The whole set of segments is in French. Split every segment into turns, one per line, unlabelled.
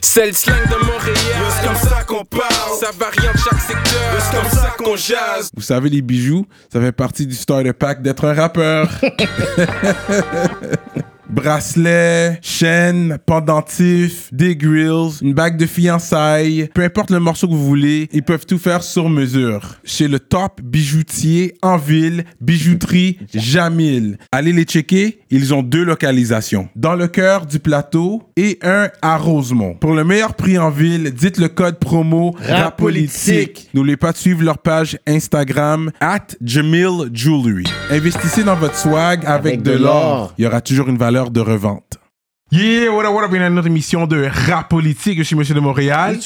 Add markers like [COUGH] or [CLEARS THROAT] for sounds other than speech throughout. C'est le slang de Montréal.
C'est comme ça qu'on parle.
Ça varie en chaque secteur.
C'est comme ça qu'on jase.
Vous savez, les bijoux, ça fait partie du starter pack d'être un rappeur. Bracelets, chaînes, pendentifs, des grills, une bague de fiançailles, peu importe le morceau que vous voulez, ils peuvent tout faire sur mesure. Chez le top bijoutier en ville, bijouterie Jamil. Allez les checker, ils ont deux localisations, dans le cœur du plateau et un à Rosemont. Pour le meilleur prix en ville, dites le code promo RAPOLITIQUE. N'oubliez pas de suivre leur page Instagram at Jamil Jewelry. Investissez dans votre swag avec,
Avec
de
de
l'or
l'or.
il y aura toujours une valeur de revente. Yeah, what up, what up, bienvenue à notre émission de rap politique, je suis Monsieur de Montréal.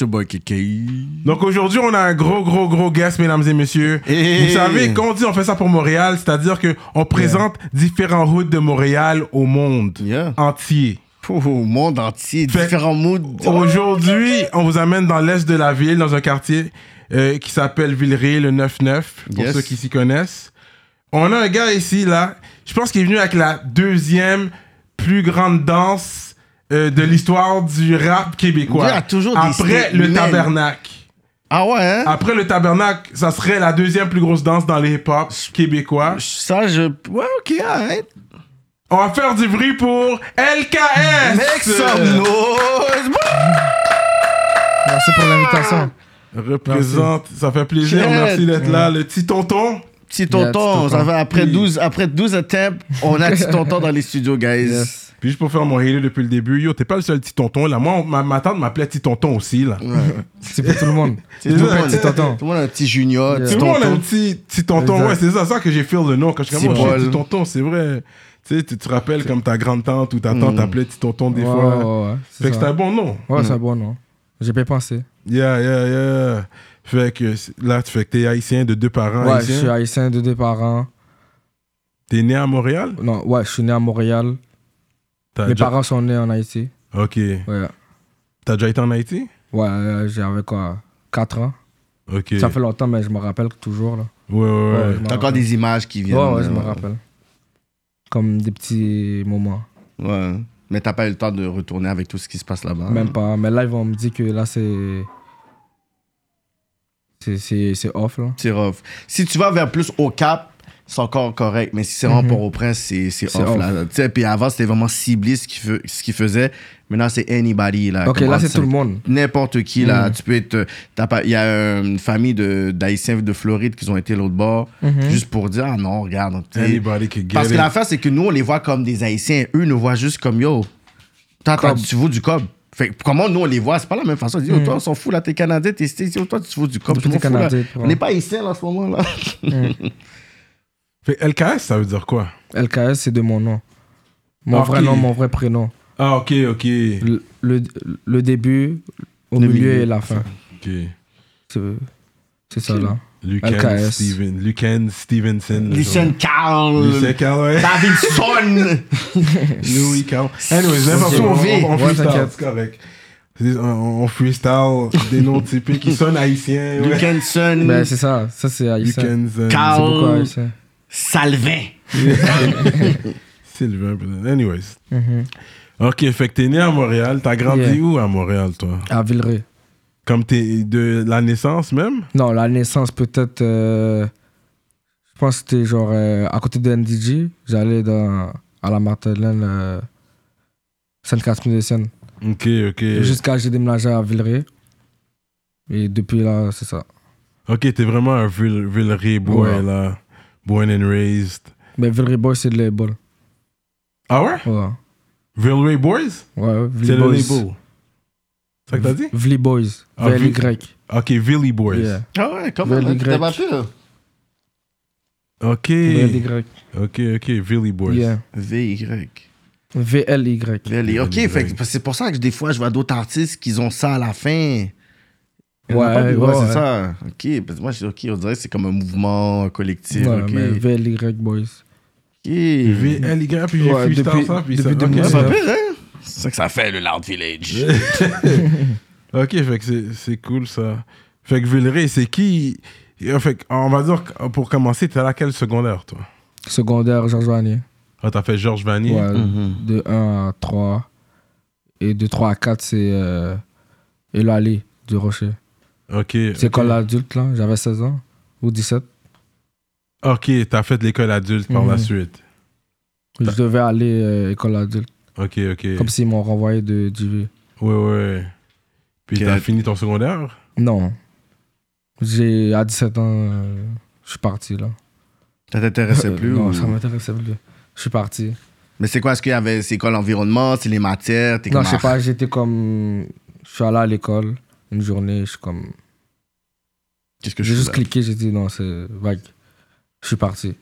Donc aujourd'hui, on a un gros, gros, gros guest, mesdames et messieurs.
Hey.
Vous savez, quand on dit on fait ça pour Montréal, c'est-à-dire qu'on présente différents routes de Montréal au monde
Yeah.
entier.
Au monde entier,
Fait-
différents moods.
Aujourd'hui, on vous amène dans l'est de la ville, dans un quartier euh, qui s'appelle Villeray, le 9-9, pour
Yes.
ceux qui s'y connaissent. On a un gars ici, là, je pense qu'il est venu avec la deuxième plus grande danse euh, de l'histoire du rap québécois.
Il y a toujours des
Après
snakes
le
men.
tabernacle.
Ah ouais, hein?
Après le tabernacle, ça serait la deuxième plus grosse danse dans les hip-hop québécois.
Ça, je. Ouais, ok, arrête.
On va faire du bruit pour LKS!
Make some noise!
Merci pour l'invitation.
Représente, ça fait plaisir,
Shit.
merci d'être là, le petit tonton.
Petit tonton,
petit tonton.
ça va après
Oui.
12, après 12 attempts, on a petit tonton dans les studios, guys.
Yes.
Puis juste pour faire mon hater depuis le début, yo, t'es pas le seul petit tonton là. Moi, on- ma, ma tante m'appelait petit tonton aussi là.
C'est pour tout
[LAUGHS]
le monde.
C'est
Tout
tout,
le
le
monde,
monde,
petit tonton.
tout le monde a un petit junior,
Yeah.
petit
Tout le monde a un
tonton.
petit, petit tonton,
Exact.
ouais, c'est ça, ça que j'ai feel le nom. Quand je suis
Petit
comme, oh, je suis
bol.
petit tonton, c'est vrai. Tu sais, tu te rappelles comme ta grande tante ou ta tante t'appelait petit tonton des
Ouais,
fois.
ouais, ouais,
fait
c'est
que c'est un Mm.
ça.
bon nom.
Ouais, c'est bon, non? J'ai pas pensé.
Yeah, yeah, yeah. Fait que c'est- là, tu fais que t'es haïtien de deux parents
Ouais, je
haïtiens.
suis haïtien de deux parents.
T'es né à Montréal
Non, ouais, je suis né à Montréal.
T'as
Mes
déjà-
parents sont nés en Haïti.
Ok.
Ouais,
T'as déjà été en Haïti
ouais euh, j'avais quoi 4 ans.
Ok.
Ça fait longtemps, mais je me rappelle toujours. Là.
Ouais, ouais, ouais.
je m'en
T'as encore
rappelle.
des images qui viennent.
Ouais, ouais, je
euh,
me rappelle. Comme des petits moments.
Ouais. Mais t'as pas eu le temps de retourner avec tout ce qui se passe là-bas. hein?
Même pas. Mais là, ils vont me dire que là, c'est. c'est- C'est c'est off, là.
C'est rough. Si tu vas vers plus au Cap, c'est encore correct. Mais si c'est vraiment
Mhm.
port au prince, c'est c'est
C'est
off,
off.
là. Tu sais, puis avant, c'était vraiment ciblé ce qu'ils fai- ce qu'ils faisaient. Maintenant, c'est anybody, là.
ok,
Comme
là,
on
c'est
dit,
tout le monde.
N'importe qui, là.
Mhm.
Tu peux être. t'as pas- Il y a une famille de- d'Haïtiens de, Floride qui ont été l'autre bord,
Mhm.
juste pour dire, ah non, regarde. tu sais.
Anybody can get
Parce que
it.
l'affaire, c'est que nous, on les voit comme des Haïtiens. Eux nous voient juste comme yo. Toi, toi,
Cob.
tu vaux du cob. Fait que comment nous, on les voit, c'est pas la même façon. On dit, Yo, toi, on s'en fout, là, t'es Canadien, t'es ici, toi, tu vaux du cob.
Hmm. Toi,
tu m'en
t'es
fous, là.
Canadien, toi.
On n'est pas ici, là, en ce moment, là.
Fait LKS, ça veut dire quoi
LKS, c'est de mon nom. Mon
Ok.
vrai nom, mon vrai prénom.
Ah, ok, ok.
Le, le, le début, au
Le
milieu,
milieu.
et la fin.
Ok.
C'est c'est ça, là.
Lucan,
LKS.
Steven, Lucan Stevenson.
Lucien Carl. Bah,
Lucien Carl, ouais.
Davidson.
Louis Carl. Anyways, n'importe
Sauvé.
quoi, on, on, on
Ouais,
freestyle,
t'inquiète.
c'est correct. C'est- On, on freestyle des noms typés qui sonnent haïtiens. Ouais.
Ben,
Lucanson.
c'est ça. Ça, c'est haïtien. C'est
Lucas, euh,
Carl.
beaucoup haïtien.
Salvin.
Sylvain. peut-être. Anyways.
Mhm.
Ok, fait que t'es né à Montréal. T'as grandi
Yeah.
où à Montréal, toi
À Villeray.
Comme t'es de la naissance même
Non, la naissance, peut-être. euh, je pense que c'était genre euh, à côté de NDG. J'allais dans, à la Martelaine, euh, Sainte-Catherine de Seine.
Ok, ok.
Jusqu'à j'ai déménagé à Villeray. Et depuis là, c'est ça.
Ok, t'es vraiment un Ville- Villeray boy,
Ouais.
là. Born and raised.
Mais Ben, Villeray Boys, c'est le label.
Ah ouais
Ouais.
Villeray Boys
Ouais, Villeray
C'est le
Boys.
label. C'est ça que t'as dit
Vli Boys.
Ah,
VLY.
Ok, Villy Boys.
Yeah.
Ah ouais, comment là,
Valley
t'as pas
Grec.
fait, là?
Ok.
VLY.
Ok, ok, Villy Boys.
Yeah.
VY.
VLY.
Valley. Ok,
Valley
fait
Grec.
que c'est pour ça que des fois, je vois d'autres artistes qui ont ça à la fin. Il y en a
Ouais,
pas de-
ouais,
c'est
ouais.
ça. Ok, parce que moi, je dis, ok, on dirait que c'est comme un mouvement collectif.
Ouais,
ok.
mais VLY Boys.
Ok.
VLY, puis j'ai
Ouais,
freestyle
depuis-
ça, puis
depuis
ça. ok.
2009.
C'est pas pire, hein? C'est ça que ça fait, le Loud Village.
Ok, fait que c'est- c'est cool ça. Fait que Villeray, c'est qui Euh, Fait que, on va dire, que pour commencer, t'es à laquelle secondaire, toi
Secondaire, Georges Vanier.
Ah, t'as fait
Mm-hmm.
Georges Vanier
Ouais, de 1 à 3. Et de 3 à 4, c'est euh, et l'allée du Rocher.
Ok.
C'est quand l'adulte, là, j'avais 16 ans ou 17.
Ok, t'as fait l'école adulte par la
Mhm.
suite.
Je devais aller euh, école adulte.
Ok, ok.
Comme s'ils m'ont renvoyé de JV.
Ouais, ouais. Puis
Ok.
t'as fini ton secondaire?
Non. J'ai, à 17 ans, euh, je suis parti, là.
Ça t'intéressait plus
Euh, Non,
ou-
ça m'intéressait plus. Je suis parti.
Mais c'est quoi, est-ce qu'il y avait, c'est quoi l'environnement, c'est les matières, t'es
Non,
comme,
je sais
ah,
pas, j'étais comme. Je suis allé à l'école une journée, je suis comme.
Qu'est-ce que je
J'ai
fais
juste
là?
cliqué, j'ai dit non, c'est vague. Je suis parti.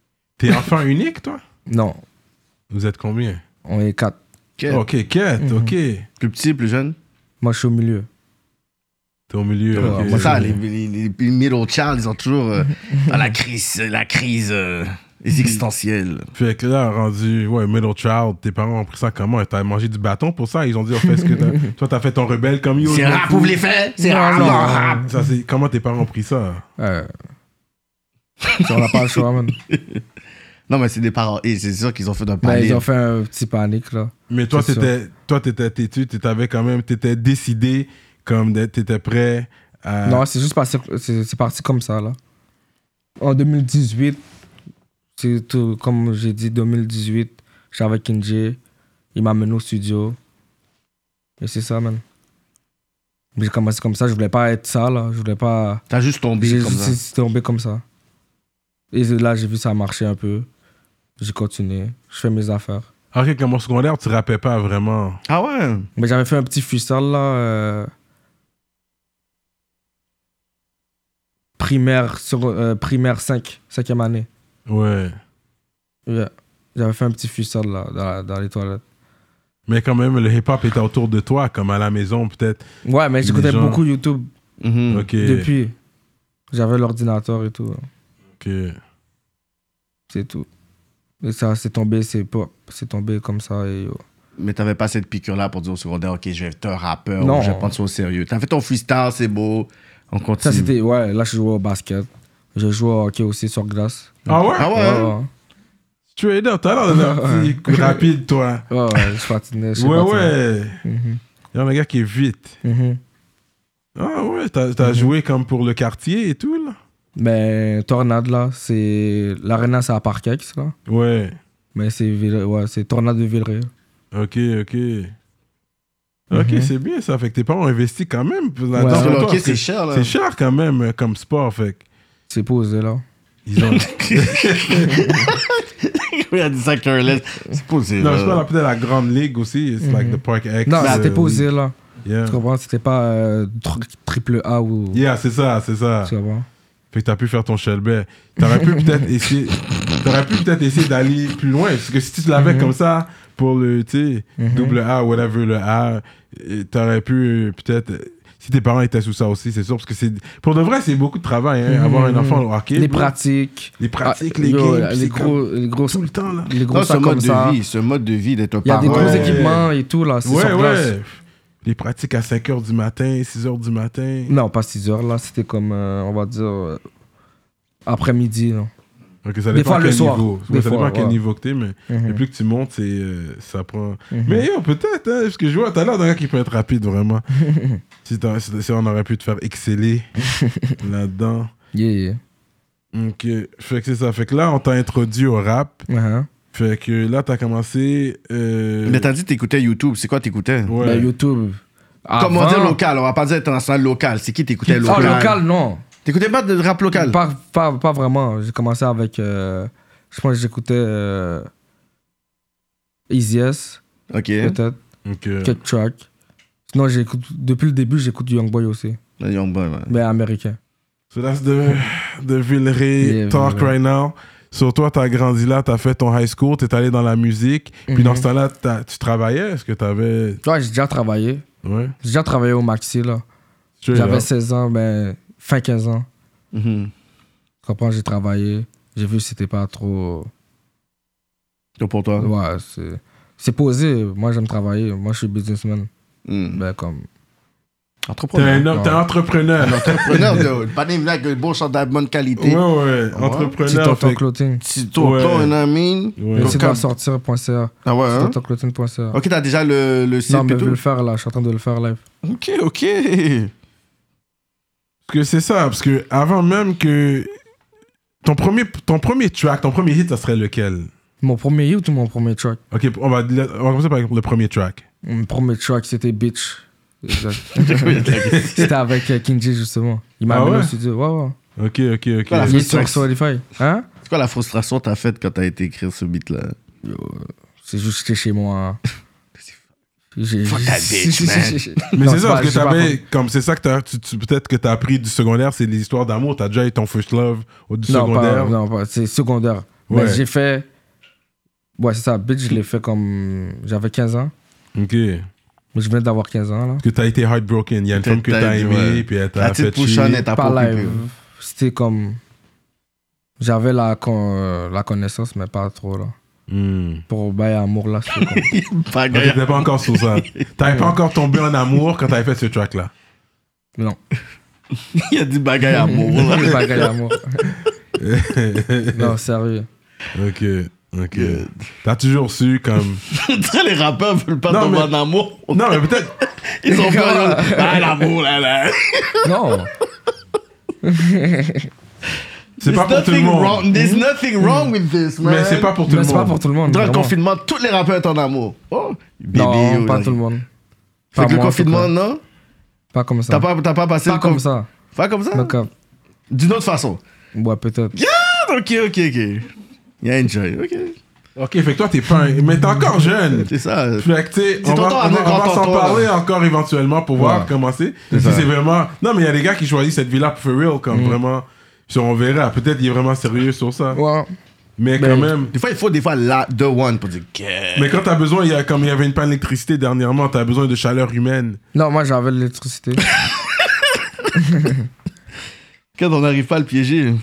[LAUGHS]
T'es enfant unique, toi?
Non,
Vous êtes combien?
on est quatre.
Ok.
Ok, quatre,
Mhm.
ok. T'es
Plus petit, plus jeune.
Moi, je suis au milieu.
au milieu.
Ouais,
ok.
Ah,
Ah,
moi,
Ça, les, les, les- les middle child, ils ont toujours
[LAUGHS]
euh, dans la crise, la crise euh,
[LAUGHS]
existentielle.
Fait que là, rendu, ouais, middle child, tes parents ont pris ça comment? T'as mangé du bâton pour ça? Ils ont dit, on fait ce que
[LAUGHS]
t'as. Toi, t'as fait ton rebelle comme yo.
C'est
je m'en
rap,
fous.
vous les faire C'est
Non,
rap,
non.
non, rap.
Ça, c'est- Comment tes parents ont pris ça?
[LAUGHS]
Euh, si on n'a pas le choix, man.
Non, mais c'est des parents. Et c'est sûr qu'ils ont fait d'un
Mais
palais.
Ben, ils ont fait un petit panique, là.
Mais toi,
C'est ça.
t'étais, toi, t'étais têtu, t'avais quand même, t'étais décidé, comme de- t'étais prêt
Euh.
à.
Non, c'est juste parti, c'est c'est parti comme ça, là. En 2018, c'est tout, comme j'ai dit, 2018, j'étais avec Kenji. Il m'a mené au studio. Et c'est ça, man. J'ai commencé comme ça, je voulais pas être ça, là. Je voulais pas.
T'as juste tombé
J'ai
comme ça.
juste tombé comme ça. Et là, j'ai vu ça marcher un peu. J'ai continué. Je fais mes affaires.
Ah, Ok, comme au secondaire, tu rappais pas vraiment.
Ah ouais
Mais j'avais fait un petit futsal, là. euh, Primaire, sur, euh, primaire 5, cinquième année.
Ouais.
Yeah. J'avais fait un petit futsal, là, dans, la- dans les toilettes.
Mais quand même, le hip-hop était autour de toi, comme à la maison, peut-être.
Ouais, mais j'écoutais
gens-
beaucoup YouTube
Mhm.
Ok.
depuis. J'avais l'ordinateur et tout.
Ok.
C'est tout. Et ça, c'est tombé, c'est pop. C'est tombé comme ça. Et, yo.
Mais t'avais pas cette piqûre-là pour dire au secondaire, ok, je vais être un rappeur,
Non.
ou je vais prendre ça au sérieux. T'as fait ton freestyle, c'est beau. On continue.
Hmm.
Ça, c'était. Ouais, là, je jouais au basket. Je jouais au hockey aussi sur glace.
Ah ouais?
Ah ouais,
Straight up, t'as l'air d'un petit coup rapide, toi.
Ouais, ouais, je patinais. je sais
Ouais,
pas, tu vois.
ouais.
Mhm,
Y'a un gars qui est vite.
mhm.
Ah ouais, t'as t'as joué comme pour le quartier et tout, là?
Ben, Tornade, là, c'est. L'arena, c'est à Parkex, là.
Ouais.
Mais c'est Ville- ouais, c'est Tornade de Villeray.
Ok, ok. Ok,
Mhm.
c'est bien ça. Fait que tes parents ont investi quand même. là-dedans
Ouais.
Parce que
pour
le
toi,
hockey,
parce que
c'est cher, là.
C'est cher quand même euh, comme sport. Fait que
C'est posé, là.
ils ont. non,
[LAUGHS] Il y a des sacs curlés. C'est euh, posé.
je
là.
parle peut-être la grande ligue aussi. It's like the Park X.
Non,
euh,
c'était posé, là.
Yeah,
Tu comprends? C'était pas euh, tr- triple A ou.
Yeah, c'est ça, c'est ça.
Tu comprends?
Fait que t'as pu faire ton shelbet. T'aurais pu
[LAUGHS]
peut-être essayer. T'aurais pu peut-être essayer d'aller plus loin. Parce que si tu te l'avais
Mm-hmm.
comme ça pour le, tu sais, double A, whatever, le A, euh, t'aurais pu euh, peut-être. euh, Si tes parents étaient sous ça aussi, c'est sûr. Parce que c'est. Pour de vrai, c'est beaucoup de travail, hein, avoir un enfant au hockey.
Mm-hmm. les
bro.
pratiques.
Les pratiques,
Ah,
les
yo,
games,
les
c'est comme
gros, les gros.
tout le temps, là.
Les gros
Non, ce
sacs comme
mode
ça.
de vie, ce mode de vie d'être un
Il y a des
parent. euh,
gros
Ah, Ouais.
équipements et tout, là. C'est
Ouais,
sur glace.
ouais. Les pratiques à 5 h du matin, 6 h du matin.
Non, pas 6 heures, là. C'était comme, euh, on va dire, euh, après-midi, là.
Ok, ça
Des
dépend
fois,
à
le
quel
soir.
niveau.
Des
Ouais, ça
fois,
dépend à quel
ouais. Mhm.
niveau que t'es, mais le plus que tu montes, c'est, euh, ça prend. Mais yo, peut-être, hein, parce que je vois, t'as l'air d'un gars qui peut être rapide,
[LAUGHS]
vraiment. si, t'en- si- si on aurait pu te faire exceller là-dedans.
Yeah, yeah.
Ok, fait que c'est ça. Fait que là, on t'a introduit au rap.
Uh-huh.
Fait que là, t'as commencé. euh,
Mais t'as dit que t'écoutais YouTube. C'est quoi t'écoutais
ouais.
Ben, YouTube.
Comment
Avant-
dire local On va pas dire international, local. C'est qui t'écoutais
Ah,
local
local, non.
T'écoutais pas de rap local
Pas, pas, pas vraiment. J'ai commencé avec. euh, je pense que j'écoutais. Euh, Easy S,
Ok.
peut-être.
Ok.
Quelques tracks. Sinon, j'écoute. Depuis le début, j'écoute du Youngboy aussi.
Le Young Boy, ouais.
Mais américain.
So that's the, the Villeray
Yeah,
talk
Villeray.
right now. Sur toi, t'as grandi là, t'as fait ton high school, t'es allé dans la musique. Puis
Mhm.
dans ce temps-là, t'as- tu travaillais. Est-ce que t'avais.
Toi, j'ai déjà travaillé.
Ouais.
J'ai déjà travaillé au Maxi, là.
Tu es là.
J'avais 16 ans, ben. Fin 15 ans.
Mhm.
Tu comprends? J'ai travaillé. J'ai vu que c'était pas trop.
Donc, pour toi.
Ouais, c'est. C'est posé. Moi, j'aime travailler. Moi, je suis businessman.
Mhm.
Ben, comme.
T'es
Entrepreneur.
un, homme- t'es un entrepreneur.
[LAUGHS] Preneur de Panem là, avec un bon chandail de bonne
Ouais,
qualité.
ouais,
Petit
entrepreneur.
tonton
fait que-
clothing.
Si ton
Ouais.
ton, un ami.
Ouais.
Mais c'est
Comme-
doit sortir.ca.
Ah ouais, hein?
Tontonclothing.ca.
Ok, t'as déjà le, le site
Non, mais
et
je vais
tout.
le faire là, je suis en train de le faire live.
Ok, ok.
Parce que c'est ça, parce que avant même que. Ton premier, ton premier track, ton premier hit, ça serait lequel
Mon premier hit ou mon premier track
Ok, on va, on va commencer par le premier track.
Mon premier track, c'était Bitch.
[LAUGHS]
Exact. [LAUGHS] c'était avec euh, Kinji, justement. Il m'a
Ah
amené
ouais
au studio. Ouais, ouais.
Ok, ok, ok.
Voilà. Ah,
Il est
c'est
sur
track.
Spotify. Hein
C'est quoi la frustration que t'as faite quand t'as été écrire ce beat là
C'est juste que j'étais
[LAUGHS]
chez moi. J'ai-
Fuck that bitch,
Mais
Non,
c'est ça,
pas-
parce que
j'ai pas
t'avais, comme c'est ça que t'as, tu- tu- peut-être que t'as appris du secondaire, c'est les histoires d'amour. T'as déjà eu ton first love au du
Non,
secondaire.
pas, non, pas, c'est secondaire.
Ouais.
Mais j'ai fait. Ouais, c'est ça. Bitch, je l'ai fait comme. J'avais 15 ans.
Ok. Parce
Mais je venais d'avoir 15 ans, là.
que t'as été heartbroken. Il y a une
T'as-
femme que
t'as
t'as
dit,
aimée,
ouais.
puis elle t'a
La
fait
petite
chier.
pouchonne, elle t'a
Pas
pas occupé.
live. C'était comme. J'avais la, con- euh, la connaissance, mais pas trop, là.
Hmm.
Pour bailler amour, là, c'était comme.
Pas
Ok,
grave.
t'étais pas encore
[LAUGHS]
sur ça. T'avais pas encore tombé en amour quand t'avais fait ce track-là.
Non.
Il y a du bagaille à [LAUGHS]
[LAUGHS]
mourir.
[LAUGHS] Des bagailles à mort. non, sérieux.
Ok, ok. T'as toujours su comme.
[LAUGHS] Très, les rappeurs veulent pas
Non,
tomber
mais-
en amour.
Non, mais peut-être.
Ils
[LAUGHS]
ont peur. ils ont- Ah, l'amour, là, là.
Non.
C'est pas pour tout le
nothing
monde.
wrong- There's
Hmm?
nothing wrong with this, man.
Mais c'est pas pour tout
Mais
le
c'est pas pour
monde.
tout le monde.
Dans le
vraiment.
confinement, tous les rappeurs étaient en amour. Oh, bébé,
Non,
oh,
pas
là.
tout le monde.
Fait
Pas
que le
moi, en tout
confinement,
cas.
non
Pas comme ça.
T'as pas, t'as pas passé
Pas
le
comme
conf-
ça.
Pas comme ça
Donc, euh,
D'une autre façon.
ouais, peut-être.
Ah, ok, ok, ok. Yeah, enjoy. Ok.
Ok, fait que toi, t'es pas. un- Mais t'es encore jeune.
C'est ça.
Fait que, tu sais,
C'est
on
tonton
va, on
Arnaud,
va- on va
grand
s'en
tonton, là.
parler encore éventuellement pour voir
Ouais.
comment c'est. Si c'est vraiment. Non, mais il y a des gars qui choisissent cette vie-là pour for real,
Mm.
comme vraiment. Puis on verra. Peut-être il est vraiment sérieux sur ça.
Ouais.
Mais quand même.
Des fois, il faut des fois la The One pour dire que.
Mais quand t'as besoin, il y a, comme il y avait une panne d'électricité dernièrement, t'as besoin de chaleur humaine.
Non, moi, j'avais de l'électricité.
Quand on n'arrive pas à le piéger.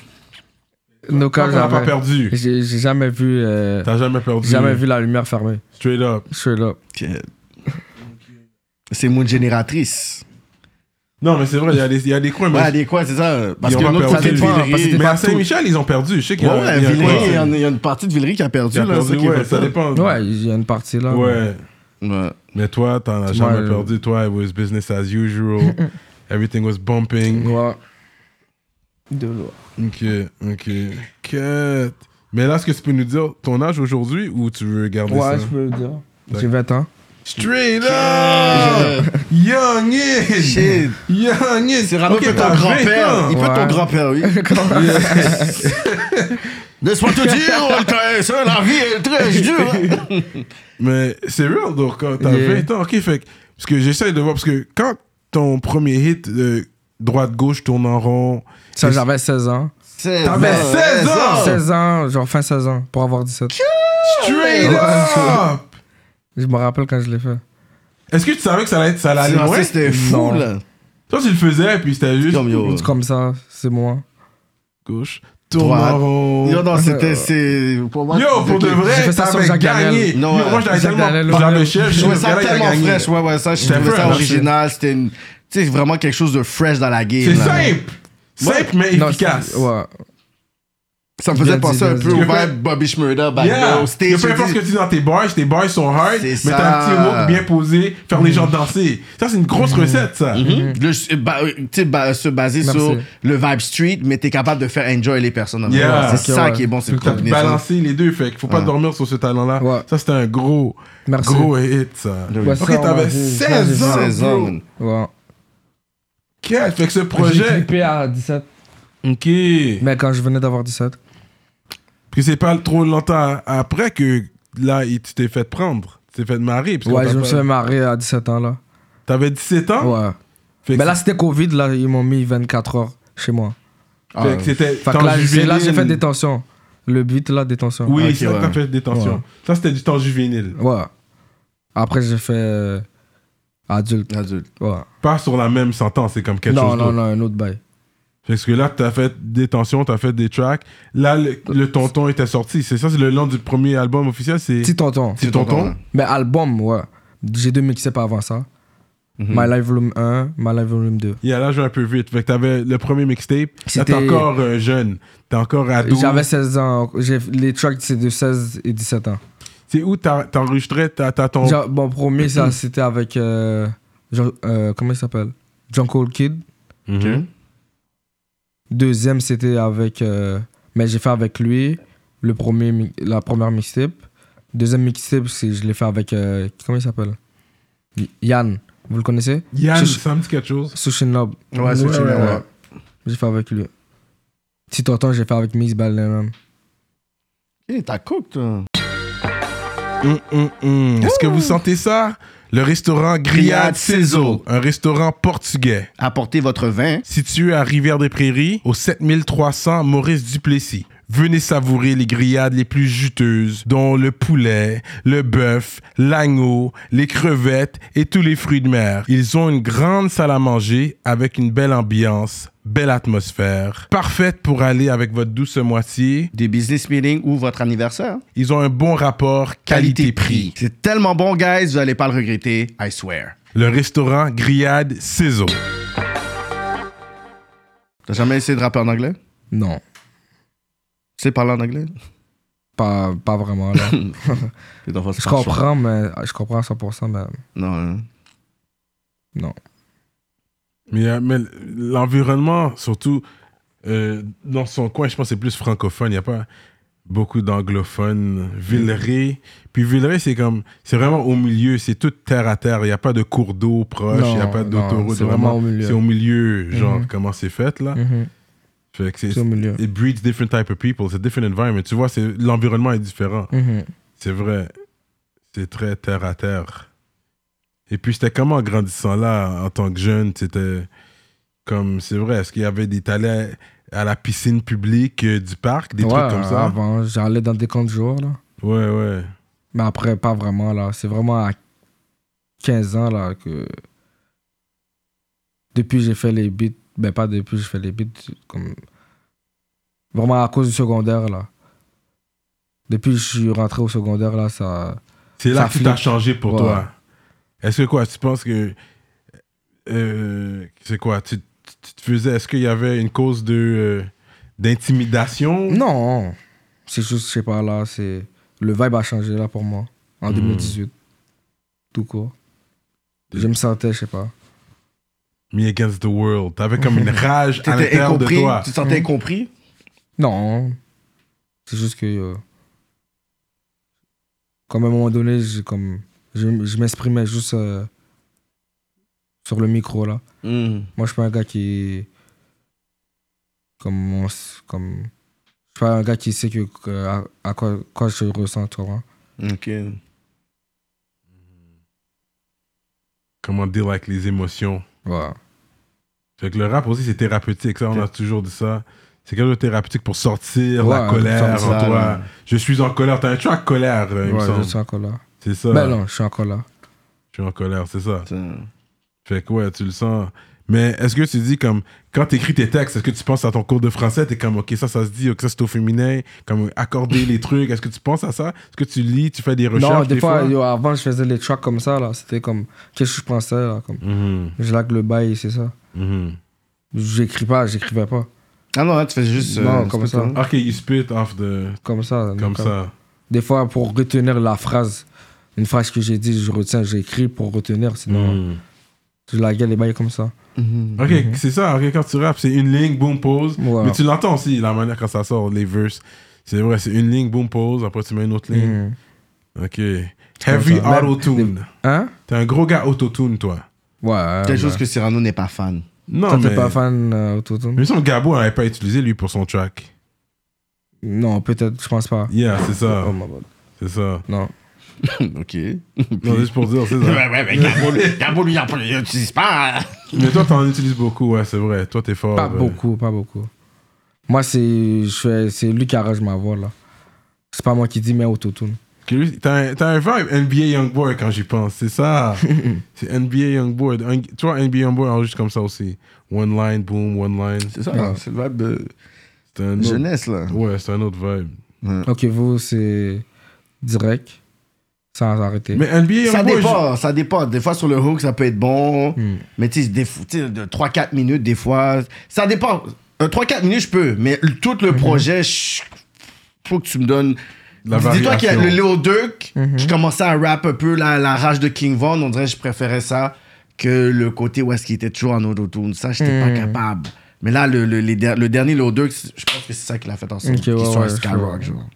Nos
Quand
cas,
t'as pas
j'avais.
perdu,
J'ai j'ai jamais vu. euh,
t'as jamais perdu.
jamais vu la lumière fermée.
Straight up.
Je suis là.
que- C'est mon génératrice.
Non, mais c'est vrai, il y a des- il y, a des coins. mais-
Ouais, des quoi, c'est ça. Parce
Ils ont
que
pas
l'autre
perdu.
côté de
Ça
dépend, parce que
Villery.
c'était
mais
pas
à Saint-Michel, ils ont perdu. Je sais qu'il y a,
Ouais, ouais,
il y a un
Villery,
coin.
il y, en a- il y a une partie de Villery qui a perdu,
Ils ont
là.
perdu,
c'est qui est
ouais,
fait
ça dépend.
Ouais, il y a une partie là.
Ouais.
Ouais.
Mais toi, t'en as
Ouais,
jamais
je-
perdu. Toi, it was business as
[LAUGHS]
usual. Everything was bumping.
Ouais. De l'eau.
Ok, ok. Cut. Mais là, est-ce que tu peux nous dire ton âge aujourd'hui ou tu veux garder
Ouais,
ça?
je peux le dire. J'ai 20 ans.
Straight up! Youngish!
Shit.
Youngish!
C'est Rano
Ah, Ok,
fait ton
t'as 20
grand-père.
ans.
Il fait ton
Ouais.
grand-père, oui.
[LAUGHS]
Laisse-moi te dire, ça, la vie est très dure. hein.
Mais c'est real, donc, quand t'as
Yeah.
20 ans, ok, fait que- Parce que j'essaie de voir, parce que quand ton premier hit, euh, droite-gauche tourne en rond.
Ça,
Et-
j'avais 16 ans.
T'avais 16 ans!
16 ans, genre fin 16 ans, pour avoir 17.
Straight
Ouais.
up!
Je me rappelle quand je l'ai fait.
Est-ce que tu savais que ça allait, être- ça allait aller
C'est
loin?
c'était fou,
Non.
là.
Toi, tu le faisais, puis c'était juste.
Comme yo.
C'est comme ça, c'est moi.
Gauche, tourne
Droite.
en rond.
Yo, non, c'était. c'est- Pour moi,
Yo, pour de
J'ai
vrai,
fait ça sur
t'avais
Jacques
gagné.
Daniel.
Non,
Yo,
ouais.
moi, j'avais
Jacques Daniel,
tellement.
ouais.
J'avais cher,
Je
je
trouvais
trouvais
ça tellement fresh, ouais, ouais, ça, je
C'était
trouvais ça
fresh.
original, c'était une... Tu sais, vraiment quelque chose de fresh dans la game.
C'est
là.
simple. Simple, mais
Non,
efficace.
c'est- Ouais.
Ça me faisait
Bien
penser
dit,
un
bien
peu
dit.
au
Que fait-
vibe Bobby Schmurda, back then,
Yeah.
au
Que
stage.
peu importe ce que tu dis dans tes bars, tes bars sont hard,
C'est
mais
ça.
t'as un petit look bien posé, faire
Mm.
les gens danser. Ça, c'est une grosse recette, ça.
Mhm. Le- bah, euh, tu sais, bah, se baser
Merci.
sur le vibe street, mais t'es capable de faire enjoy les personnes. en
Yeah.
même temps.
C'est
C'est
que,
ça
ouais.
qui est bon, c'est
Tu
une
as
combinaison.
balancé les deux, fait qu'il faut pas dormir sur ce talent-là.
Ouais. Ah,
Ça, c'était un gros,
Merci.
gros hit, ça.
Ouais,
Ok,
ça, on
t'avais
m'a dit.
16 ans.
16 ans,
bro.
man.
Ouais.
Ok, fait que ce
J'ai
projet.
trippé à 17.
Ok.
Mais quand je venais d'avoir 17.
Puis c'est pas trop longtemps après que là, il- tu t'es fait prendre. Tu t'es fait marrer. parce qu'on
Ouais,
t'a
je me
pas- Ah.
suis marié à 17 ans là.
T'avais 17 ans?
Ouais.
Fait que
Mais là, c'était Covid, là, ils m'ont mis 24 heures chez moi.
Fait que c'était.
ah. Fait que
temps
là, j'ai- là,
juvénile.
j'ai fait détention. Le but, là, détention.
Oui,
Ah, ok,
c'est ça que
ouais.
t'as fait détention.
Ouais.
Ça, c'était du temps juvénile.
Ouais. Après, j'ai fait euh, adulte.
Adulte.
Ouais.
Pas sur la même sentence, c'est comme quelque
Non,
chose
non,
d'autre.
non, un autre bail.
Parce que là, t'as fait détention, t'as fait des tracks. Là, le, le tonton était sorti. C'est ça, c'est le nom du premier album officiel. C'est
Petit tonton.
Petit tonton.
Mais album, ouais. J'ai deux mixtapes avant ça.
Mhm.
My Life Volume 1, My Life Volume 2.
Yeah, là, je vais un peu vite. Fait que t'avais le premier mixtape. Là, t'es
C'était- Euh,
encore euh, jeune. T'es encore ado.
J'avais 16 ans. J'ai- Les tracks, c'est de 16 et 17 ans.
C'est où t'as- t'enregistrais ta, ta, ton...
Genre, Mon premier, ça,
Mmh.
c'était avec. euh, Jean- euh, comment il s'appelle John Cole Kid.
Mhm.
Deuxième, c'était avec. euh, mais j'ai fait avec lui le premier, mi- la première mixtape. Deuxième mixtape, c'est- je l'ai fait avec. euh, comment il s'appelle Y- Yann. Vous le connaissez
Yann,
Je-
ça me dit quelque chose.
Sushi Nob.
Ouais, Sushi Nob, ouais.
J'ai fait avec lui. Si t'entends, j'ai fait avec Mix Balin même.
Eh, t'as cook, toi.
Hum, hum, hum. Est-ce que vous sentez ça? Le restaurant Grillade
Grillade Cézo.
Cézo, un restaurant portugais.
Apportez votre vin.
situé à Rivière-des-Prairies, au 7300 Maurice Duplessis. Venez savourer les grillades les plus juteuses, dont le poulet, le bœuf, l'agneau, les crevettes et tous les fruits de mer. Ils ont une grande salle à manger avec une belle ambiance, belle atmosphère, parfaite pour aller avec votre douce moitié.
Des business meetings ou votre anniversaire.
Ils ont un bon rapport qualité-prix.
C'est tellement bon, guys, vous allez pas le regretter, I swear.
Le restaurant Grillade Cézo.
T'as jamais essayé de rapper en anglais? Tu
Non,
sais parler en [LAUGHS] anglais?
pas, pas vraiment.
[LAUGHS]
Là.
Les enfants, c'est
je
pas le choix.
comprends, mais je comprends à 100%, mais
Non, hein.
non.
Mais, euh, mais l'environnement, surtout euh, dans son coin, je pense que c'est plus francophone. Il n'y a pas beaucoup d'anglophones. Villeray, puis Villeray, c'est comme, c'est vraiment au milieu, c'est tout terre à terre. Il n'y a pas de cours d'eau proche, il n'y a
Non,
pas
non,
d'autoroute.
c'est
Vraiment,
vraiment au milieu.
c'est au milieu, genre, comment c'est fait là.
Mhm.
Fait que
C'est au
c'est.
milieu.
It breeds different type of people, c'est different environment. Tu vois, c'est l'environnement est différent.
Mhm.
C'est vrai. C'est très terre à terre. Et puis, c'était comment en grandissant là, en tant que jeune C'était comme, c'est vrai, est-ce qu'il y avait des talents à la piscine publique euh, du parc, des
Mhm. Ouais,
trucs comme ça
Avant, j'allais dans des camps de jour, là.
Ouais, ouais.
Mais après, pas vraiment, là. C'est vraiment à 15 ans, là, que. Depuis, j'ai fait les beats. Ben, pas depuis, j'ai fait les beats. Comme... Vraiment à cause du secondaire, là. Depuis, je suis rentré au secondaire, là, ça.
C'est là
Ça
que tout a
flippe.
changé pour
Ouais.
toi. Est-ce que quoi Tu penses que. euh, c'est quoi tu, tu- tu te faisais. Est-ce qu'il y avait une cause de. euh, d'intimidation
Non! C'est juste, je sais pas, là, c'est. Le vibe a changé, là, pour moi. En 2018. Tout court. Je me sentais, je sais pas.
Me against the world. T'avais comme
[LAUGHS]
une rage à
T'étais
l'intérieur de
incompris.
toi.
Tu te sentais incompris?
Non. hein. C'est juste que. euh, comme à un moment donné, j'ai comme, je, je m'exprimais juste euh, sur le micro, là.
Mhm.
Moi, je suis pas un gars qui. Comme. on s- comme je suis pas un gars qui sait que, que- à, à quoi, quoi je ressens, tu vois.
Ok.
Comment deal avec les émotions
Voilà.
Fait que le rap aussi, c'est thérapeutique. Ça, on a toujours dit ça. C'est quelque chose de thérapeutique pour sortir la
Ouais,
colère
sortir
en
ça,
toi.
là.
Je suis en colère. T'as un tu es en colère, euh, il me
Ouais, je
semble.
suis encore là.
C'est ça.
Ben non, je suis encore là.
Je suis en colère, c'est ça.
Ça-
Fait que ouais, tu le sens. Mais est-ce que tu dis comme, quand t'écris tes textes, est-ce que tu penses à ton cours de français T'es comme, ok, ça, ça se dit, ok, ça, c'est au féminin. Comme, accorder les trucs. Est-ce que tu penses à ça Est-ce que tu lis, tu fais des recherches
non, des, fois,
fois?
yo, avant, je faisais les tracks comme ça, là. C'était comme. Qu'est-ce que je pensais, là comme,
Mhm,
Je lague le bail, c'est ça.
mhm.
J'écris pas, j'écrivais pas.
Ah non, hein, tu fais juste. euh,
Non, comme
c'est
ça.
tout.
Ok, you spit off the.
Comme ça. donc,
Comme
euh,
ça.
Des fois, pour retenir la phrase, une phrase que j'ai dit, je retiens, j'écris pour retenir, sinon
Mhm.
je la gueule les bails comme ça.
Mhm.
Ok, c'est ça. ok, quand tu rappes, c'est une ligne, boom, pause.
Ouais.
Mais tu l'entends aussi, la manière quand ça sort, les verses. C'est vrai, c'est une ligne, boom, pause. Après, tu mets une autre ligne.
Mhm.
Ok. Heavy
ça. Même-
auto-tune.
Hein
T'es un gros gars auto-tune, toi.
Ouais.
Quelque
ouais.
chose que Cyrano n'est pas fan.
Non,
Toi,
mais. Mm.
t'es pas fan euh, autotune
Mais son Gabo n'avait pas utilisé, lui, pour son track.
Non, peut-être, je pense pas.
Yeah, c'est ça.
Oh my god.
C'est ça.
Non.
[LAUGHS] ok.
Non, juste pour dire, c'est ça.
[LAUGHS]
ouais, ouais, mais Gabo, lui- Gabo, lui, il en- il n'utilise pas. hein.
Mais toi, t'en utilises beaucoup, ouais, c'est vrai. Toi, t'es fort.
Pas
euh,
beaucoup, pas beaucoup. Moi, c'est je fais- c'est lui qui arrange ma voix, là. C'est pas moi qui dis, mais autotune.
Que lui, T'as un, t'as un vibe NBA Youngboy quand j'y pense, c'est
[LAUGHS]
ça. c'est NBA Youngboy. Un- Tu vois, NBA Youngboy enregistre comme ça aussi. One line, boom, one line.
C'est ça,
Ouais.
c'est le vibe de
C'est un autre-
jeunesse, là.
Ouais, c'est un autre vibe.
Ok, vous, c'est direct. sans arrêter.
Mais NBA
Ça
Youngboy,
dépend, ça dépend. Des fois, sur le hook, ça peut être bon.
Hmm.
Mais tu sais, des fois- tu sais, de 3-4 minutes, des fois. Ça dépend. Un 3-4 minutes, je peux. Mais l- tout
Hmm.
le projet, je- faut que tu me donnes.
La
Dis-toi qu'il y a le
variation.
Léo Duc.
Hmm.
Je commençais à rap un peu la, la rage de King Von. On dirait que je préférais ça que le côté où est-ce qu'il était toujours en autotune. Ça, j'étais
Hmm.
pas capable. Mais là, le, le- les der- le dernier Léo Duc, c'est- je pense que c'est ça qui l'a fait en sorte
Ok,
qu'il
ouais,
soit
ouais,
un Skyrock.
je vois.
genre.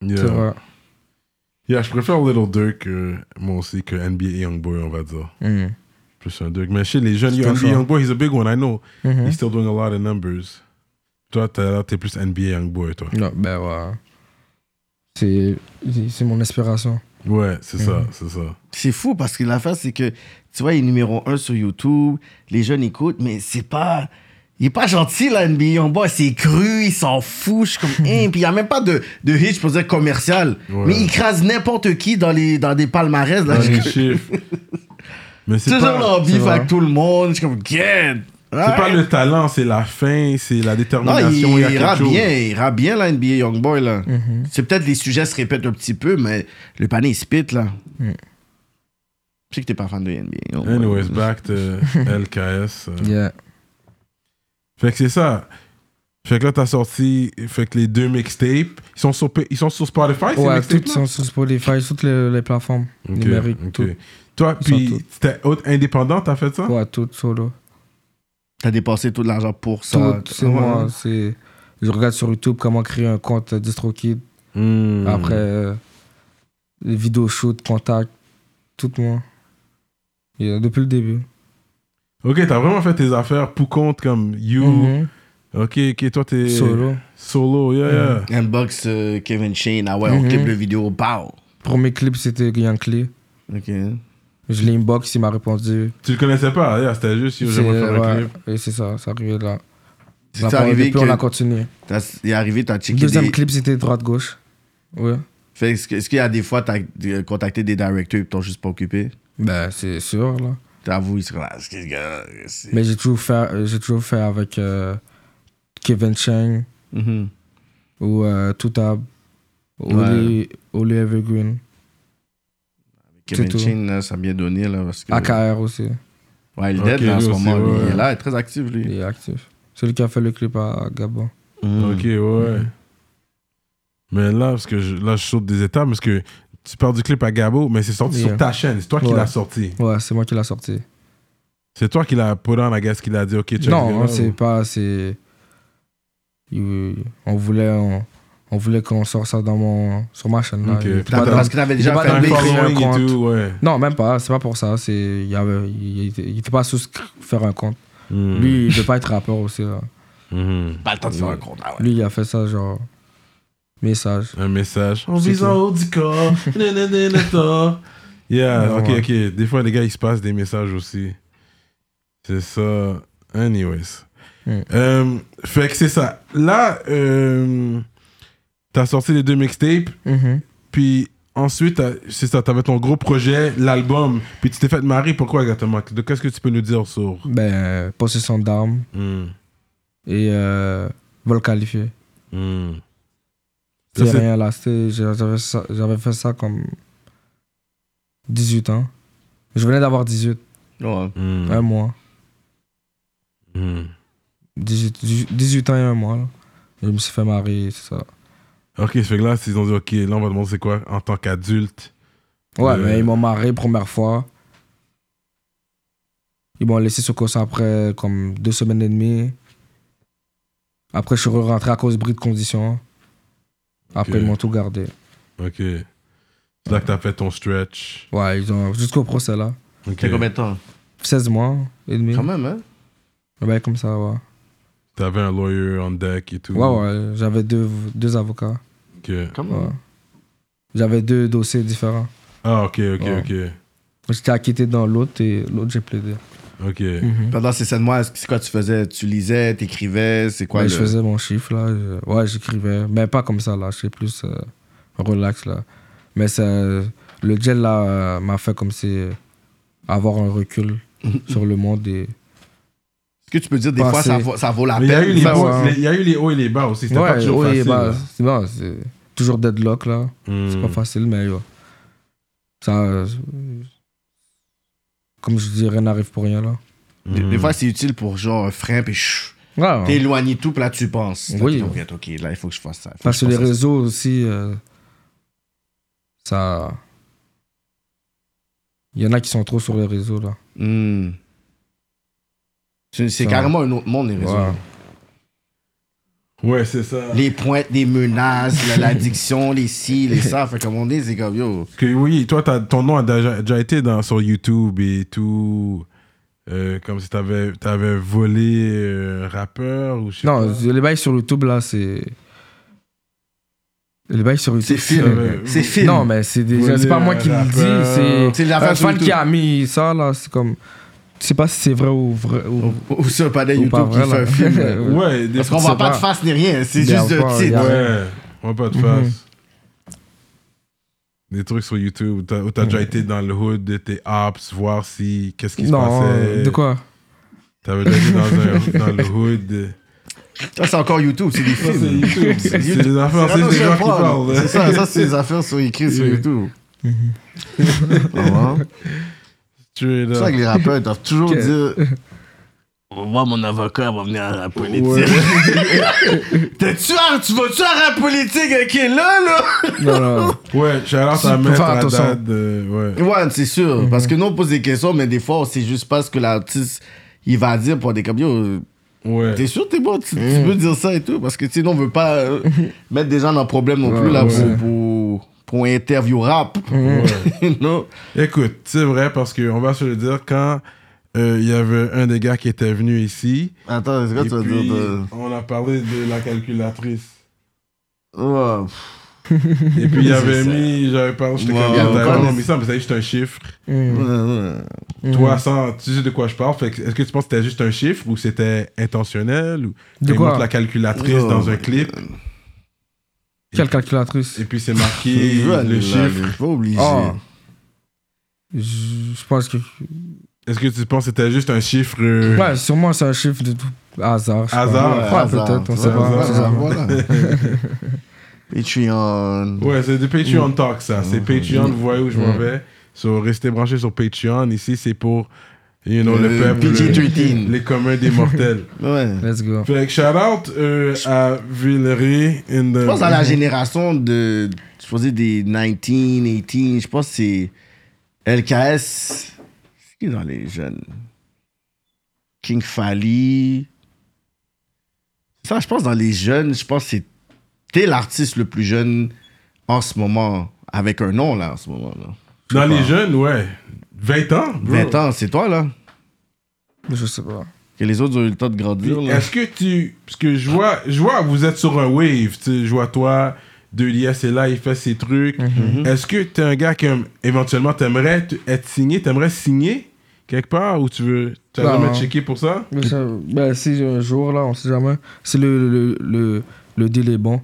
je-
C'est
Yeah.
vrai.
Yeah, je préfère Little Dirk, euh, moi aussi, que NBA Youngboy, on va dire.
Mm.
Plus un Dirk. Mais chez les jeunes,
C'est
yo,
ton
NBA
choix.
Youngboy, he's a big one, I know.
Mhm.
He's still doing a lot of numbers. Toi, t'as- t'es plus NBA Youngboy, toi.
Non, ben ouais. C'est, c'est mon inspiration.
Ouais, c'est
Hein?
ça, c'est ça.
C'est fou parce que l'affaire, c'est que, tu vois, il est numéro un sur YouTube, les jeunes écoutent, mais c'est pas. Il est pas gentil, là, NBA en bas. C'est cru, il s'en fout. Je suis comme, hein. Puis il n'y a même pas de, de hit, je peux dire, commercial.
Ouais.
Mais il crase n'importe qui dans, les, dans des palmarès. Là,
Dans
Je- [LAUGHS]
les chiffres. Mais c'est
toujours
pas,
en
c'est
bif
vrai.
avec tout le monde. Je suis comme, get!
c'est pas le talent, c'est la fin, c'est la
Ah, Non, il,
détermination. il y a
il
quelque
rappe
chose.
bien, il rappe bien, là, NBA Youngboy, là.
Mm-hmm.
C'est peut-être les sujets se répètent un petit peu, mais le panier, il spit, là. Je sais que t'es pas fan de NBA. Youngboy.
Mm. Anyways, back to LKS. euh.
Yeah.
Fait que c'est ça. Fait que là, t'as sorti. Fait que les deux mixtapes, ils sont sur, P- ils sont sur Spotify, ces
ouais,
mixtapes
toutes sont sur Spotify, toutes les, les plateformes numériques. Toutes.
Toi,
Ils sont
puis,
tous.
t'es autre indépendant, t'as fait ça
Ouais, toutes solo.
T'as dépensé tout l'argent pour ça.
Toutes, c'est
Ouais.
moi. C'est... Je regarde sur YouTube comment créer un compte euh, DistroKid.
Hmm.
Après, euh, les vidéos shoot, contact, tout moi. Yeah, depuis le début.
Ok, t'as vraiment fait tes affaires pour compte comme You.
Mhm.
Ok, ok, toi, t'es.
Solo.
Solo, yeah, yeah.
Inbox euh, Kevin Shane. Ah ouais,
Mhm.
on clip le vidéo. Pow.
Premier clip, c'était Yankee.
Ok.
Je l'ai inbox, il m'a répondu.
Tu le connaissais pas, yeah, c'était juste, yo, j'aimerais faire un
ouais,
clip.
et c'est ça, ça arrivait là.
C'est
Bah,
arrivé
depuis, on a
que
continué.
t'as- il est arrivé, t'as
Le
checké
deuxième
des...
clip, c'était droite-gauche. Ouais.
Fait, est-ce, que- est-ce qu'il y a des fois, t'as euh, contacté des directeurs et t'ont juste pas occupé?
Ben, c'est sûr, là.
T'avoues, ils sont là, est-ce que ce gars- c'est-
Mais j'ai toujours fait, euh, j'ai toujours fait avec euh, Kevin Chang
Mhm.
ou euh, Toutab, Oli, Oli Evergreen,
Kevin
tout. Ah,
Shane, là, ça a bien donné, là, parce que...
AKR aussi,
Ouais, il est
Ok,
dead, là, en
lui
ce
aussi,
moment. lui.
ouais.
Il est là, il est très actif, lui.
il est actif. Celui qui a fait le clip à Gabon.
Mhm.
Ok,
Hmm.
ouais. Mais là, parce que je, là, je saute des étapes, parce que tu parles du clip à Gabo, mais c'est sorti
Yeah.
sur ta chaîne. C'est toi qui
Ouais.
l'as sorti.
Ouais, c'est moi qui l'a sorti.
C'est toi qui l'as put on, I guess, qui l'a dit, ok, check this
non,
out.
c'est pas, c'est. il- On voulait, on, on voulait qu'on sorte ça dans mon, sur ma chaîne. là.
Ok.
Il était
T'as-
pas
Parce
dans-
que t'avais
il
déjà
est pas
fait
dans
un
le
des-
clip.
following
un
et tout, ouais.
Non, même pas, c'est pas pour ça. c'est- Il, y avait, il, était- il était pas sous faire un compte.
Mm.
Lui, il veut pas être rappeur aussi. Là.
Mhm.
Pas le temps de faire un compte, ah ouais.
Lui, il a fait ça, genre. Message.
Un message. On
C'est
vise en
tout.
haut du [LAUGHS] corps. Nanananata. yeah,
Ouais,
ok,
ouais.
ok. Des fois, les gars, ils se passent des messages aussi. C'est ça. Anyways.
Mm.
Euh, fait que c'est ça. Là, euh, t'as sorti les deux mixtapes,
Mhm.
puis ensuite, t'as- c'est ça, t'avais ton gros projet, l'album, puis tu t'es fait marier. Pourquoi exactement De qu'est-ce que tu peux nous dire sur.
Ben, possession d'armes
Mm,
et euh, vol qualifié.
mm. Ça,
C'est
c'est-
rien là. c'était- J'avais ça- j'avais fait ça comme 18 ans. Je venais d'avoir 18,
Ouais.
Mm,
un mois.
mm.
18, 18 ans et un mois. là. Je me suis fait marier, c'est ça.
Ok, fait que là, ils ont dit, ok, là, on va demander c'est quoi en tant qu'adulte.
Ouais,
Euh.
mais ils m'ont marié première fois. Ils m'ont laissé sur cause après comme deux semaines et demie. Après, je suis rentré à cause de bris de conditions. Après,
Ok.
ils m'ont tout gardé.
Ok. C'est là que t'as fait ton stretch.
Ouais, ils ont jusqu'au procès là.
Ok.
T'as combien de temps?
16 mois et demi.
Quand même, hein?
Ouais, comme ça, ouais.
T'avais un lawyer on deck et tout.
Ouais, ouais, j'avais deux, deux avocats.
Ok.
Quand même.
Ouais. J'avais deux dossiers différents.
Ah, ok, ok,
Ouais. J'étais acquitté dans l'autre et l'autre, j'ai plaidé. Mhm.
ok. Ok.
Pendant ces sept mois, est-ce que- c'est quoi tu faisais Tu lisais, t'écrivais, c'est quoi
Ouais,
le...
je faisais mon chiffre là. je- Ouais, j'écrivais. Mais pas comme ça là. J'étais plus euh, relax là. Mais ça, le gel là euh, m'a fait comme si euh, avoir un
[LAUGHS]
recul sur le monde et.
Est-ce que tu peux dire des
Bah,
fois ça
c'est-
vaut, ça vaut la
Mais il y, a eu
peine
les
Ça,
hauts-
ouais.
les- il y a eu les hauts et les bas aussi. C'était pas
Ouais,
toujours
oui,
facile.
bah, c'est bon, c'est toujours deadlock là. C'est
Hmm.
pas facile, mais ouais. Ça, euh, comme je dis, rien n'arrive pour rien, là.
Des,
Hmm.
des fois, c'est utile pour genre un frein, puis chut,
Ouais, hein.
t'éloigner tout, puis là, tu penses. Là,
Ah. Oui.
tu t'inquiètes, ok, là, il faut que je fasse ça. faut
Parce
je
que les
fasse ça.
réseaux aussi, euh, ça. Il y en a qui sont trop sur les réseaux là.
Hmm. C'est c'est
Ça.
carrément un autre monde, les réseaux.
Ouais.
Ouais, c'est ça.
Les pointes, les menaces, la- l'addiction, les ci, les ça. Fait comme on dit, c'est comme yo.
Que oui, toi, t'as- ton nom a déjà, déjà été dans, sur YouTube et tout. Euh, comme si t'avais avais volé euh, un rappeur ou je sais
Non,
pas.
les bails sur YouTube là, c'est. Les bails sur YouTube.
C'est film.
euh,
C'est film.
Non, mais c'est déjà.
Voler
C'est pas moi
un
qui le
rappeur.
dis,
C'est
c'est.
la
un
face sur
fan
YouTube.
qui a mis ça là, c'est comme. Je sais pas si c'est vrai ou vrai. Ou...
Ou- Ou sur un panel
Ou pas
YouTube qui fait
vrai,
un
là.
film. là.
[LAUGHS]
Ouais, des
Parce qu'on
C'est
voit pas
pas-
de face ni rien, c'est
Il y a
juste
pas-
un
il y
titre.
a- Ah
Ouais, on va pas de face.
Mhm.
Des trucs sur YouTube où t'as où t'as déjà été dans le hood de tes apps, voir si. Qu'est-ce qui se
Mhm. Non,
passait.
de quoi
T'avais déjà été
[LAUGHS]
dans, un, dans le hood.
Ça, c'est encore YouTube, c'est des films.
C'est des affaires, c'est des gens qui parlent. hein.
C'est ça, ça, c'est des affaires sur écrites sur
Yeah. [LAUGHS]
YouTube. Vraiment. C'est
Straight
pour ça
up.
que les rappeurs ils doivent toujours
Ok.
dire. Moi, mon avocat va venir à la politique. [LAUGHS] T'es-tu à- tu vas-tu à la politique avec là, là?
Non, non.
[LAUGHS]
Ouais, j'ai l'air
Faut
ta mettre
faire
à
attention.
date de- ouais.
Ouais, c'est sûr.
Mhm.
Parce que nous, on pose des questions, mais des fois, on sait juste pas ce que l'artiste il va dire pour des comme Yo,
Ouais.
T'es sûr, t'es bon, tu, tu
Mhm.
peux dire ça et tout. Parce que sinon, on veut pas
[LAUGHS]
euh, mettre des gens dans le problème non plus,
Ouais,
là, pour,
ouais.
pour, pour un interview rap.
Mhm.
[LAUGHS] non?
Écoute, c'est vrai parce qu'on va se le dire, quand euh, il y avait un des gars qui était venu ici,
Attends, c'est quoi
et
tu vas
puis,
dire de.
on a parlé de la
[LAUGHS]
calculatrice.
Ouais, Oh, pff,
Et puis il avait
ça.
mis, j'avais parlé, j'étais
Wow.
comme,
Il y a encore
d'accord,
des-
mais ça, mais ça, juste un chiffre.
ouais,
Hmm.
Mhm.
ouais.
Toi, sans, tu sais de quoi je parle, fait que est-ce que tu penses que c'était juste un chiffre ou c'était intentionnel ou
De
Il
quoi
montre la calculatrice
Oh
dans un
my
clip
Quelle calculatrice
et puis
[LAUGHS]
c'est marqué
Il veut aller
le
là,
chiffre. Ah,
mais Pas obligé.
Oh. Je je pense que.
Est-ce que tu penses que c'était juste un chiffre euh,
Ouais, sûrement c'est un chiffre de tout hasard. je sais pas.
Hasard.
Ouais,
hasard,
peut-être, on
tu
sait
vois,
pas.
voilà,
je sais pas.
voilà.
[LAUGHS]
Patreon.
Ouais, c'est des
Mm.
Patreon Talk, ça. C'est
Mm-hmm.
Patreon, vous voyez où je m'en
Mm.
vais. So, restez branchés sur Patreon. Ici, c'est pour, you know, le,
Le
peuple.
PG-13.
Les communs
[LAUGHS]
des mortels.
Ouais.
Let's go.
fait que shout out euh, à Villeray. In the...
Je pense à
Mhm.
la génération de. Je faisais des 19, 18. Je pense que c'est. LKS. C'est qui dans les jeunes King Fally. Ça, je pense dans les jeunes, je pense que c'est. T'es l'artiste le plus jeune en ce moment. Avec un nom, là, en ce moment. Là.
Dans les jeunes, ouais. 20 ans, bro.
20 ans, c'est toi, là.
Je sais pas.
Que les autres ont eu le temps de
Puis,
grandir, là.
Est-ce que tu. Parce que je vois, je vois, vous êtes sur un wave. Tu sais, je vois toi, Delias est là, il fait ses trucs.
Mhm.
Est-ce que t'es un gars qui, aime- éventuellement, t'aimerais t- être signé T'aimerais signer quelque part Ou tu veux. T'as
Non.
jamais checké pour ça
Mais ça- ben, si un jour, là, on sait jamais. Si le, le, le, le deal est bon.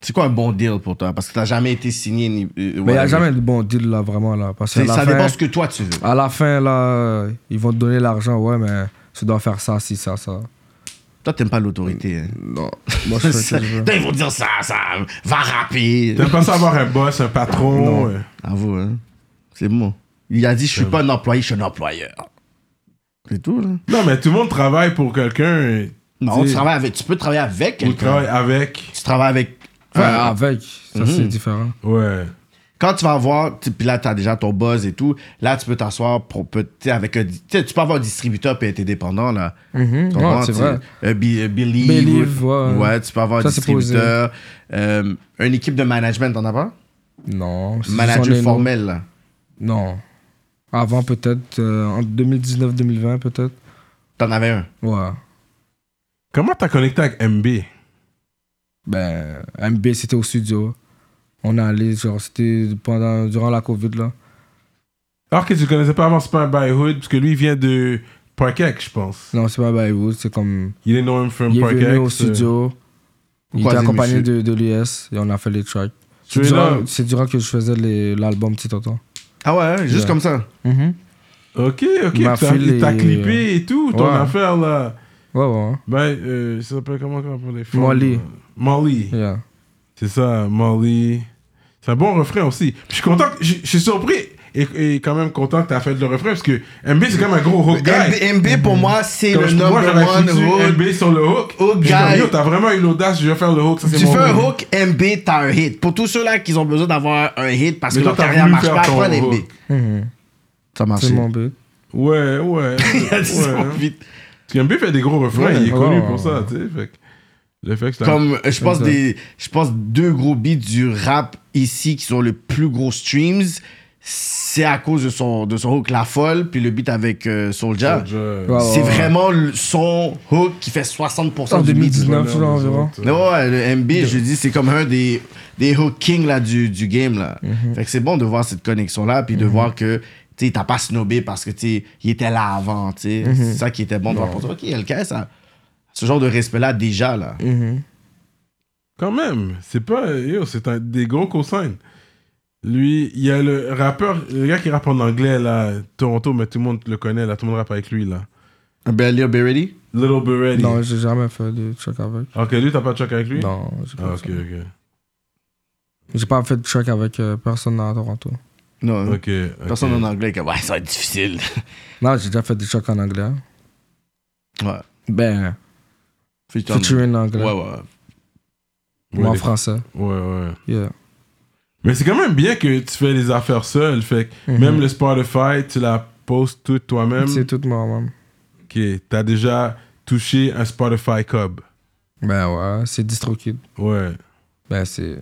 C'est quoi un bon deal pour toi? Parce que t'as jamais été signé ni. euh,
Mais il n'y a
whatever.
jamais de bon deal, là, vraiment, là. Parce
C'est-
qu'à la
Ça
fin,
dépend ce que toi tu veux.
à la fin, là, ils vont te donner l'argent, ouais, mais tu dois faire ça, si, ça, ça.
Toi, t'aimes pas l'autorité. hein.
Non. Moi, je fais
[LAUGHS]
ce que je veux.
Putain, ils vont dire ça, ça va rapper.
T'aimes pas ça avoir un boss, un patron euh,
Avoue, hein. C'est bon. Il a dit, je suis pas un employé, je suis un employeur. C'est tout, là.
Non, mais tout le monde travaille pour quelqu'un. euh,
Non,
tu
tu,
sais,
travailles avec, tu peux travailler avec
ou travaille
quelqu'un.
avec.
Tu travailles avec.
Ouais,
Enfin,
avec. Ça,
Mhm.
c'est différent.
Ouais.
Quand tu vas avoir, tu- puis là, t'as déjà ton buzz et tout, là, tu peux t'asseoir pour, peut- tu sais, avec un, tu sais, tu peux avoir un distributeur et être indépendant, là.
Mhm.
Tu
Ouais,
comprends,
c'est
tu-
vrai.
euh, Be- euh, Believe.
Believe, ouais.
Ouais, tu peux avoir un
Ça, c'est
distributeur. Euh, une équipe de management, t'en as pas?
Non. c'est- j'en ai
Manager
une-
formel, là.
Non. Avant, peut-être. euh, en 2019-2020, peut-être.
T'en avais un.
Ouais.
Comment t'as connecté avec MB
Ben, MB, c'était au studio. On est allé, genre, c'était pendant, durant la Covid, là.
Alors que tu le connaissais pas avant, c'est pas un by hood, parce que lui, il vient de Parkeck, je pense.
Non, c'est pas Baywood, c'est comme.
Il est know him from
Il est
Parkeck.
venu au
euh,
studio. Il était
Croisez
accompagné
monsieur.
de, de l'US et on a fait les tracks. C'est
Tu es là.
durant, c'est durant que je faisais les- l'album Petit Tonton.
Ah ouais, ouais, juste
Ouais.
comme ça.
Ok, ok.
Ma
t'as-
fille,
Il t'a
il-
clippé et tout, ton
Ouais.
affaire là.
Ouais, hein. ouais, ouais.
Ben, euh, ça s'appelle comment, comment on appelle les femmes
Molly.
Molly.
Yeah.
C'est ça, Molly. C'est un bon refrain aussi. Puis je suis content, que- je je suis surpris et, et quand même content que t'as fait le refrain parce que MB c'est comme un gros hook guy.
MB, MB, pour moi, c'est
Mm-hmm. Comme
le
je- moi
number
j'aurais
one
foutu
hook.
MB sur le hook.
Hook
J'ai comme,
guy.
Yo, t'as vraiment eu l'audace, je vais faire le hook. Ça, c'est
Tu
mon
fais un hook, MB, t'as un hit. Pour tous ceux-là qui ont besoin d'avoir un hit parce
Mais
que leur
toi, t'as
carrière
voulu
marche
faire
pas,
ton
prends MB.
hook.
Mm-hmm. Ça marche.
C'est mon but.
Ouais, ouais.
[LAUGHS] Il a dit ça
ouais. hein.
vite.
Parce que MB fait des gros refrains,
Ouais.
il est connu
Oh.
pour ça, tu sais. Fait que le fait que ça-
Comme, euh, je pense,
Exact.
des, je pense deux gros beats du rap ici qui sont les plus gros streams. C'est à cause de son, de son hook La Folle, puis le beat avec euh, Soulja.
Je-
Ouais,
C'est vraiment le- son hook qui fait 60%
En
du beat.
2019, genre, environ.
Non, ouais, le MB, je dis, c'est comme un des, des hook kings là, du, du game. Là.
Mhm.
Fait que c'est bon de voir cette connexion-là, puis de voir que tu sais, t'as pas snobé parce que tu sais, il était là avant. tu sais.
Mhm.
C'est ça qui était bon de voir pour toi. Ok, LK, ça. Ce genre de respect-là, déjà, là.
Mhm.
Quand même, c'est pas. Yo, c'est un des gros cosignes. Lui, il y a le rappeur, le gars qui rappe en anglais là, Toronto, mais tout le monde le connaît là, tout le monde rappe avec lui là.
Belly Be Ready?
Little Beretti.
Non, j'ai jamais fait de track avec.
Ok, lui, t'as pas de choc avec lui
Non, j'ai pas,
Ah,
fait
ok,
ça.
ok.
J'ai pas fait de track avec euh, personne à Toronto.
Non,
Ok. ok.
personne en anglais qui ouais, ça va être difficile.
Non, j'ai déjà fait des tracks en anglais.
Ouais.
Ben,
Featuring.
featuring en
Ouais,
anglais.
ouais.
Ou
Ouais,
en
des-
français.
Ouais, ouais.
Yeah.
Mais c'est quand même bien que tu fais les affaires seul. Fait que
Mm-hmm.
Mhm.
même le Spotify, tu la postes toute toi-même.
C'est tout moi-même.
Ok, t'as déjà touché un Spotify Cub.
Ben ouais, c'est DistroKid.
Ouais.
Ben c'est.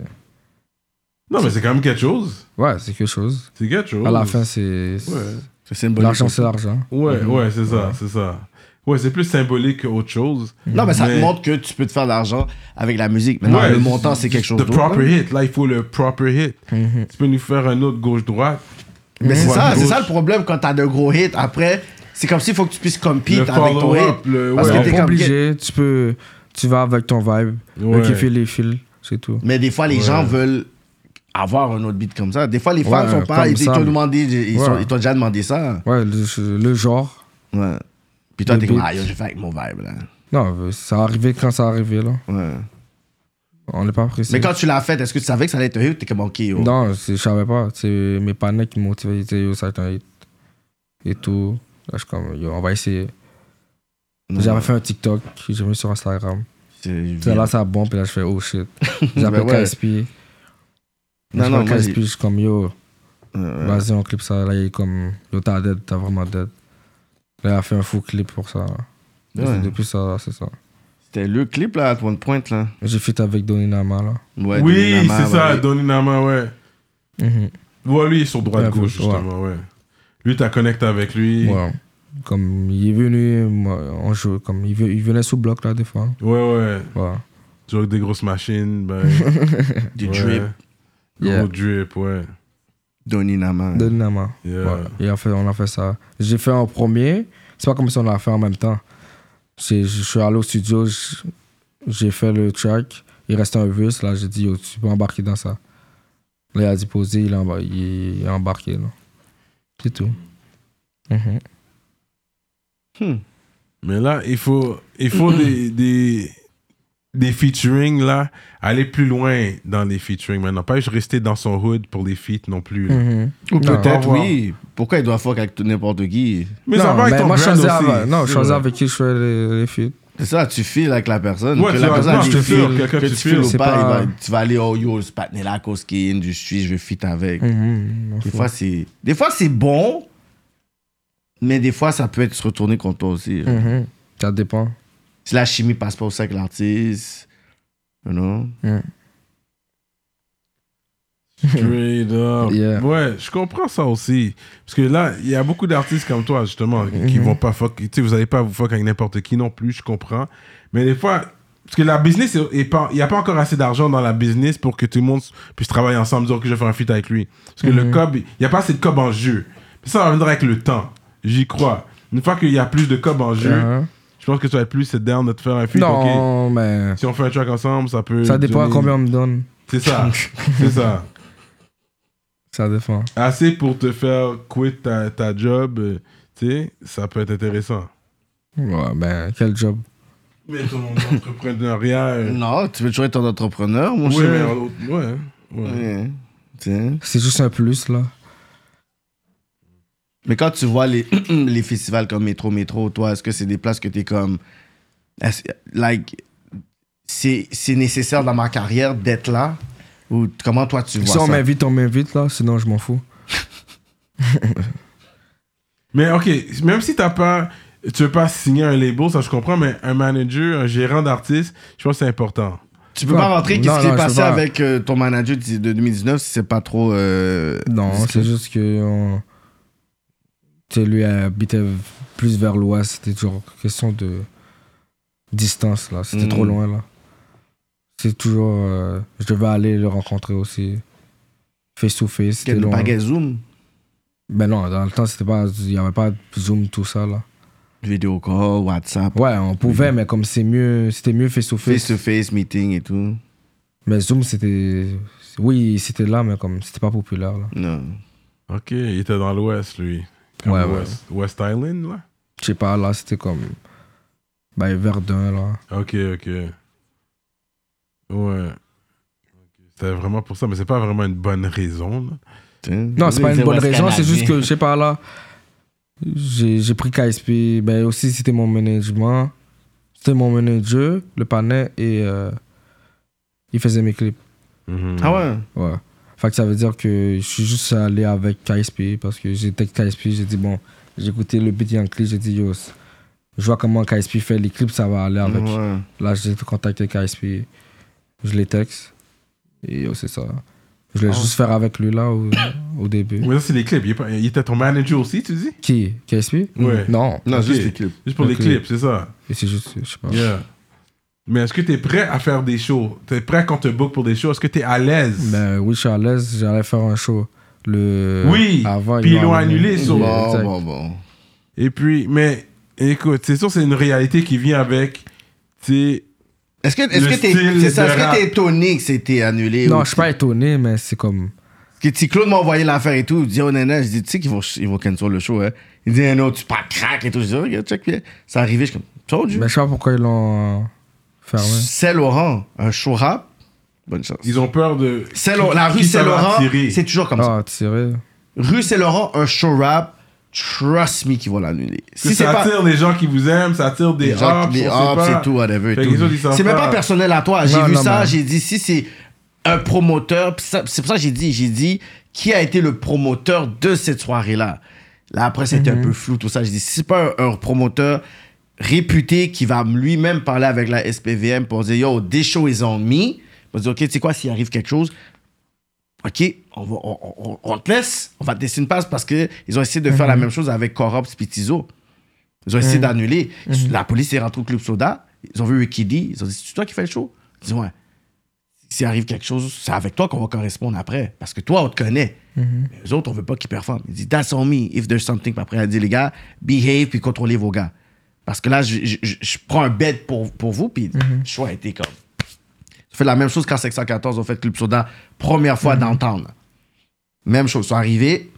Non, mais c'est quand même quelque chose.
Ouais, c'est quelque chose.
C'est quelque chose.
À la fin, c'est. c'est-
Ouais.
C'est Mhm. une bonne
L'argent,
chose.
c'est l'argent.
Ouais, ouais, c'est ça, c'est ça. Ouais, c'est plus symbolique qu'autre chose.
Non, mais ça
Mais-
te montre que tu peux te faire de l'argent avec la musique. Maintenant,
ouais,
le montant, c'est quelque chose
The
d'autre. hein. Mhm.
proper hit, là, il faut le proper hit. Tu peux nous faire un autre gauche-droite.
Mais c'est
Ouais,
ça, c'est
gauche.
ça le problème quand t'as de gros hits. Après, c'est comme s'il faut que tu puisses compete
Le
avec ton hit.
follow-up, le-
Parce
ouais,
Ouais,
que t'es
t'es
comme-
obligé, tu peux. Tu vas avec ton vibe.
Ouais.
Le qui file les fils, c'est tout.
Mais des fois, les gens veulent avoir un autre beat comme ça. Des fois, les fans
Ouais,
sont pas.
comme
Ils ils
ça.
t'ont demandé, ils
Ouais.
sont- ils t'ont déjà demandé ça.
Ouais, le, le genre.
Ouais. Puis toi,
Le
t'es comme,
beat.
ah, yo, j'ai fait avec mon vibe, là.
Non, euh, ça arrivait quand ça arrivait, là.
Ouais.
On n'est pas pressé.
Mais quand tu l'as fait, est-ce que tu savais que ça allait être un hit ou t'es comme, ok, yo.
Non, c'est- je savais pas. C'est mes partenaires qui m'ont motivé. Ils disaient, yo, ça va être un hit. Et tout. Là, je suis comme, yo, on va essayer.
Non,
J'avais fait un TikTok, j'ai mis sur Instagram.
c'est-
Puis là, ça bombe, puis là, je fais,
[LAUGHS]
oh shit. J'ai
Ben
appelé
ouais.
KSP.
Non,
Non,
non,
non,
moi,
KSP, je suis comme, yo,
Ouais.
vas-y, on clip ça. Là, il est comme, yo, t'as dead, t'as vraiment dead. Là, il a fait un faux clip pour ça. Et
Ouais.
c'est Depuis ça, c'est ça.
C'était le clip, là, à One Point, là.
J'ai fit avec Donny Nama, là.
Ouais,
oui,
Donny Nama,
c'est ça,
ouais.
Donny Nama, ouais.
Mhm.
Ouais, lui, il est sur droite-gauche,
Ouais, ouais.
justement, ouais. Lui, t'as connecté avec lui. Ouais,
Ouais. Comme il est venu, moi, on joue, comme il, ve- il venait sous bloc là des fois.
ouais.
Ouais.
Tu vois que des grosses
[LAUGHS]
machines, ben.
Du
ouais.
drip.
Gros
Yeah.
drip, ouais.
Donny Nama.
Donny Nama.
Yeah.
Ouais. Euh, Et on, fait, on a fait ça. J'ai fait en premier. C'est pas comme si on l'a fait en même temps. C'est- Je suis allé au studio, j- j'ai fait le track. Il restait un verse. Là, j'ai dit, Yo, tu peux embarquer dans ça. Là, il a dit poser, il, a embar- il est embarqué. là. C'est tout. Mhm.
Hmm.
Mais là, il faut, il faut des, des, des featuring, là, aller plus loin dans les featuring maintenant. Pas juste rester dans son hood pour les feats non plus. là.
Mhm.
Ou
Non.
peut-être,
Au revoir.
oui. Pourquoi il doit fuck avec tout- n'importe qui
Mais
non,
ça va
mais
avec ton
moi, je
brand
choisis
aussi.
avec- non, je
C'est
choisis
vrai.
avec qui je fais les, les feats.
C'est ça, tu files avec la personne.
Ouais,
que
tu
la
vas-
personne
non,
dit
je te
feel,
file, quelqu'un
que
que
tu
tu
files ou
files,
pas,
c'est
il
pas-
va- tu vas aller, oh yo, ce patin là, cause qui est industry, je vais fit avec.
Mhm.
Des fois, c'est. Des fois, c'est bon, mais des fois, ça peut être se retourner contre toi aussi. genre.
Mhm. Ça dépend.
Si la chimie passe pas aussi avec l'artiste, you know?
Straight up.
Yeah.
Ouais, je comprends ça aussi. Parce que là, il y a beaucoup d'artistes comme toi, justement, qui
Mhm.
vont pas fuck. Tu sais, vous allez pas vous fuck avec n'importe qui non plus, je comprends. Mais des fois, parce que la business, est- est pas- il n'y a pas encore assez d'argent dans la business pour que tout le monde puisse travailler ensemble, dire que je vais faire un feat avec lui. Parce que
Mhm.
le cob, il n'y a pas assez de cob en jeu. Mais ça va venir avec le temps. J'y crois. Une fois qu'il y a plus de cob en jeu,
Mhm.
je pense que tu vas être plus c'est down de te faire un feat. ok.
Non, mais
Si on fait un track ensemble, ça peut.
ça dépend à
donner-
combien on me donne.
C'est
[LAUGHS]
ça. C'est ça
Ça dépend.
assez pour te faire quitter ta, ta job, euh, tu sais, ça peut être intéressant.
Ouais, ben, quel job.
Mais ton entrepreneuriat. euh,
Non, tu veux toujours être un entrepreneur, mon
ouais,
cher?
mais en- ouais, ouais.
Ouais. tu sais.
C'est juste un plus, là.
Mais quand tu vois les, [CLEARS THROAT] les festivals comme Métro, Métro, toi, est-ce que c'est des places que t'es comme. est-ce- Like, c'est c'est nécessaire dans ma carrière d'être là? Ou t- comment toi tu vois
Si on
ça?
m'invite, on m'invite, là. Sinon, je m'en fous.
Mais ok, même si t'as pas, tu veux pas signer un label, ça je comprends, mais un manager, un gérant d'artiste, je pense que c'est important.
Tu peux pas
Ouais.
rentrer
Non,
qu'est-ce qui
non,
est
je
passé
peux pas.
avec euh, ton manager de de 2019 si c'est pas trop. euh,
Non,
discret.
c'est juste que. on- Tu sais, lui habitait v- plus vers l'ouest. C'était toujours question de distance, là. C'était
Mm.
trop loin, là. C'est toujours. euh, je devais aller le rencontrer aussi. Face to face.
Qu'elle
C'était
ne
loin.
pas qu'elle Zoom,
Ben non, dans le temps, c'était pas. Il n'y avait pas Zoom, tout ça, là.
vidéo call, WhatsApp,
Ouais, on pouvait, mais comme c'est mieux, c'était mieux face to face.
face-to-face, meeting et tout.
Mais Zoom, c'était. Oui, c'était là, mais comme c'était pas populaire, là.
Non.
Ok, il était dans l'Ouest, lui. Comme
Ouais,
West, West Island, là.
Je sais pas, là, c'était comme. Ben, Verdun, là.
Ok, ok. Ouais. C'était vraiment pour ça, mais c'est pas vraiment une bonne raison. là.
Non, c'est pas une bonne raison, c'est juste que, je sais pas, là. J'ai j'ai pris KSP. Ben, aussi, c'était mon management. C'était mon manager, le panel, et. euh, il faisait mes clips.
Mhm.
Ah ouais?
Ouais. Fait que ça veut dire que je suis juste allé avec KSP parce que j'étais avec KSP, j'ai dit bon, j'ai écouté le beat Yankee, j'ai dit yo, c- je vois comment KSP fait les clips, ça va aller avec.
Ouais.
Là, j'ai contacté KSP, je les texte et yo, c'est ça. Je
Ah.
voulais juste faire avec lui
[COUGHS]
là au, au début.
Mais ça, c'est les clips. Il, est pas- il était ton manager aussi, tu dis
Qui KSP
Ouais.
Non.
Non,
Ok.
juste les clips.
Juste pour
Ok. Ah.
les clips, c'est ça.
Et c'est juste, je sais pas.
Yeah. Mais est-ce que t'es prêt à faire des shows T'es prêt quand te book pour des shows Est-ce que t'es à l'aise
Ben oui, je suis à l'aise, j'allais faire un show. Le...
Oui, puis ils
m'a
l'ont
amené.
annulé, sur-
Yeah,
Bon,
exact.
bon, bon.
Et puis, mais écoute, c'est sûr, c'est une réalité qui vient avec. Tu sais,
Est-ce que
Le
est-ce que t'es
style
c'est ça,
de
est-ce
rap.
que t'es étonné que c'était annulé
Non,
ou
je suis pas étonné, mais c'est comme.
que si Claude m'a envoyé l'affaire et tout, il dit oh nana, je dis tu sais qu'ils vont ils vont cancel le show hein. Il dit non, tu pas crack et tout, je dis oh, regarde check bien. Ça arrivé, je suis comme
Mais
Told
je sais pas pourquoi ils l'ont euh,
you.
fermé.
C'est Laurent, un show rap. Bonne chance.
ils ont peur de.
C'est Laurent- la
qui
rue
ça
C'est
va
Laurent,
attirer.
c'est toujours comme ça.
Ah, tiré.
Rue C'est Laurent, un show rap, trust me qu'ils vont l'annuler.
Que
Si c'est
ça
pas
attire les gens qui vous aiment, ça attire des
Les gens
gens,
qui- les hops et tout, whatever. et
Fait
tout.
qu'ils ont dit ça
C'est même
pas.
pas personnel à toi. J'ai
Non,
vu
non,
ça,
mais-
j'ai dit si c'est un promoteur, pis ça- c'est pour ça que j'ai dit, j'ai dit qui a été le promoteur de cette soirée-là. Là, après, c'était
Mhm.
un peu flou, tout ça. J'ai dit si c'est pas un, un promoteur réputé qui va lui-même parler avec la SPVM pour dire yo, des shows ils ont mis, on va dire ok, tu sais quoi, s'il arrive quelque chose, OK, on, va, on, on- on te laisse, on va te laisser une passe parce qu'ils ont essayé de
Mhm.
faire la même chose avec Corops et Tizo. Ils ont essayé d'annuler. La police est rentrée au Club Soda, ils ont vu Wikidi, ils ont dit C'est toi qui fais le show Ils ont dit Ouais. S'il arrive quelque chose, c'est avec toi qu'on va correspondre après parce que toi, on te connaît. Mais eux autres, on veut pas qu'ils performent. Ils disent That's on me if there's something. Puis après, elle dit Les gars, behave puis contrôlez vos gars. Parce que là, je, je- je- je prends un bed pour, pour vous, puis le choix a été comme. Ils ont fait la même chose quand 714 ont fait Club Soda, première
Mhm.
fois d'entendre. Même chose, ils sont arrivés.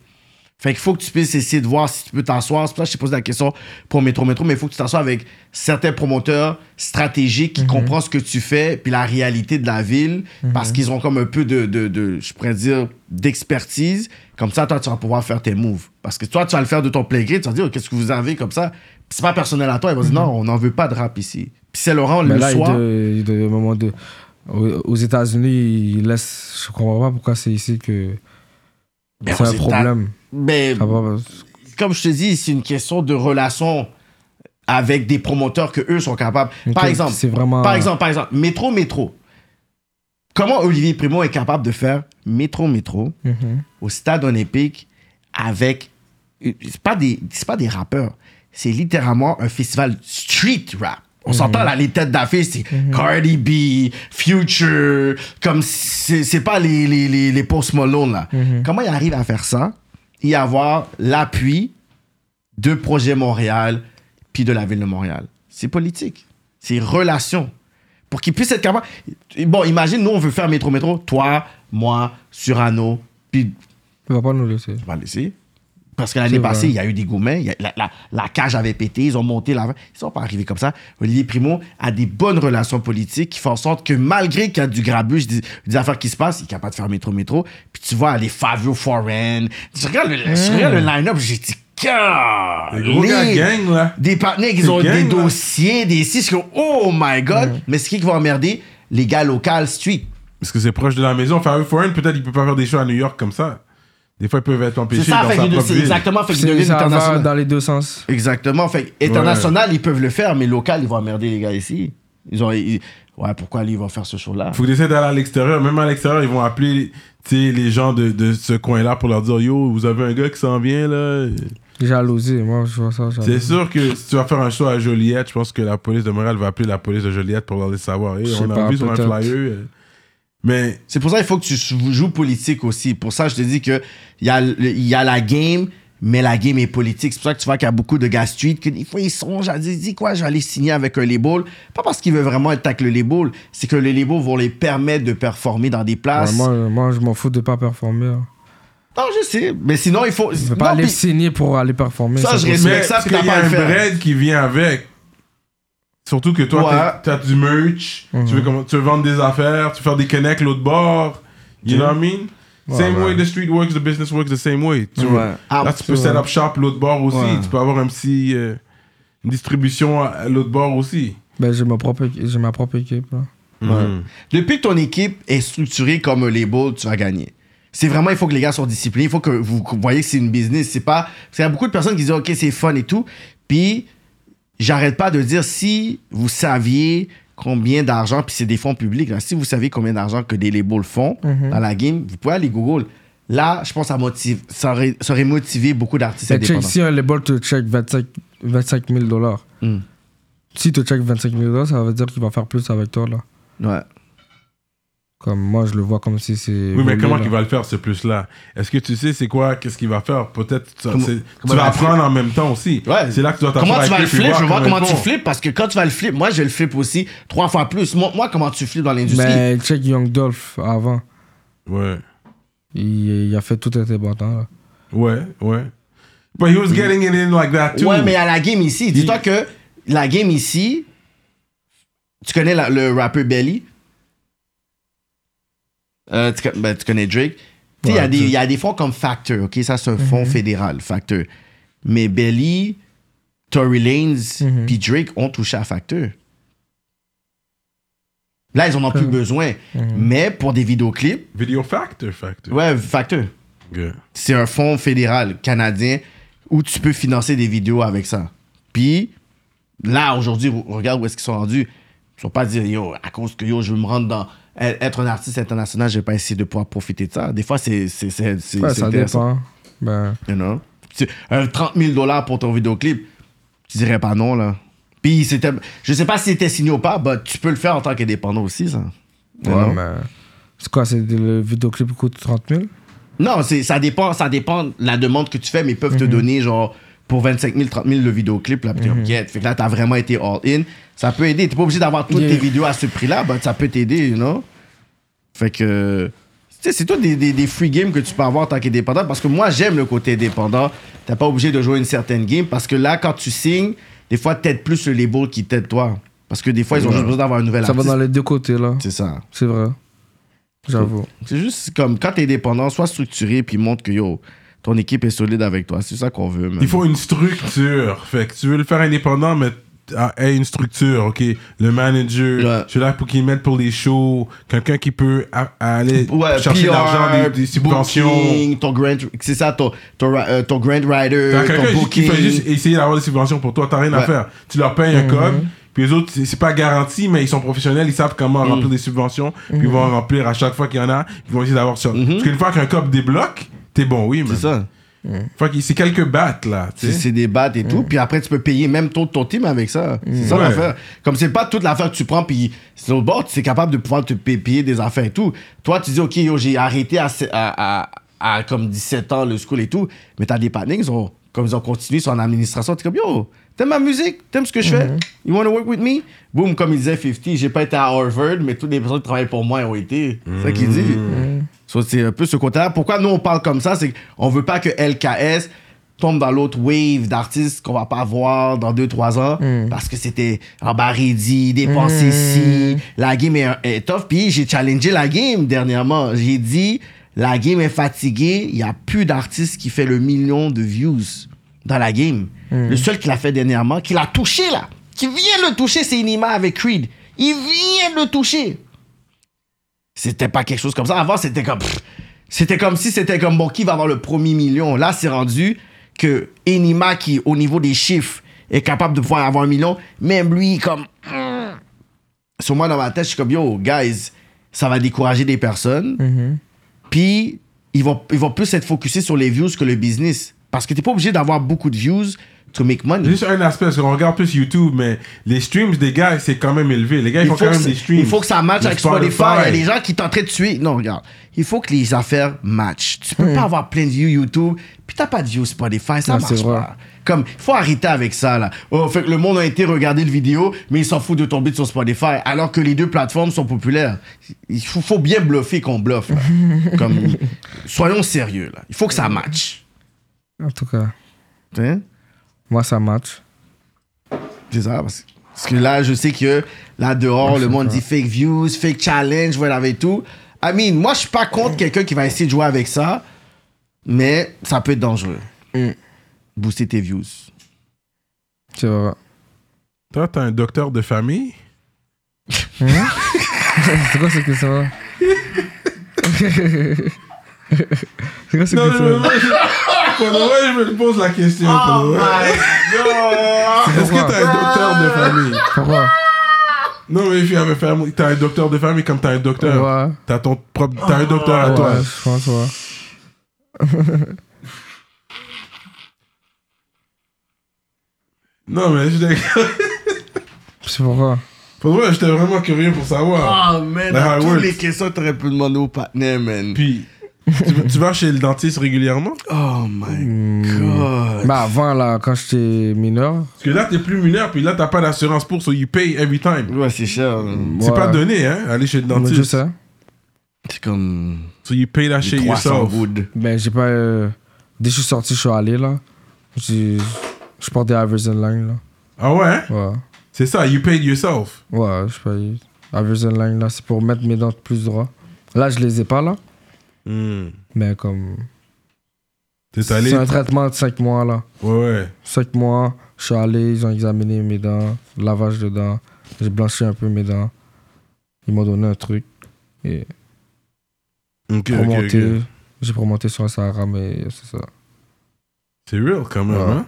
Fait qu'il faut que tu puisses essayer de voir si tu peux t'asseoir. C'est pour ça que je t'ai posé la question pour Métro Métro, mais il faut que tu t'assoies avec certains promoteurs stratégiques
Mhm.
qui comprennent ce que tu fais puis la réalité de la ville parce qu'ils ont comme un peu de, de, de- je pourrais dire, d'expertise. Comme ça, toi, tu vas pouvoir faire tes moves. Parce que toi, tu vas le faire de ton plein gré. Tu vas dire, Oh, qu'est-ce que vous avez comme ça? Puis c'est pas personnel à toi. Ils vont dire, non, on n'en veut pas de rap ici. Puis c'est Laurent,
Mhm. Mais
le
là, il
soir.
de- il de- au moment de. Aux aux États-Unis, ils laissent. Je comprends pas pourquoi c'est ici que.
Ben,
C'est
aux
un
États-
problème.
Ben,
Je comprends pas.
comme je te dis, c'est une question de relation avec des promoteurs que eux sont capables. Par
Ok,
exemple,
c'est vraiment-
par exemple, par exemple, métro, métro. Comment Olivier Primo est capable de faire métro, métro
Mhm.
au stade olympique avec c'est pas des c'est pas des rappeurs, c'est littéralement un festival street rap. On s'entend là les têtes d'affiche, c'est Cardi B, Future, comme c'est c'est pas les les les, les Post Malone là. Comment ils arrivent à faire ça et avoir l'appui de Projet Montréal puis de la ville de Montréal. C'est politique. C'est relation. Pour qu'ils puissent être capables. Bon, imagine, nous, on veut faire métro-métro. Toi, moi, Surano, puis
Il va pas nous laisser.
tu vas laisser. Parce que l'année
C'est vrai.
passée, il y a eu des gourmets, il y a- la, la- la cage avait pété, ils ont monté la. Ils sont pas arrivés comme ça. Olivier Primo a des bonnes relations politiques qui font en sorte que malgré qu'il y a du grabuge, des, des affaires qui se passent, il est capable de faire métro-métro. Puis tu vois les Fabio Foreign. Tu regardes le, je
Hein.
regarde le line-up, j'ai dit.
Les gros
Golly!
gars gang, là.
Des partenaires qui
C'est
ont des
gang, là.
dossiers, des six, je suis comme, oh my god! Mais ce qui va emmerder, les gars locaux, street.
Parce que c'est proche de la maison. Enfin, un foreign, peut-être, il peut pas faire des shows à New York comme ça. Des fois, ils peuvent être
C'est
empêchés
ça,
dans
fait
sa
qu'ils de-
propre
c'est
ville.
exactement, fait qu'ils
C'est-
deviennent
Ça va
internationaux.
dans les deux sens.
Exactement. Fait que international, ils peuvent le faire, mais local, ils vont emmerder les gars ici. Ils ont. ils- ouais, pourquoi lui, ils vont faire ce show-là?
Faut que t'essaies d'aller à l'extérieur. Même à l'extérieur, ils vont appeler tu sais, les gens de, de ce coin-là pour leur dire Yo, vous avez un gars qui s'en vient là.
Jalousie, moi, je vois ça.
C'est
jalousie.
sûr que si tu vas faire un show à Joliette, je pense que la police de Montréal va appeler la police de Joliette pour leur laisser savoir. Hey,
Je sais
on a
pas,
vu sur un
peut-être.
flyer. euh. Mais
C'est pour ça qu'il faut que tu jou- joues politique aussi. Pour ça, je te dis que il y, a le- il y a la game, mais la game est politique. C'est pour ça que tu vois qu'il y a beaucoup de gars street que des fois ils songent à dire dis quoi, je vais aller signer avec un label. Pas parce qu'ils veulent vraiment être avec le label, c'est que les labels vont les permettre de performer dans des
Ouais,
places.
moi, moi, je m'en fous de pas performer. hein.
Non, je sais, mais sinon il faut.
Je vais
non,
pas aller
puis-
signer pour aller performer.
Ça,
ça,
je
c'est-
respecte
mais
ça,
parce
puis t'as
qu'il y
pas
a
à le
un
faire.
bread qui vient avec. Surtout que toi,
Ouais.
t'as- t'as du merch,
Mhm.
tu, veux comment- tu veux vendre des affaires, tu veux faire des connects l'autre bord.
Mhm.
You know what I mean? same way the street works, the business works the same way. Tu vois.
Ah,
Là, tu peux set up shop l'autre bord aussi.
Ouais.
Tu peux avoir un petit, euh, une distribution à- à l'autre bord aussi.
Ben, j'ai ma propre, j'ai ma propre équipe. là.
Mhm.
Depuis que ton équipe est structurée comme un label, tu vas gagner. C'est vraiment, il faut que les gars soient disciplinés, il faut que vous voyez que c'est une business. C'est pas. Parce qu'il y a beaucoup de personnes qui disent, OK, c'est fun et tout. Puis, j'arrête pas de dire, si vous saviez combien d'argent, puis c'est des fonds publics, là, si vous saviez combien d'argent que des labels font dans la game, vous pouvez aller Google. Là, je pense que ça, motive, ça, aurait, ça aurait motivé beaucoup d'artistes
Mais Ben, check,
indépendants.
si un label te check 25, 25 000 dollars,
Mm.
si te check 25 000 dollars, ça veut dire qu'il va faire plus avec toi. là.
Ouais.
Comme moi, je le vois comme si c'est.
Oui, mais comment il va le faire ce plus-là Est-ce que tu sais c'est quoi Qu'est-ce qu'il va faire Peut-être ça-
Comment-
c'est-
comment
tu vas
il va
apprendre en même temps aussi.
Ouais.
C'est là que tu dois t'apprendre.
Comment tu vas
avec
le
eux, puis
flip? Je veux voir
ils
comment tu
font.
flippes parce que quand tu vas le flip, moi je le flippe aussi trois fois plus. Moi, moi, comment tu flippes dans l'industrie?
Mais Ben, check Young Dolph avant.
Ouais.
Il, il a fait tout un hein. débattant. là.
Ouais, ouais. But he was getting it in like that too.
Ouais, mais à la game ici, dis-toi que la game ici, tu connais la- le rappeur Belly? Euh, tu, co- ben, tu connais Drake? Tu sais, il y a
Ouais,
des-
Drake. Mhm.
il y, a des fonds comme Factor, ok? Ça, c'est un fonds fédéral, Factor. Mais Belly, Tory Lanez,
Mhm.
puis Drake ont touché à Factor. Là, ils en ont plus
Mhm.
besoin.
Mhm.
Mais pour des vidéoclips,
Video factor, factor.
ouais, Factor.
Yeah.
c'est un fonds fédéral canadien où tu peux financer des vidéos avec ça. Puis là, aujourd'hui, re- regarde où est-ce qu'ils sont rendus. Ils ne sont pas dire, yo, à cause que yo, je veux me rendre dans. e- Être un artiste international, je vais pas essayer de pouvoir profiter de ça. Des fois, c'est. c'est- c'est- c'est-
Ouais,
c'est
ça
intéressant,
dépend. Ben,
you know? Tu- Un 30 000 dollars pour ton vidéoclip, tu dirais pas non, là. Puis c'était. Je sais pas si c'était signé ou pas, bah, tu peux le faire en tant qu'indépendant aussi, ça. You
ouais,
know?
mais. C'est quoi, c'est le vidéoclip coûte 30 000
Non, c'est, ça dépend, ça dépend de la demande que tu fais, mais ils
Mhm.
peuvent te donner genre pour 25 000, 30 000 le vidéoclip, là, puis t'es comme, yeah. Fait que là, t'as vraiment été all-in. Ça peut aider. T'es pas obligé d'avoir toutes
Yeah.
tes vidéos à ce prix-là, bah, ça peut t'aider, you know? Fait que. Tu sais, c'est tout des, des, des free games que tu peux avoir en tant qu'indépendant, parce que moi, j'aime le côté indépendant. T'es pas obligé de jouer une certaine game, parce que là, quand tu signes, des fois, t'aides plus le label qui t'aide toi. Parce que des fois, ils ont juste besoin d'avoir une nouvelle
Ça va
artiste.
dans les deux côtés, là.
C'est ça.
C'est vrai. J'avoue.
C'est juste comme quand t'es dépendant, sois structuré puis montre que yo, ton équipe est solide avec toi. C'est ça qu'on veut. man.
Il faut une structure. Fait que tu veux le faire indépendant, mais ah, hey, une structure, ok. Le manager,
Ouais.
je suis là pour qu'il mette pour les shows, quelqu'un qui peut a- aller
Ouais,
chercher
PR,
l'argent des, des subventions.
booking, ton grand, c'est ça, ton, ton, ra- euh, ton grand rider,
T'as
ton
quelqu'un qui
booking.
fait juste essayer d'avoir des subventions pour toi, t'as rien à
Ouais.
faire. Tu leur payes un cob, puis les autres, c'est- c'est pas garanti, mais ils sont professionnels, ils savent comment
Mhm.
remplir des subventions, puis ils vont en remplir à chaque fois qu'il y en a, ils vont essayer d'avoir ça. Parce qu'une fois qu'un cob débloque, t'es bon, oui, mais.
Mhm. C'est ça.
C'est quelques battes, là. tu
C'est,
sais.
c'est des battes et tout. Puis après, tu peux payer même ton, ton team avec ça. C'est ça
Ouais.
l'affaire. Comme c'est pas toute l'affaire que tu prends, puis c'est l'autre bord, tu es capable de pouvoir te pay- payer des affaires et tout. Toi, tu dis, OK, yo, j'ai arrêté à, se- à, à- à comme 17 ans le school et tout. Mais t'as des paniques, ils ont, comme ils ont continué, ils sont en administration. T'es comme, yo, t'aimes ma musique, t'aimes ce que je fais.
Mm-hmm.
You wanna work with me? Boom, comme il disait 50, j'ai pas été à Harvard, mais toutes les personnes qui travaillent pour moi ont été. C'est ça qu'il dit.
Mm-hmm.
So, c'est un peu ce côté-là. Pourquoi nous, on parle comme ça? C'est qu'on veut pas que LKS tombe dans l'autre wave d'artistes qu'on va pas voir dans 2-3 ans parce que c'était en baridi, dépensé ci. La game est, est tough. Puis j'ai challengé la game dernièrement. J'ai dit, la game est fatiguée. Il y a plus d'artistes qui fait le million de views dans la game. Le seul qui l'a fait dernièrement, qui l'a touché là, qui vient le toucher, c'est Inima avec Creed. Il vient le toucher c'était pas quelque chose comme ça. Avant, c'était comme. pff, C'était comme si c'était comme bon, qui va avoir le premier million. Là, c'est rendu que Enima, qui au niveau des chiffres est capable de pouvoir avoir un million, même lui, comme. [CLEARS THROAT] hum. Sur moi, dans ma tête, je suis comme yo, guys, ça va décourager des personnes. Puis, ils vont, ils vont plus être focusés sur les views que le business. Parce que t'es pas obligé d'avoir beaucoup de views to make money.
Juste un aspect, parce qu'on regarde plus YouTube, mais les streams des gars, c'est quand même élevé. Les gars, ils
il
font
faut,
quand
que,
même
ça-
des streams.
il faut que ça matche
Le
avec Spotify. Il y a des gens qui sont en train de tuer. Non, regarde. Il faut que les affaires matchent. Tu peux pas avoir plein de views YouTube, puis t'as pas de views Spotify, ça
Non, c'est
marche
vrai.
pas. Comme, faut arrêter avec ça, là. Oh, fait que le monde a été regarder le vidéo, mais il s'en fout de tomber sur Spotify, alors que les deux plateformes sont populaires. Il faut, faut bien bluffer qu'on bluffe, [LAUGHS] là. Comme, soyons sérieux, là. Il faut que ça matche.
En tout cas,
Hein?
moi, ça match.
C'est ça, parce que, parce que là, je sais que là dehors, le monde dit fake views, fake challenge, voilà, avec tout. I mean, moi, je suis pas contre quelqu'un qui va essayer de jouer avec ça, mais ça peut être dangereux.
Mm.
Booster tes views.
C'est vrai.
Toi, t'as un docteur
[LAUGHS]
de famille
C'est quoi cette [LAUGHS] question-là C'est quoi cette
Non, je me,
question
[LAUGHS] pour de vrai, je me pose la question. pour de vrai.
Oh
[LAUGHS] Est-ce que t'as un docteur de famille
Pourquoi
Non, mais je avec famille. T'as un docteur de famille comme t'as un docteur.
Ouais.
T'as ton propre. T'as un docteur à toi.
Ouais, je pense, ouais.
Non, mais je t'ai-
C'est pourquoi
[LAUGHS] Pour de vrai, j'étais vraiment curieux pour savoir.
Oh, man,
That's how
à
it
toutes
works.
les questions, t'aurais pu demander au partenaire, man.
Puis, tu, tu vas chez le dentiste régulièrement
Oh,
Mm.
my God.
Bah, avant, là, quand j'étais mineur,
Parce que là, t'es plus mineur, puis là, t'as pas d'assurance pour, so you pay every time.
Ouais, c'est cher. man.
C'est
Ouais.
pas donné, hein, aller chez le
mais
dentiste.
je sais.
C'est comme
So you pay that shit
300
yourself.
wood.
Ben, j'ai pas. euh, Dès que je suis sorti, je suis allé, là. J'ai- Je porte des Iverson Line, là.
Ah ouais hein?
Ouais.
C'est ça, you paid yourself.
Ouais, je paye. Iverson Line, là, c'est pour mettre mes dents plus droit. Là, je les ai pas, là. Mais comme.
Hmm. T'es allé.
C'est un traitement de 5 mois, là.
Ouais, ouais.
5 mois, je suis allé, ils ont examiné mes dents, lavage de dents, j'ai blanchi un peu mes dents. Ils m'ont donné un truc. Et
Ok, ok,
promonté,
ok.
j'ai promonté sur un Sahara, mais c'est ça.
C'est real quand même,
Ouais.
hein?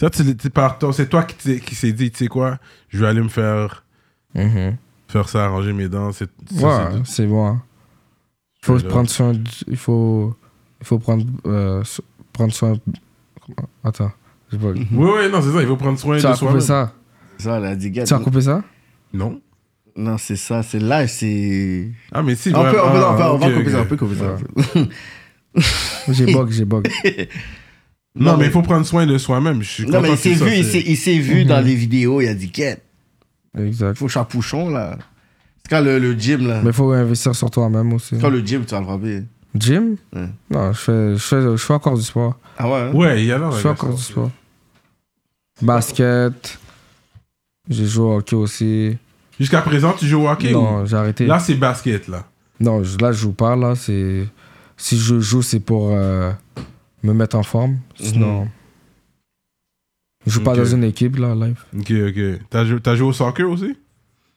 Ça, tu l'es- t'es par toi- c'est toi qui t'es- qui s'est dit, tu sais quoi, je vais aller me faire,
Mhm.
faire ça, arranger mes dents. C'est, ça,
Ouais, c'est bon. hein. Il faut
Ouais,
se
là.
prendre soin, du- il faut, il faut prendre, euh, so- prendre soin. comment- Attends,
[LAUGHS]
j'ai pas.
c'est- Ouais, ouais, non, c'est ça, il faut prendre soin
Tu
de
as coupé
soi-même.
ça
Ça, là, dit, gars,
Tu as coupé ça
Non?
Non, c'est ça, c'est live, c'est.
Ah, mais si,
On
ouais,
peut, on peut,
ah,
on peut, on
ok,
va couper
ok.
ça, on peut couper ça.
J'ai bug, j'ai bug.
Non,
Non, mais
mais-
il faut prendre soin de soi-même. Je suis
Non, mais
content
il s'est
que ça,
vu, il
c'est- Mhm.
s'est- il s'est vu dans les vidéos, il a dit, quête,
Exact.
faut que je sois pouchon, là. C'est quand le, le gym, là.
Mais il faut investir sur toi-même aussi.
C'est quand le gym, tu vas le frapper.
Gym
Ouais.
Non, je fais, je, fais, je fais encore du sport.
Ah ouais? hein?
Ouais, il y a l'air.
Je
d'un
fais
gars
encore du
sportif.
sport. Basket. J'ai joué au hockey aussi.
Jusqu'à présent, tu joues au hockey
non,
ou-
j'ai arrêté.
Là, c'est basket, là.
Non, je- là, je joue pas. Là, c'est... Si je joue, c'est pour euh, me mettre en forme. Sinon. Je joue pas
Mhm. Ok.
dans une équipe, là, live.
Ok, ok. T'as joué, t'as joué au soccer aussi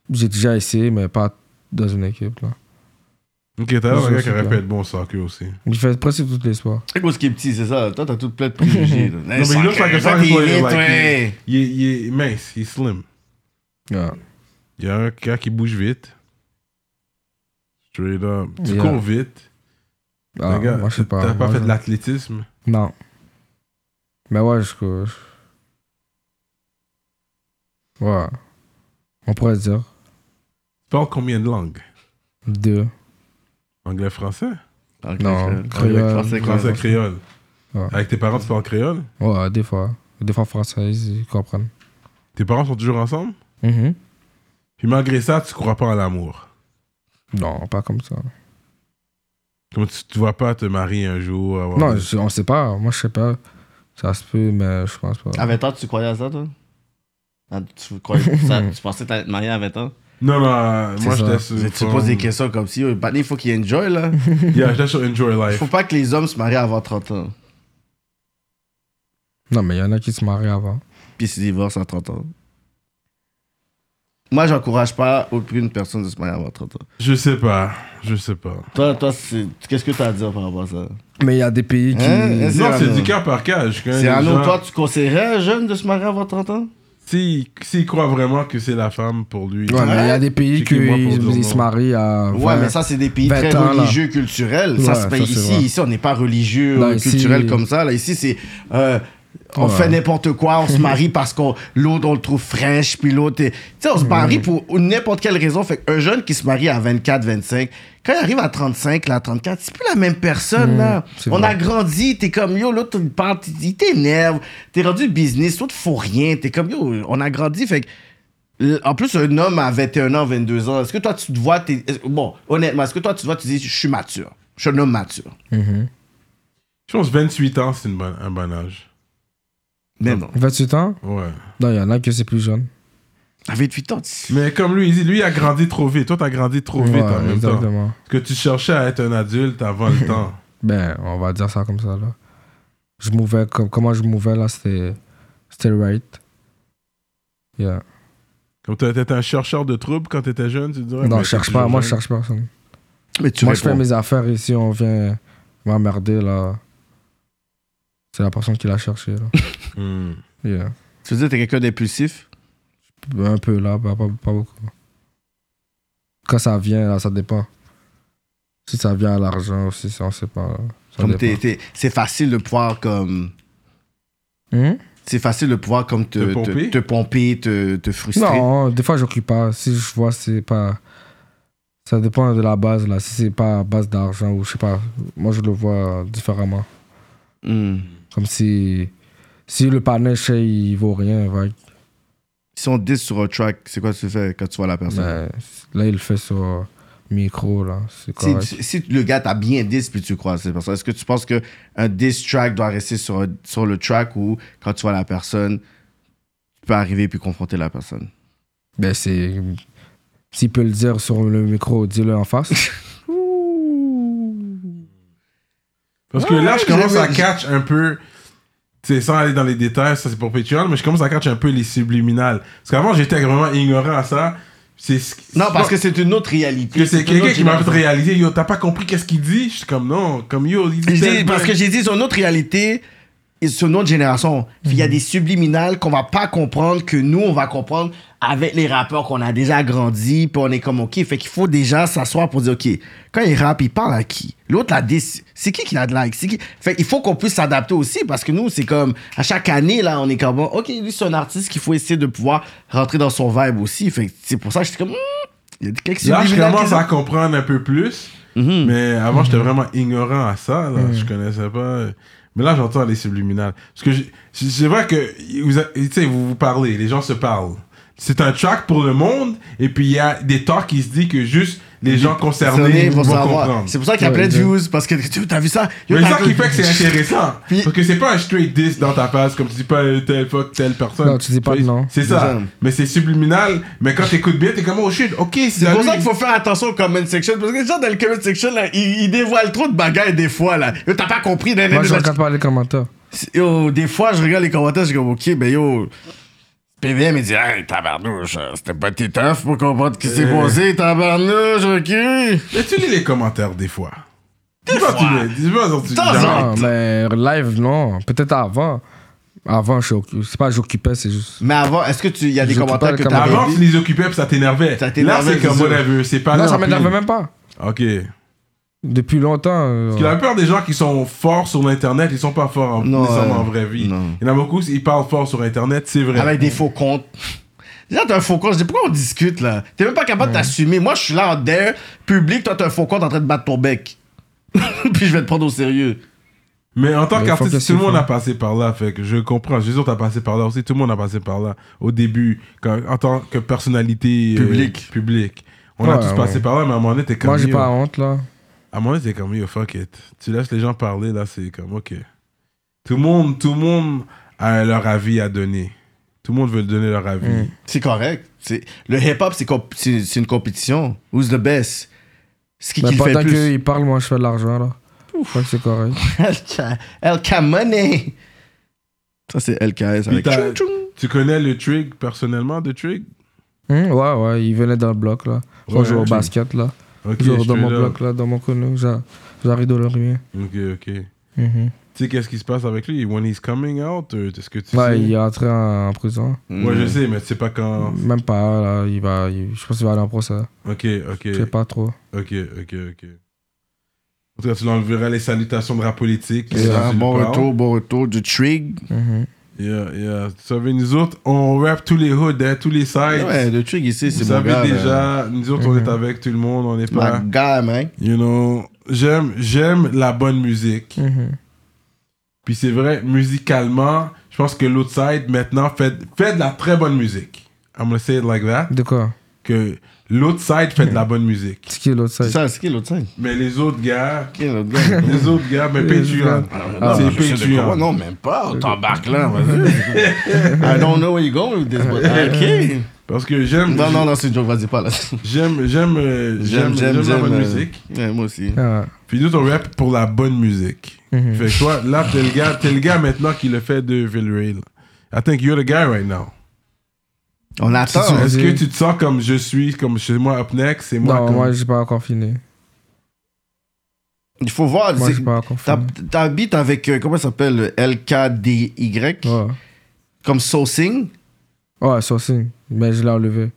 J'ai déjà essayé, mais pas dans une équipe, là.
Ok, t'as l'air
Je
d'un gars
joue
qui
au
aurait pu
soccer.
être bon au soccer aussi.
J'ai fait presque tous les sports.
C'est quoi ce qui est petit, c'est ça? Toi, t'as toute pleine de préjugés.
[LAUGHS]
là.
mais il look like a soccer
il est
player,
vite,
like,
ouais.
Il est, il est mince, il est slim.
Ouais.
Il y a un gars qui bouge vite. Straight up. Tu
Yeah.
cours vite.
Ah,
Le gars,
moi, je sais pas.
T'as pas
Moi,
fait
je-
de l'athlétisme.
Non. Mais ouais, je cou- je- Ouais. On pourrait dire
Tu parles combien de langues
deux.
Anglais, français
Ok,
Non,
je-
créole,
ouais, français, quoi.
Français, créole.
Ouais.
Avec tes parents, tu parles créole
Ouais, des fois. Des fois françaises, ils comprennent.
Tes parents sont toujours ensemble
Mm-hmm.
Puis malgré ça, tu crois pas à l'amour.
Non, pas comme ça.
Comme tu te vois pas te marier un jour. avoir
Non,
des-
je- on sait pas. Moi, je sais pas. Ça se peut, mais je pense pas.
À 20 ans, tu croyais à ça, toi Ah, tu, croyais ça, tu pensais que t'allais te marier à 20 ans
Non, non, moi
ça.
j'étais sur.
Tu te poses des questions comme si, oh, il faut qu'il enjoy, là.
Yeah, j'étais sur Enjoy Life.
Faut pas que les hommes se marient avant 30 ans.
Non, mais il y en a qui se marient avant.
puis se divorce à 30 ans. Moi, j'encourage pas aucune personne de se marier avant 30 ans.
Je sais pas. Je sais pas.
Toi, toi c'est- qu'est-ce que tu as à dire par rapport à ça
Mais il y a des pays qui.
Hein?
Non,
un-
c'est du cas par cas. Je connais
C'est
des
un
gens-
autre. Toi, tu conseillerais à un jeune de se marier avant 30 ans
S'il s'il croit vraiment que c'est la femme pour lui.
Ouais, mais il y a des pays
J'ai que moi pour
qui
dire non.
se marient à.
Ouais,
20.
mais ça, c'est des pays
20
très
ans, là.
religieux, culturels. ça
Ouais,
se
ça,
paye
c'est
ici.
vrai.
Ici, on n'est pas religieux,
Non,
euh,
ici-
culturel comme ça. Là, ici, c'est. euh, on
Ouais.
fait n'importe quoi, on se
[LAUGHS]
marie parce qu'on l'autre on le trouve fraîche, puis l'autre est- Tu sais, on se marie pour n'importe quelle raison. Fait qu'un jeune qui se marie à 24, 25, quand il arrive à 35, là, à 34, c'est plus la même personne, là.
c'est
On
vrai.
a grandi, t'es comme yo, l'autre il parle, t- il t'énerve, t'es rendu business, l'autre faut rien, t'es comme yo, on a grandi, fait que L- En plus, un homme à 21 ans, 22 ans, est-ce que toi, tu te vois... t'es- est-ce- Bon, honnêtement, est-ce que toi, tu te vois, tu dis, je suis mature. Je suis un homme mature.
Mm-hmm.
Je pense 28 ans, c'est une bonne- un bon âge.
Mais non.
28 ans
Ouais.
Non, il y en a que c'est plus jeune.
À 28 ans, tu-
Mais comme lui, il dit, lui, il a grandi trop vite. Toi, t'as grandi trop vite
Ouais,
en même temps.
exactement.
Parce que tu cherchais à être un adulte avant
[LAUGHS]
le temps.
Ben, on va dire ça comme ça, là. Je mouvais, comme, comment je mouvais, là, c'était. C'était right. Yeah.
Comme tu étais un chercheur de troubles quand t'étais jeune, tu dirais.
non,
mais
je cherche
t'es
pas.
toujours
Moi, je
jeune.
cherche personne.
Mais tu
moi, je fais
réponds.
mes affaires ici, on vient m'emmerder, là. C'est la personne qui l'a
[LAUGHS]
cherché, là.
Hmm.
Yeah.
Tu veux dire, t'es quelqu'un d'impulsif?
Un peu, là, pas, pas- pas beaucoup. Quand ça vient, là, ça dépend. Si ça vient à l'argent ou si ça, on sait pas. là. Ça
Comme t'es-
dépend.
t'es- C'est facile de pouvoir, comme...
Hum?
C'est facile de pouvoir, comme, te,
Te
te
pomper?
te pomper, te, te frustrer.
Non, hein, des fois j'occupe pas. Si je vois c'est pas, ça dépend de la base là. Si c'est pas à base d'argent ou je sais pas, moi je le vois différemment.
Hmm.
Comme si, si le panel chez il vaut rien, ouais,
Si on te dit sur un track, c'est quoi que tu fais quand tu vois la personne?
ben, là il le fait sur micro là, c'est
Si,
correct.
si le gars t'a bien 10 puis tu crois à cette personne, est-ce que tu penses que un 10 track doit rester sur, sur le track ou quand tu vois la personne, tu peux arriver puis confronter la personne
Ben c'est, s'il peut le dire sur le micro, dis-le en face.
Parce que là, je
Ouais,
commence à
j'aime-
catch un peu. Tu sais, sans aller dans les détails, ça c'est pour Patreon, mais je commence à catch un peu les subliminales. Parce qu'avant, j'étais vraiment ignorant à ça. C'est ce qui-
Non, parce
c'est
que c'est une autre réalité.
que c'est
une
quelqu'un
autre
qui m'a fait
dimension.
réaliser, yo, t'as pas compris qu'est-ce qu'il dit? Je suis comme, non, comme yo, il dit
Je dis-
tel-
Parce que j'ai dit, c'est une autre réalité et c'est une autre génération. Il
Mhm.
y a des subliminales qu'on va pas comprendre, que nous, on va comprendre avec les rappeurs qu'on a déjà grandi, puis on est comme, OK, fait qu'il faut déjà s'asseoir pour dire, OK, quand il rappe, il parle à qui? L'autre, la déc- c'est qui qui l'a de like? C'est qui? Fait qu'il faut qu'on puisse s'adapter aussi, parce que nous, c'est comme, à chaque année, là, on est comme, OK, lui, c'est un artiste qu'il faut essayer de pouvoir rentrer dans son vibe aussi. Fait que c'est pour ça que je suis comme, Hmm, il y a Mhm. quelques
Là, je
subliminales qui-
commence à comprendre un peu plus. Mais avant, j'étais vraiment ignorant à ça. Là.
Mhm.
Je connaissais pas. Mais là, j'entends les subliminales. Parce que j'ai- c'est vrai que vous, a- tu sais, vous vous parlez, les gens se parlent. C'est un track pour le monde. Et puis, il y a des talks qui se disent que juste les gens concernés
Concernés
vont
vont savoir.
comprendre.
C'est pour ça qu'il y a
Ouais,
plein de
ouais.
views, parce que tu as vu ça? Yo,
Mais c'est
t'as-
ça qui fait que c'est intéressant.
Puis-
Parce que c'est pas un straight diss dans ta face, comme tu dis pas euh, telle fuck, telle personne.
Non, tu dis pas de nom.
C'est ça.
Déjà.
Mais c'est subliminal. Mais quand t'écoutes bien, t'es comme oh shit, ok,
C'est
à
pour
lui.
ça qu'il faut faire attention au comment section, parce que les gens dans le comment section, là, ils, ils dévoilent trop de bagailles des fois, là. Yo, t'as pas compris. nan, nan,
Moi je
nan,
regarde pas les commentaires.
C'est- Yo, des fois, je regarde les commentaires, je suis comme, OK, ben yo... PVM, il dit, hey, tabarnouche, euh, c'était pas tes teufs pour comprendre ce qui s'est passé, tabarnouche, OK?
Mais tu lis les commentaires des fois. Des fois. Tu lis, dis pas quand tu lis.
Temps en
Genre,
temps.
Non, mais live non. Peut-être avant. Avant je suis- c'est pas j'occupais, c'est juste.
Mais avant, est-ce que tu... Il y a des
Je comprends
commentaires
le
que
commentaire.
t'avais
Avant,
dit?
tu les occupais puis ça t'énervait.
Ça
Là,
t'énervait,
c'est comme
c'est sûr.
whatever, c'est pas
Non,
là,
ça
puis-
m'énerve même pas.
Ok. Parce
Depuis longtemps. euh,
que la plupart des gens qui sont forts sur Internet, ils sont pas forts en,
Non,
nécessairement
euh,
en vraie vie.
non.
Il y en a beaucoup, ils parlent fort sur Internet, c'est vrai.
Avec des faux comptes. Déjà, t'as un faux compte. Je dis, pourquoi on discute, là? T'es même pas capable de t'assumer. Moi, je suis là en derrière, public, toi, t'as un faux compte en train de battre ton bec. [LAUGHS] Puis je vais te prendre au sérieux.
Mais en tant
Mais faut que
qu'artiste, tout le
c'est
monde
fort.
a passé par là, fait que je comprends. Je suis sûr que t'as passé par là aussi, tout le monde a passé par là. Au début, quand- en tant que personnalité euh,
Public.
publique. On a
Ouais,
tous
ouais.
passé par là, mais à un moment donné, t'es comme.
Moi j'ai
yo.
pas honte là.
À un moment donné, t'es comme, yo, fuck it. Tu laisses les gens parler, là, c'est comme, ok. Tout le monde, tout le monde a leur avis à donner. Tout le monde veut donner leur avis.
Mm.
C'est correct. C'est- Le hip-hop, c'est comp- c'est c'est une compétition. Who's the best? Ce qui,
Mais
qui le fait
pendant
le plus.
qu'il parle, moi, je fais de l'argent, là. Je crois que c'est correct.
[LAUGHS] LK, LK Money. Ça, c'est LKS
Puis
avec
t'as-
tchoum, tchoum.
Tu connais le Trig personnellement, de Trig
Hum, ouais, ouais, il venait dans le bloc, là. Quand
Ouais,
je jouais au
ok.
basket, là.
Ok,
Je jouais
je
dans
te
mon
love.
bloc, là, dans mon connu. j'a- J'arrive de leur rien. Mhm.
Ok, ok. Tu sais qu'est-ce qui se passe avec lui When he's coming out euh, Est-ce que tu
Ouais,
sais
il est entré en, en prison.
Moi
Mm.
je sais, mais tu sais pas quand.
Même pas, là. Il va, il- je pense qu'il va aller en procès.
Ok, ok,
Je sais pas trop.
ok, ok, ok. En tout cas, tu l'enverras les salutations de rap politique.
C'est
Ça,
un
tu
Mm. Ah, bon
le parles.
retour, bon retour du Trig.
Mhm.
Yeah, yeah. Vous savez, nous autres, on rap tous les hoods, hein, tous les sides.
Ouais, le Trig ici, c'est
Vous
mon
savez
gars, là.
déjà, nous autres, on
Mhm.
est avec tout le monde, on est pas.
My guy, man.
You know, j'aime, j'aime la bonne musique.
Mhm.
Puis c'est vrai, musicalement, je pense que l'autre side maintenant fait, fait de la très bonne musique. I'm gonna say it like that.
De quoi
Que l'autre side fait de la bonne musique.
C'est qui l'autre
C'est
side
ça, c'est qui l'autre scène?
Mais les autres
[LAUGHS]
gars,
Qui est l'autre gars?
les autres gars, mais
Les
Patreon.
autres Ah,
c'est
non, je sais de quoi.
Patreon.
Non, même pas. T'embarques là, vas-y.
[LAUGHS]
I don't know where you're going with this, but OK.
Parce que j'aime,
Non, non, non, c'est une joke, vas-y pas là.
j'aime, j'aime, euh, j'aime, j'aime la bonne
euh,
musique.
ouais, moi aussi.
Ah,
Puis nous, on rap pour la bonne musique.
Mhm.
Fait que toi, là, t'es le gars, t'es le gars maintenant qui le fait de Villeray. là. I think you're the guy right now.
On attend.
C'est sûr.
Est-ce que
Vas-y.
tu te sens comme je suis, comme chez moi up next, c'est moi
Non,
comme...
moi, j'ai pas encore fini.
Il faut voir.
Moi,
c'est-
j'ai pas encore
t'hab-
fini.
T'habites avec, euh, comment ça s'appelle, euh, LKDY,
Ouais.
comme sourcing.
Ouais, sourcing. Mais je l'ai enlevé.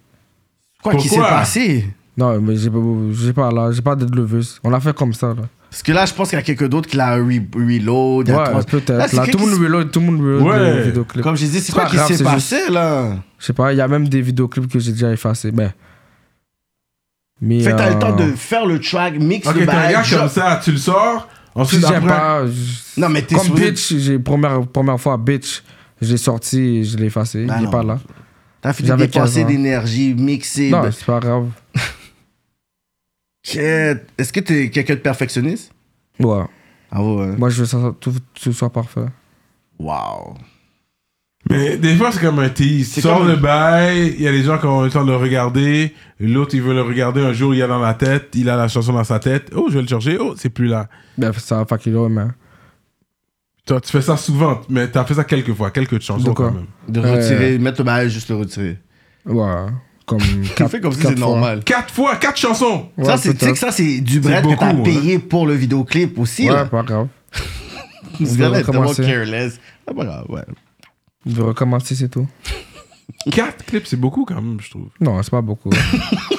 Quoi qui s'est
Pourquoi?
passé?
Non, mais j'ai pas, j'ai pas là, j'ai pas de leveuse. On l'a fait comme ça, là.
Parce que là, je pense qu'il y a quelqu'un d'autre qui l'a re- reload. il y a trois-
Ouais,
Là,
peut-être.
c'est
Là,
quelqu'un
tout le monde
qui-
reload, tout le monde reload
Ouais.
les vidéoclips.
Comme je disais, c'est
pas
quoi qui
grave,
s'est
c'est
passé là?
Je sais pas, il y a même des vidéoclips que j'ai déjà effacés. Ben. Mais.
Fait que t'as
euh,
le temps de faire le track, mix
Ok,
le
t'es un gars
bagage.
comme ça, tu le sors,
Si
ensuite
j'aime
après...
pas. je-
Non, mais t'es
Comme
supposé-
Bitch, j'ai première, première fois Bitch, je l'ai sorti et je l'ai effacé.
Ah
il est
non.
pas là.
T'as fini de
J'avais 15
dépenser
ans.
d'énergie, mixer.
Non,
ben-
c'est pas grave.
Shit. Est-ce que t'es quelqu'un de perfectionniste?
Ouais.
Ah ouais. hein?
Moi, je veux ça, tout, tout soit parfait.
Wow.
Mais des fois, c'est comme un tease. Tu
C'est
sors
comme-
le bail, il y a des gens qui ont le temps de le regarder, l'autre, il veut le regarder, un jour, il a dans la tête, il a la chanson dans sa tête, oh, je vais le chercher, oh, c'est plus là.
Ben, ça va qu'il mais.
Toi, tu fais ça souvent, mais t'as fait ça quelques fois, quelques chansons
De quoi
quand même.
De
Ouais.
retirer, mettre le bagage, juste le retirer.
Ouais.
[LAUGHS]
Comme.
Tu
quatre-
fais comme si
quatre
c'est
fois.
normal.
Quatre fois, quatre chansons
Ouais,
ça, c'est, tu sais que
peut-être.
ça, c'est du bread que
beaucoup,
t'as
hein.
payé pour le vidéoclip aussi.
Ouais,
là.
pas grave.
Ce gars-là est tellement
recommencer.
careless. Ah, pas grave, ouais.
Je vais recommencer, c'est tout.
Quatre clips, c'est beaucoup quand même, je trouve.
Non, c'est
[LAUGHS]
pas beaucoup. [LAUGHS]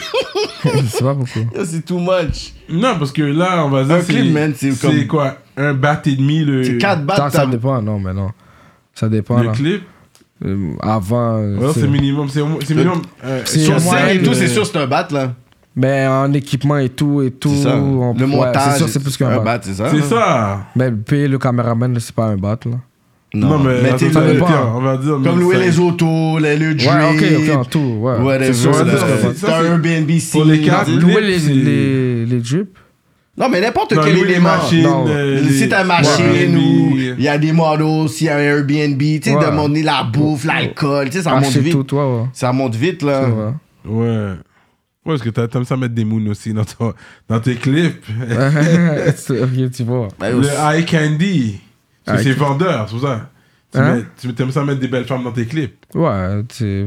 c'est pas beaucoup.
Yo, C'est too much.
Non, parce que là, on va dire.
Un clip, man, c'est comme-
quoi Un bat et demi le,
C'est 4
Ça,
battes.
ça
t'as-
dépend, non, mais non. Ça dépend.
le
là.
clip
Euh, avant. euh,
Ouais,
c'est-
C'est minimum. C'est au- c'est minimum. euh,
C'est
Sur
au
sur
moins
scène
scène
et tout,
le-
c'est sûr, c'est un bat, là.
Mais en équipement et tout, et tout.
C'est ça.
on-
Le
ouais,
montage.
c'est sûr, c'est plus qu'un bat.
c'est ça.
C'est
hein.
ça.
Mais payer le caméraman, c'est pas un bat, là.
Non, mais,
t'es
attends,
ça
le-
dépend.
tiens, on va dire.
Comme
1005.
louer les autos, les le drip.
Ouais, ok, ok, en tout. Ouais.
Whatever.
C'est sûr,
ça,
c'est
là.
plus
ça,
qu'un bat.
c'est-
T'as un Airbnb.
Pour les quatre,
c'est-
Louer les,
c'est-
les, les jupes.
Non, mais n'importe
Non,
quel
louer les
élément.
machines.
Non.
euh, les-
Si t'as une machine
Airbnb.
ou il y a des models, s'il y a un Airbnb, tu sais,
Ouais.
demander la bouffe, l'alcool, tu sais,
Ah,
ça monte
Acheter
vite.
tout, toi, ouais.
Ça monte vite,
C'est
là.
vrai.
Ouais. Ouais, parce que t'as- t'aimes ça mettre des moons aussi dans, ton- dans tes clips.
[LAUGHS] C'est- ok, tu vois.
Ben,
le
aussi.
eye candy. Parce que
Eye
c'est
candy.
vendeur, c'est pour ça. Tu
Hein?
mets- Tu aimes ça mettre des belles femmes dans tes clips.
Ouais, c'est-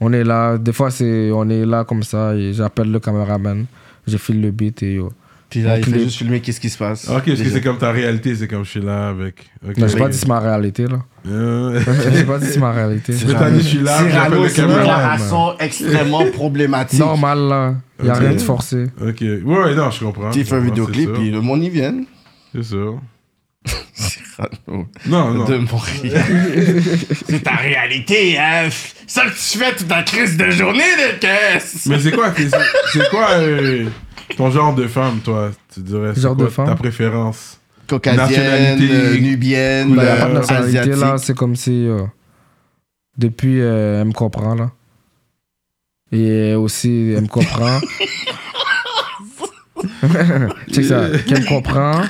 on est là. Des fois, c'est, on est là comme ça et j'appelle le caméraman. Je file le beat et yo.
Puis là, il
Puis
fait
les-
juste filmer qu'est-ce qui se passe.
Ok, est-ce que
Déjà.
c'est comme ta réalité C'est comme je suis là avec. Ok.
Mais j'ai pas dit c'est ma réalité, là. [LAUGHS]
Euh, [LAUGHS]
J'ai pas dit c'est ma réalité.
Mais t'as dit, je suis là, j'appelle
Cyrano,
le
c'est une
caméraman.
déclaration extrêmement
[LAUGHS]
problématique.
Normal, là. Y a
Ok.
rien de forcé.
Ok, ouais, ouais, non, je comprends.
Tu
je
fais un
comprends,
vidéoclip,
c'est
puis
sûr,
le monde y vient.
[LAUGHS] C'est sûr.
Cyrano
Non, non.
de Montréal.
[LAUGHS]
c'est ta réalité, hein. Ça que tu fais toute ta crise de journée de caisse.
Mais c'est quoi, t'es- c'est quoi euh, ton genre de femme, toi Tu dirais, c'est
Genre
quoi
de femme
ta préférence
Caucasienne,
Nationalité,
euh, nubienne,
Bah, y a
euh,
pas de nationalité, là.
asiatique.
C'est comme si. euh, depuis, euh, elle me comprend, là. Et aussi, elle me comprend. [LAUGHS] Check ça. Qu'elle me comprend.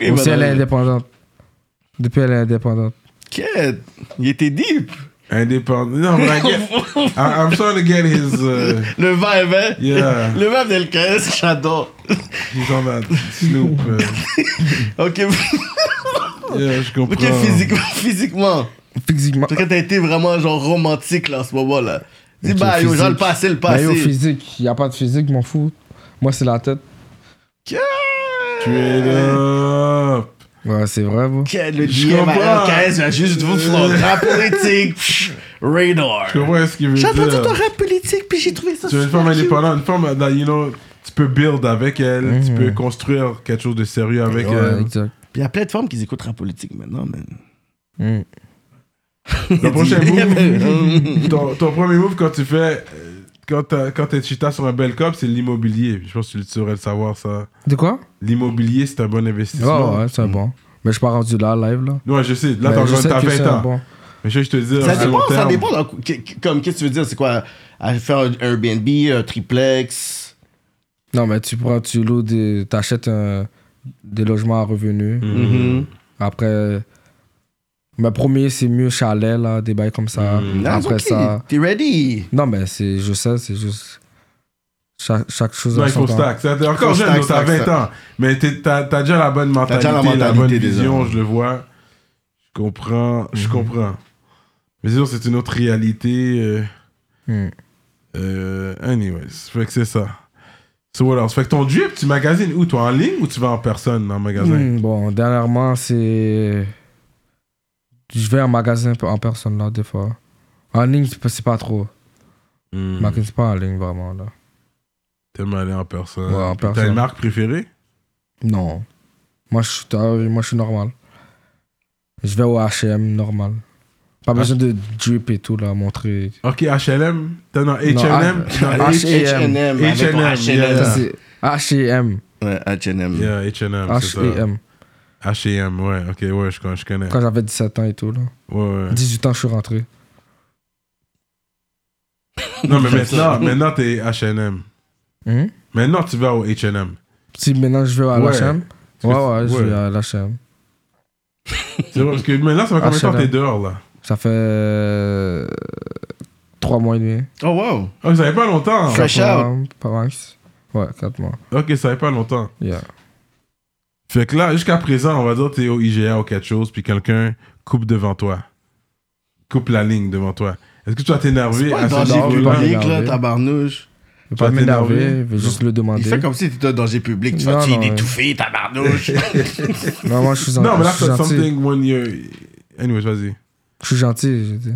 Et
Aussi,
madame-
elle est
ben,
indépendante. Depuis elle est indépendante.
Quête, il était deep.
Indépendant. Non, but I get. I, I'm trying to get his. Uh,
Le vibe, hein?
Yeah.
Le vibe d'El Kaes, j'adore.
he's on that Snoop. uh,
Ok, [LAUGHS]
yeah, je comprends.
ok, physiquement, physiquement.
Physiquement.
Toi, quand t'as été vraiment genre romantique là, en ce moment là. Dis, bah, yo,
physique.
genre le passé, le
Bah, yo,
passé.
physique. Il n'y a pas de physique, je m'en fous. Moi, c'est la tête.
Straight up.
Ouais, c'est vrai, bro.
Quel le
Je
DM
comprends. Euh.
à L15, il a juste vous flot. Rap politique, pff, radar.
Je comprends ce qu'il veut dire.
J'entendais ton rap politique, puis j'ai trouvé ça
Tu veux une
super
femme
cute.
indépendante, une femme that, you know, tu peux build avec elle, tu peux construire quelque chose de sérieux avec
Mhm. Ouais,
elle.
exact.
Puis il y a plein de femmes qui écoutent rap politique maintenant, man.
Mm.
Le prochain
[LAUGHS]
move,
Hum.
ton, ton premier move quand tu fais, euh, quand t'as- quand t'es chita sur un bel cop, c'est l'immobilier. Je pense que tu saurais le savoir ça.
De quoi
L'immobilier, c'est un bon investissement.
Ouais, ouais, c'est bon. Mais je suis pas rendu là, live, là.
Ouais, je sais. Là,
Mais
t'as
je
encore-
sais
t'as
que c'est
20
un
ans.
bon.
Mais je vais te dire,
Ça
à
dépend,
long
ça
terme,
dépend. dans- que- que- Comme, qu'est-ce que tu veux dire? C'est quoi? À faire un Airbnb, un triplex?
Non, mais tu prends, tu loues, des- t'achètes un- des logements à revenus.
Mm.
Mhm.
Mm-hmm. Après, mais premier, c'est mieux chalet, là, des bails comme ça.
Mhm.
Ah,
Après
ok,
ça.
T'es ready?
Non, mais c'est, je sais, c'est juste. Chaque, chaque chose
Non,
a
il
son
faut
temps.
stack. Ça, T'es encore
Faut
jeune,
stack,
donc t'as
stack,
20 ans. Mais t'es- t'as t'as déjà la bonne mentalité,
déjà la
la,
mentalité
bonne
déjà.
vision, je le vois. Je comprends, je
Mhm.
comprends. Mais sûr, c'est une autre réalité. euh,
Mhm.
euh, anyways, fait que c'est ça. So what else? Fait que ton drip, tu magasines où? Toi, en ligne ou tu vas en personne en magasin?
Hmm, bon, dernièrement, c'est. Je vais en magasin en personne, là, des fois. En ligne, c'est pas- c'est pas trop.
Mhm.
Je magasine pas en ligne, vraiment, là.
T'aimes aller en personne.
Ouais, en
Puis T'as
personne.
une marque préférée?
Non. Moi, je suis, ah oui, moi, je suis normal. Je vais au HM, normal.
Ah.
Pas besoin de drip et tout, là, montrer.
Ok, HLM? T'as non, H&M?
H-
Non,
H- H&M.
H&M. avec ton
H&M,
Ça,
yeah.
H&M.
c'est HM.
Ouais, H&M.
Yeah, H&M, c'est ça.
HM.
H&M, ouais, ok, ouais, je, con- je connais.
Quand j'avais 17 ans et tout, là.
Ouais, ouais.
18 ans, je suis rentré.
Non, mais
[LAUGHS]
maintenant, maintenant t'es H&M.
Hum?
Maintenant, tu vas au H&M.
Si maintenant je vais à
Ouais.
l'HM. Ouais, ouais, je
Ouais.
vais à l'HM.
C'est vrai, parce que maintenant, ça fait combien de temps que t'es
H&M.
dehors, là?
Ça fait. euh, Trois mois et demi.
Oh, wow.
Oh, ça fait pas longtemps.
Fresh out.
Quatre mois, Pas max. Ouais, 4 mois.
Ok, ça fait pas longtemps.
Yeah.
Fait que là, jusqu'à présent, on va dire t'es au IGA ou quelque chose, puis quelqu'un coupe devant toi. Coupe la ligne devant toi. Est-ce que tu vas
C'est
t'énerver
pas
à
un
ce
danger
non,
niveau-là?
pas
public, là,
énervé.
tabarnouche.
Je vais
vas
pas m'énerver,
t'énerver?
je vais juste le demander.
Il fait comme si t'étais un danger public. Tu vas
Non,
te
non,
tirer
ouais.
étouffé,
[LAUGHS]
tabarnouche.
Non, moi je
[LAUGHS]
suis,
Non, mais là,
je suis
c'est
gentil.
something when you're... Anyways, vas-y.
Je suis gentil, j'ai dit.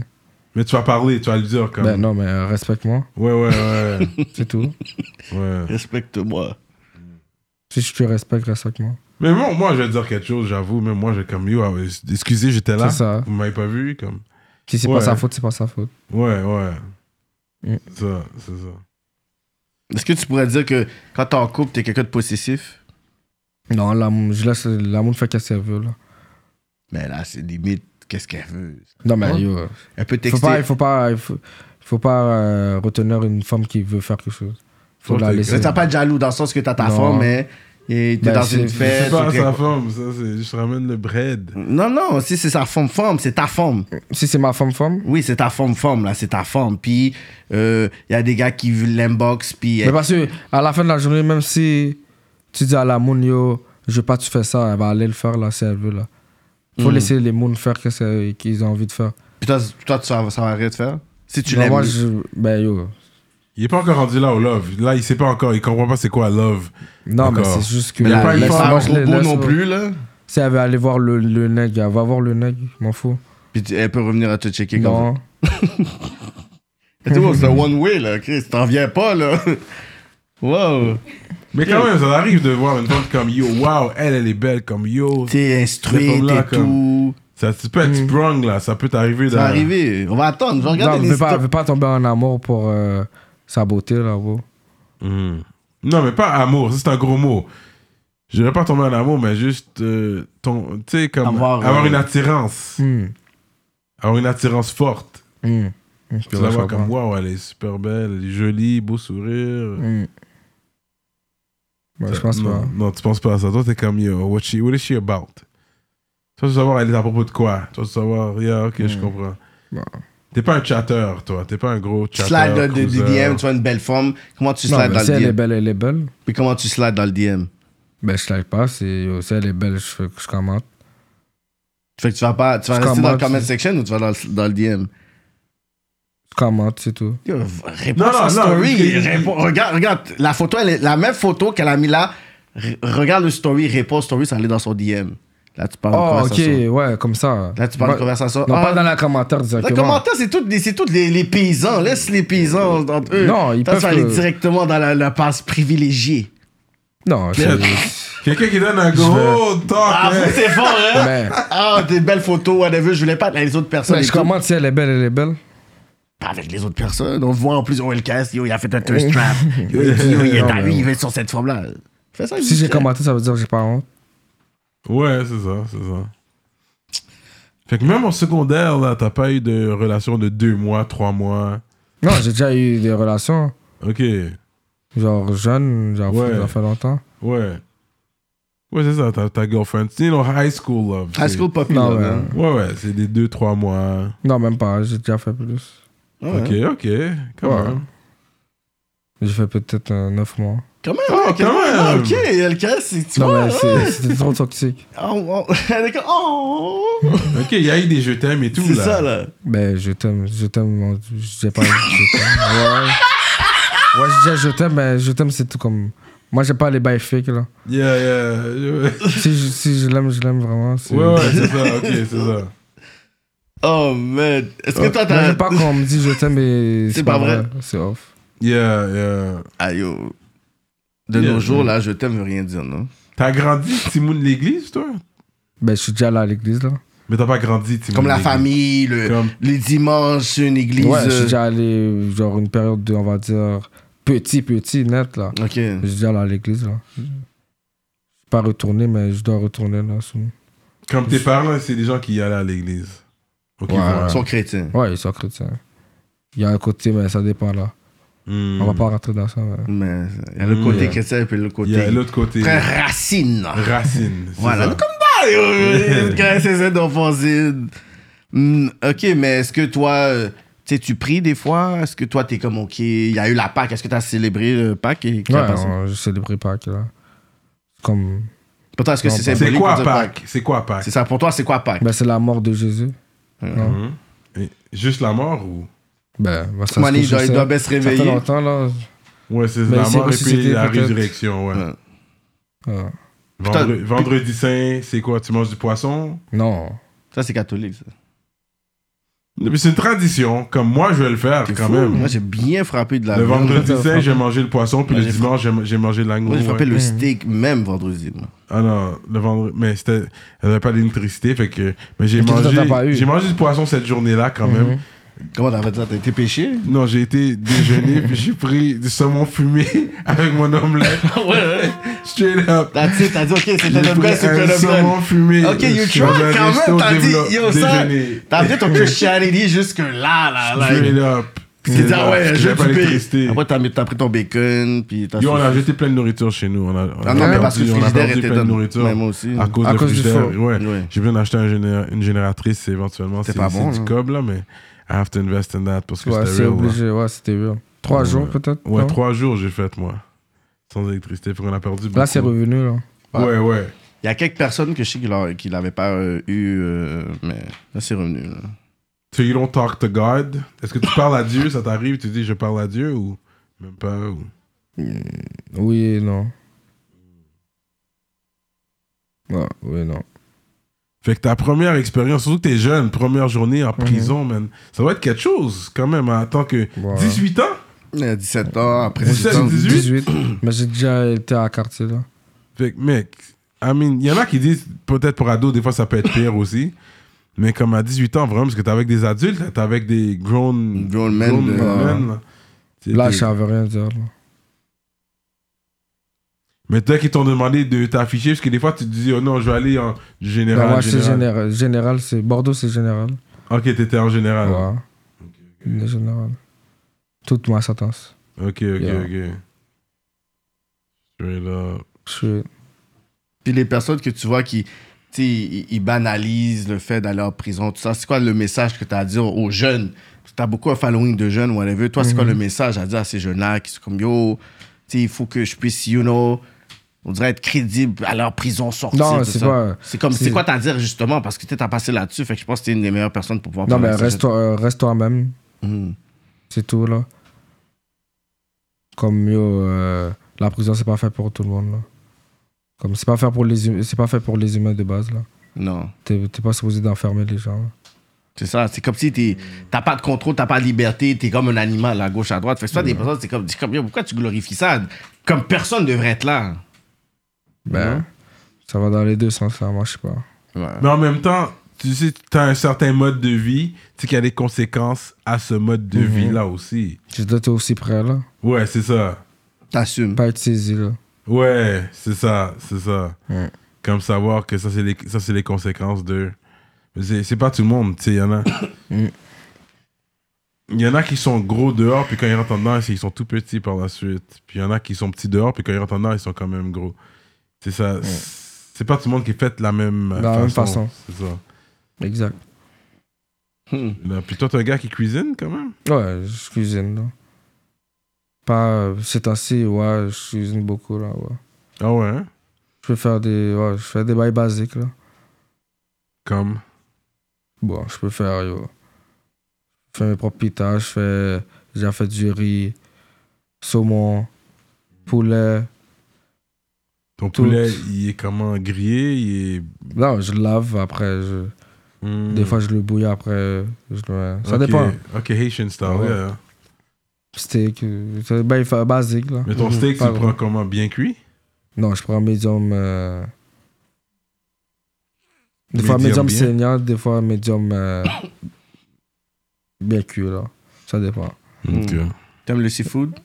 Mais tu vas parler, tu vas le dire comme...
Ben non, mais euh, respecte-moi,
Ouais, ouais, ouais.
c'est tout. [LAUGHS]
ouais.
Respecte-moi.
si je te respecte, respecte-moi.
Mais bon, moi, je vais te dire quelque chose, j'avoue. Même moi, j'ai comme... Yo, ah ouais, excusez, j'étais là.
C'est ça.
Vous m'avez pas vu, comme...
Si c'est
Ouais.
pas sa faute, c'est pas sa faute.
Ouais, ouais.
Mm.
C'est ça, c'est ça.
Est-ce que tu pourrais dire que quand t'es en couple, t'es quelqu'un de possessif?
Non, la, mou- je laisse la moune faire qu'est-ce qu'elle veut, là.
Mais là, c'est limite, qu'est-ce qu'elle veut?
Non, mais
Ouais.
yo, euh,
Elle peut
faut pas,
texter.
il faut pas, il faut, faut pas euh, retenir une femme qui veut faire quelque chose. Faut
Faut
la
que-
laisser.
Mais T'as pas de jaloux dans le sens que t'as ta
Non.
femme, mais et t'es
Ben,
dans
c'est-
une
c'est
C'est
fête. ou
pas
Eh, quelque-
sa forme, ça, c'est juste ramène le bread.
Non, non, si c'est sa femme, femme, c'est ta femme.
Si c'est ma femme, femme.
Oui, c'est ta femme, femme, là, c'est ta femme. Puis, il y a des gars qui veulent l'inbox, puis. euh,
Mais parce que à la fin de la journée, même si tu dis à la moune, yo, je veux pas tu fais ça, elle va aller le faire là si elle veut là. Faut
Mhm.
laisser les mounes faire qu'est-ce qu'elles- qu'ils ont envie de faire.
Puis toi, toi, tu- ça, va- ça va rien te faire? Si tu
Non,
l'aimes.
moi, je, ben yo,
Il est pas encore rendu là au love. Là, il sait pas encore, il comprend pas c'est quoi love.
non mais
D'accord.
c'est juste que.
Mais là,
pas une
laisse
femme,
pas un
moi, je les
robot
laisse, euh,
non
ouais.
plus, là.
Si elle veut aller voir le, le nègre, elle va voir le nègre, je m'en fous.
Puis tu- elle peut revenir à te checker comme ça.
Non.
Et Tu vois, c'est un one way, là, Chris. T'en viens pas, là. [LAUGHS] Wow.
Mais quand même, ça arrive de voir une femme comme yo, wow, elle, elle est belle comme yo.
T'es instruit,
Cette femme-là,
t'es
comme-
tout.
Ça tu peux être sprung là, ça peut t'arriver
Ça va
dans.
arriver. On va attendre. Je vais
Euh, Non,
regarder
elle
les
veut pas, elle
histoires.
veut pas tomber en amour pour euh, sa beauté là, bro.
Mhm. Non, mais pas amour, ça, c'est un gros mot. Je vais pas tomber en amour, mais juste euh, ton, tu sais comme
Avoir,
avoir,
euh,
une attirance,
Hmm.
avoir une attirance forte.
Hmm. Hmm,
Tu
je
la vois
comprends.
comme wow, elle est super belle, elle est jolie, beau sourire.
Hmm. Ouais, je pense
non,
pas.
non, tu penses pas à ça. Toi, t'es comme yo, what, she, what is she about? Toi, tu veux savoir, elle est à propos de quoi Toi, tu veux savoir, yeah, ok, je comprends.
Bon.
T'es pas un chatter, toi. T'es pas un gros chatter.
Slide dans le
cruiser.
DM, tu vois une belle forme. Comment tu
Non,
slides
mais
dans
si
le
elle est
DM
belle, elle est belle.
Puis comment tu slides dans le DM
Ben, je like pas. c'est- euh, Si elle est belle, je, fais- je commente.
Fait que tu vas, pas, tu vas
Je
rester dans le
commente,
comment
c'est-
section ou tu vas dans le, dans le DM
Je commente, c'est tout.
Yo, v- Réponds
Non,
à
non,
sa
non,
story.
il- il-
Réponds- regarde, regarde, la photo, elle est, la même photo qu'elle a mis là. re- Regarde le story, réponds au story, ça allait dans son DM. Là, tu parles de
Oh, ok,
conversation.
ouais, comme ça.
Là, tu parles de
Bah,
conversation.
Non,
Ah,
pas dans la commentaire
Dans
directement.
les commentaires, c'est tous les, c'est tous les, les paysans. Laisse les paysans entre eux.
Euh, Non, ils
Toi, tu vas
peuvent,
aller
euh,
directement dans la, la passe privilégiée.
Non, c'est-
Quelqu'un qui donne un gros talk.
Ah,
hein.
vous, c'est fort, hein?
mais,
Ah, des belles photos, whatever. Je voulais pas être avec les autres personnes.
mais
et
Ben, je
tout.
commente si elle est belle, elle est belle.
Pas avec les autres personnes. On voit en plus, oh, le casse, yo, il a fait un thirst trap. Yo,
[LAUGHS]
il dit, yo, il est
Non,
à
mais
lui, il va être sur cette forme-là. Fais ça,
Si j'ai
discret.
commenté, ça veut dire que j'ai pas honte.
Ouais, c'est ça, c'est ça. Fait que même en secondaire, là, t'as pas eu de relation de deux mois, trois mois.
Non, j'ai déjà eu des relations,
Ok,
genre jeune, genre
Ouais.
ça fait longtemps.
ouais. Ouais, c'est ça, ta, ta girlfriend. You know, high school love.
High
c'est-
school pop
Non,
love,
ouais.
hein.
Ouais, ouais, c'est des deux, trois mois.
Non, même pas, j'ai déjà fait plus.
Ouais.
Ok, ok, quand
Ouais.
même.
J'ai fait peut-être 9 mois.
Quand même,
Ah,
ok.
quand même.
Ah, ok, le casse, c'est- tu
Non,
vois. [LAUGHS] ah,
mais c'est- c'était trop toxique.
Oh, oh. D'accord. Oh.
Ok, il y a eu des je t'aime et tout,
C'est
là.
ça, là.
Ben, je t'aime, je t'aime, mon- je dis pas je t'aime. Ouais, ouais je dis je t'aime, mais je t'aime, c'est tout comme. Moi, j'ai pas les bails fake, là.
Yeah, [LAUGHS] yeah.
Si je, si je l'aime, je l'aime vraiment. c'est-
Ouais, ouais, c'est ça, ok, c'est ça.
Oh, man. Est-ce que toi,
Moi,
t'as.
j'aime pas qu'on me dit je t'aime et c'est pas, vrai. C'est off.
Yeah, yeah.
Ah, yo. De
Yeah.
nos jours, là, je t'aime veut rien dire, non?
T'as grandi Timon de l'église, toi
Ben, je suis déjà là à l'église, là.
Mais t'as pas grandi Timon
Comme
de
la
l'église.
famille, le-
Mm. Comme-
les dimanches, une église.
Ouais, je suis
euh,
déjà allé, genre, une période de, on va dire, petit, petit, net, là.
euh, Ok.
Je suis déjà allé à l'église, là. Je suis pas retourné, mais je dois retourner, là. soon.
Comme tes parents, c'est des gens qui y allaient à l'église. Ok,
Ouais.
Ils
voilà.
sont chrétiens.
Ouais, ils sont chrétiens. Il y a un côté, mais ça dépend, là.
Hmm.
On va pas rentrer dans ça, mais...
Mais il y a le côté
Yeah.
chrétien et puis le
Il
côté.
y a l'autre côté.
Très racine.
Racine. c'est
Voilà.
ça.
Comme ça, yo, yo,
[LAUGHS]
yo, quand c'est ça d'offensive. Hmm, ok, mais est-ce que toi, euh, tu sais, tu pries des fois Est-ce que toi, t'es comme, ok, il y a eu la Pâque, est-ce que t'as célébré le Pâques et qui a
Ouais,
passé
on- je célébrais Pâques, là. Comme...
Pour toi, est-ce que
Non,
c'est
pas.
C'est
symbolique
quoi
pour toi,
Pâques C'est quoi Pâques
C'est ça, pour toi, c'est quoi Pâques
Ben, c'est la mort de Jésus. Non?
Hmm. Et Juste la mort ou
Ben, ben, ça, c'est ce
Mani,
que
il
je
doit, il
sais.
doit bien se
Ça fait
réveiller.
longtemps, là.
Ouais, c'est
Ben,
Mais
la
c'est
mort et
aussi
puis
c'était
la
peut-être-
résurrection, ouais.
Ouais.
Ah.
Vendre-
Putain.
Vendredi saint, c'est quoi Tu manges du poisson
Non.
Ça, c'est catholique, ça.
Mais c'est une tradition. Comme moi, je vais le faire
T'es
Ah, quand
fou.
même.
Moi, j'ai bien frappé de la
Le
viande.
vendredi saint, j'ai mangé le poisson, puis
Moi,
le
j'ai
dimanche, j'ai- j'ai mangé de l'agneau.
Moi, j'ai frappé
ouais.
le steak même vendredi. moi.
Ah non, le vendredi. Mais c'était. Elle avait pas d'électricité, fait que. Mais j'ai
Mais t'as-
mangé.
t'as pas eu. Mhm.
J'ai mangé du poisson cette journée-là quand même.
Comment t'as fait ça T'as été pêché
[LAUGHS] Non, j'ai été déjeuner, puis j'ai pris du saumon fumé [LAUGHS] avec mon omelette. Straight up.
T'as dit, t'as dit, ok, c'était
J'ai
le
pris
best ou que
un
le
euh, saumon
best.
fumé.
Ok, you
dans un
try quand
resto
même, t'as
dévelop-
dit, yo, ça.
déjeuner.
T'as amené ton Christianity jusque là, là, là.
Straight up.
Tu dis, ah ouais, je
J'avais pas
vais Ah,
d'électricité.
Après, t'as mis- t'as pris ton bacon, puis t'as.
Yo, on a jeté plein de nourriture chez nous. On a, on
Ah
a
non, mais
perdu-
parce que le
on a
frigidaire
perdu
était
plein de
donné.
nourriture.
Ouais, moi aussi.
À cause,
À
de
cause du
frigidaire,
feu.
ouais.
Ouais.
J'ai besoin d'acheter un géné- une génératrice éventuellement.
C'est
C'est
pas
c'est
bon, hein.
du
là.
cob, là, mais I have to invest in that parce que
Ouais,
c'était
c'est
real. là.
obligé, ouais, c'était bien. Trois
Ouais.
jours peut-être
Ouais,
non
trois jours j'ai fait, moi. Sans électricité, puis on a perdu beaucoup.
Là, c'est revenu, là.
Ouais, ouais.
Il y a quelques personnes que je sais qu'il a- qu'il avait pas euh, eu, euh, mais là, c'est revenu. là.
So you don't talk to God. Est-ce que tu parles à Dieu, ça t'arrive, tu dis je parle à Dieu ou même pas ou...
Oui et non. Ouais, oui et non.
Fait que ta première expérience, surtout que t'es jeune, première journée en prison, man, ça doit être quelque chose quand même, en tant que
Mhm. Ouais.
18 ans.
Il y a 17 ans, après
17,
17 ans.
18.
18 [CLEARS THROAT] Mais j'ai déjà été à quartier, là.
Fait que, mec, I mean, il y en a qui disent, peut-être pour ados, des fois ça peut être pire aussi. Mais comme à 18 ans, vraiment, parce que t'es avec des adultes, t'es avec des grown,
Grown men de-
euh,
là. T'sais,
Là,
t'es-
je savais rien dire, là.
Mais toi qui t'ont demandé de t'afficher, parce que des fois tu te dis, oh non, je vais aller en général.
Non, Ben, moi, c'est
général.
général. Général, c'est... Bordeaux, c'est général.
Ok, t'étais en général.
Ouais. Le Général. Toute ma sentence.
Ok, ok,
Yeah.
ok. Straight up.
Je suis...
Puis les personnes que tu vois qui. tu sais, ils, ils banalisent le fait d'aller en prison, tout ça. C'est quoi le message que tu as à dire aux jeunes? Tu as beaucoup un following de jeunes, whatever. Toi, c'est quoi
Mhm.
le message à dire à ces jeunes-là qui sont comme, yo, tu sais, il faut que je puisse, you know, on dirait être crédible à leur prison, sortir,
Non,
tout
c'est
ça.
pas-
C'est comme, c'est
c'est-
quoi t'as à dire, justement, parce que tu as passé là-dessus, fait que je pense que t'es une des meilleures personnes pour pouvoir
Non,
parler
mais
de ça.
reste, toi- euh, reste toi-même.
Mhm.
C'est tout, là. Comme, yo, euh, la prison, c'est pas fait pour tout le monde, là. Comme, c'est pas fait pour les, hum- c'est pas fait pour les humains de base, là.
Non.
T'es t'es pas supposé d'enfermer les gens, là.
C'est ça, c'est comme si t'es-
Hmm.
t'as pas de contrôle, t'as pas de liberté, t'es comme un animal à gauche, à droite. Fait que ça,
Hmm.
des personnes, c'est comme, c'est comme, yo, pourquoi tu glorifies ça? Comme personne devrait être là.
Ben, ça va dans les deux sens, là, moi, je sais pas.
Mais en même temps, tu sais, tu as un certain mode de vie, tu sais qu'il y a des conséquences à ce mode
Mhm.
de vie-là aussi.
Je dois être aussi prêt, là.
Ouais, c'est ça.
T'assumes.
Pas être saisi, là.
Ouais, c'est ça, c'est ça.
Ouais.
Comme savoir que ça, c'est les, ça, c'est les conséquences de... Mais C'est, c'est pas tout le monde, tu sais, il y en a...
Mm.
Il y en a qui sont gros dehors, puis quand ils rentrent en dedans, ils sont tout petits par la suite. Puis il y en a qui sont petits dehors, puis quand ils rentrent en dedans, ils sont quand même gros. C'est ça. C'est pas tout le monde qui est fait de la même
la même façon.
C'est ça.
Exact.
Hmm.
Là, puis toi, t'es un gars qui cuisine quand même
Ouais, je cuisine, là. Pas, euh, ces temps-ci, ouais, je cuisine beaucoup, là, ouais.
Ah ouais hein?
Je peux faire des, ouais, je fais des bails basiques, là.
Comme.
Bon, je peux faire, yo. Je fais mes propres pitas, je fais. J'ai déjà fait du riz, saumon, poulet.
Ton
Tout.
poulet, il est comment grillé Il est.
Non, je le lave après. Je...
Hmm.
Des fois, je le bouille après. Je le... Ça
Ok,
dépend. Ah
Ok, Haitian style,
Ouais.
yeah.
Steak, euh, c'est ben, il fait basique, là.
Mais ton steak, tu
Mhm. Pas
le prends
vrai.
comment Bien cuit
Non, je prends médium. euh, Des fois,
Médium
médium
bien.
saignant, des fois, médium. euh, Bien cuit, là. Ça dépend.
Ok.
Euh,
Hmm. T'aimes le seafood?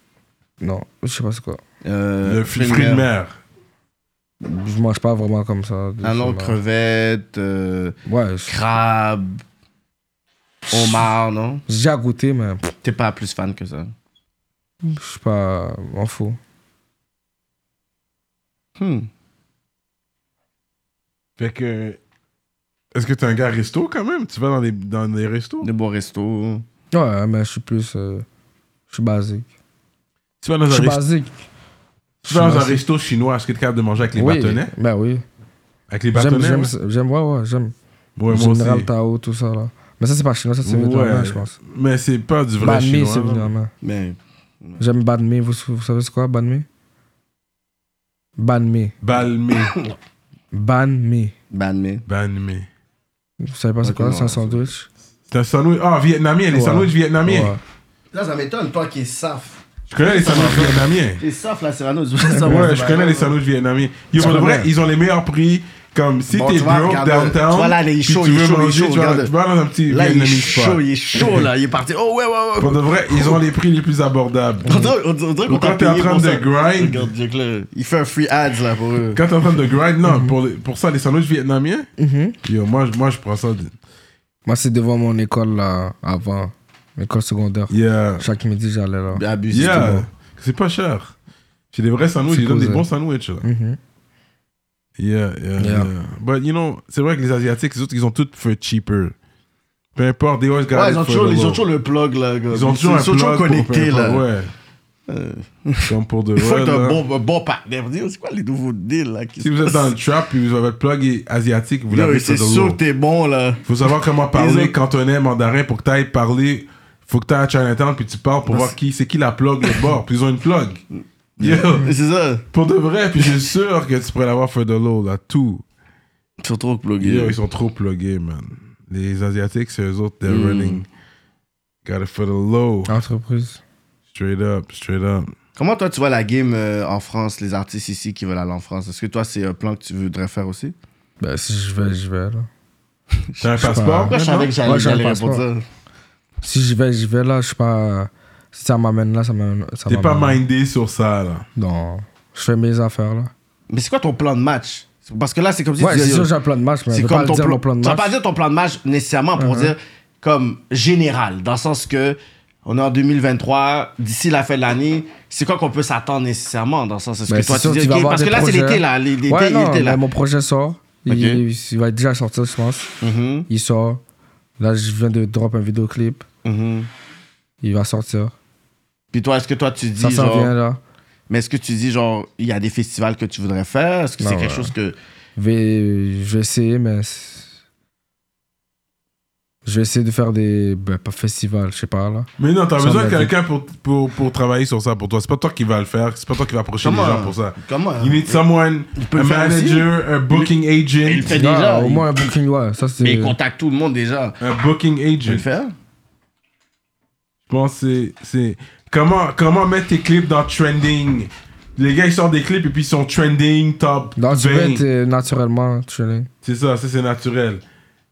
Non, je sais pas c'est quoi.
Euh,
Le fruit, fruit de mer.
Je mange pas vraiment comme ça.
Ah non, crevette, euh,
Ouais, je-
crabe, homard, non?
J'ai déjà goûté, mais pff,
T'es pas plus fan que ça.
je suis pas. M'en fous.
Hmm.
Fait que. Est-ce que t'es un gars resto quand même Tu vas dans des, dans des restos
De bons restos.
Ouais, mais je suis plus. euh, je suis basique.
Tu vas dans
Je
un,
suis
rest-
basique.
tu vas dans un resto chinois, est-ce que t'es capable de manger avec les
oui,
bâtonnets
Ben oui.
Avec les
J'aime,
bâtonnets
j'aime,
ouais?
j'aime, ouais, ouais, j'aime.
Ouais, moi aussi.
Général Tao, tout ça, là. Mais ça, c'est pas chinois, ça, c'est
Ouais.
vietnamien, je pense.
Mais c'est pas du vrai
Banh mi,
chinois.
c'est
là.
vietnamien.
Mais
J'aime banh mi, vous, vous savez c'est quoi, banh mi Banh mi. [LAUGHS]
Balmé.
Banh mi.
ban mais
Balmé.
Vous savez pas c'est
Ok,
quoi, c'est un
ouais,
sandwich
C'est un sandwich. Ah, vietnamien, les
Ouais.
sandwichs vietnamiens.
Ouais.
Là, ça m'étonne, toi qui es saf.
Je connais les sandwichs vietnamiens.
T'es saf, là, Serrano.
Ouais, je connais les sandwichs vietnamiens. Ils,
Ça
pour de vrai,
va.
ils ont les meilleurs prix. Comme si
Bon,
t'es
tu vois,
broke
regarde,
downtown.
tu vois, là, il est
puis
chaud,
tu
il est
veux
chaud, il est
manger,
chaud,
tu, vas,
regarde.
tu vas dans un petit
Là, il est
Vietnamese spot.
chaud, il est chaud, là. Il est parti. Oh, ouais, ouais, ouais.
Pour de vrai, ils ont les prix les plus abordables.
On dirait- on dirait- on dirait qu'on
Ou quand
t'a
t'es en
payé
train
pour
de
ça.
grind.
Regarde, check, là. Il fait un free ads là pour eux.
Quand t'es en train de grind,
Mhm.
non, pour, les- pour ça, les sandwichs vietnamiens,
Mhm.
yo, moi, je- moi je prends ça. de-
Moi, c'est devant mon école, là, avant. École secondaire.
Yeah.
Chaque midi, j'allais là.
Abusé.
Yeah. C'est pas cher. C'est des vrais sandwichs,
C'est
ils donnent des
causé.
bons sandwichs. Là.
Mhm.
Yeah, yeah,
Yeah.
yeah. But you know, c'est vrai que les Asiatiques, les autres, ils ont tout fait cheaper. Peu importe, they always got
Ouais,
it
ils ont
for the
toujours, ils ont
low.
toujours le plug là. gars.
Ils ont toujours un
sont toujours
plug pour
connectés
peu
là.
importe, Ouais. Comme pour de
Il [LAUGHS] faut
vrai,
être un
là.
bon, un bon partenaire. Vous dites, oh, C'est quoi les nouveaux deals là qui
Si
se
vous êtes dans
passent?
le trap et vous avez le plug et asiatique, vous
Yo,
l'avez
C'est
sur the
sûr
low.
que t'es bon là.
Faut savoir comment
Les
parler
autres-
cantonais, mandarin pour que t'ailles parler. Faut que t'ailles à Chinatown puis tu parles pour voir qui c'est qui la plug le bord. Puis ils ont une plug.
Mm.
Yo,
C'est ça.
pour de vrai, puis je suis sûr que tu pourrais l'avoir for the low là, tout.
Ils sont trop
Yo,
plugués.
ils sont trop pluggés, man. Les Asiatiques, c'est eux autres, they're
Mm. Ah.
running. Got it for the low.
Entreprise.
Straight up, straight up.
Comment toi tu vois la game euh, en France, les artistes ici qui veulent aller en France Est-ce que toi c'est un plan que tu voudrais faire aussi
Ben, si je vais, je vais, là.
T'as un
Je sais pas.
passeport?
Pourquoi je savais que j'allais
Ouais, j'ai un
j'allais répondre ça
Si j'y vais, j'y vais là, je suis pas. Si ça m'amène là, ça m'amène. ça
T'es pas
m'amène là.
mindé sur ça, là.
Non. Je fais mes affaires là.
Mais c'est quoi ton plan de match Parce que là c'est comme si
ouais,
tu
c'est
disais,
sûr,
yo,
j'ai un plan de match, mais je
C'est
vais
comme
pas
ton
dire
plan.
mon plan de
Tu vas
match. Uh-huh.
pas dire ton plan de match nécessairement pour dire comme général, dans le sens que on est en 2023, d'ici la fin de l'année, c'est quoi qu'on peut s'attendre nécessairement dans le sens est-ce
Ben,
que toi
c'est sûr,
tu dis
tu vas
ok,
avoir
parce
des
que là c'est
projets.
l'été là, l'été
Ouais,
il
non,
était
mais
là.
mon projet sort. Il Il, il va déjà sortir, je pense.
Mhm,
Il sort. Là, je viens de drop un vidéoclip.
mhm.
Il va sortir.
Puis toi, est-ce que toi, tu dis,
Ça s'en
genre,
vient, là.
mais est-ce que tu dis, genre, il y a des festivals que tu voudrais faire? Est-ce que
Non,
c'est quelque
ouais.
chose que.
Je vais, je vais essayer, mais. c'est- Je vais essayer de faire des ben, pas festivals, je sais pas, là.
Mais non, t'as
Ça,
besoin
on
de
l'a vu.
quelqu'un pour, pour, pour travailler sur ça pour toi. C'est pas toi qui va le faire. C'est pas toi qui va approcher
Comment?
les gens pour ça.
Comment?
You need someone,
peut
a
le faire aussi.
manager, a booking
Mais il le
agent.
fait déjà.
Ah, au
il-
moins un booking, ouais. Ça, c'est.
Mais il contacte tout le monde déjà.
Un booking
Tu veux le
agent.
faire?
Je pense que c'est- c'est. Comment, comment mettre tes clips dans trending Les gars, ils sortent des clips et puis ils sont trending top.
Non, tu peux
20.
être euh, naturellement trending.
C'est ça, ça c'est naturel.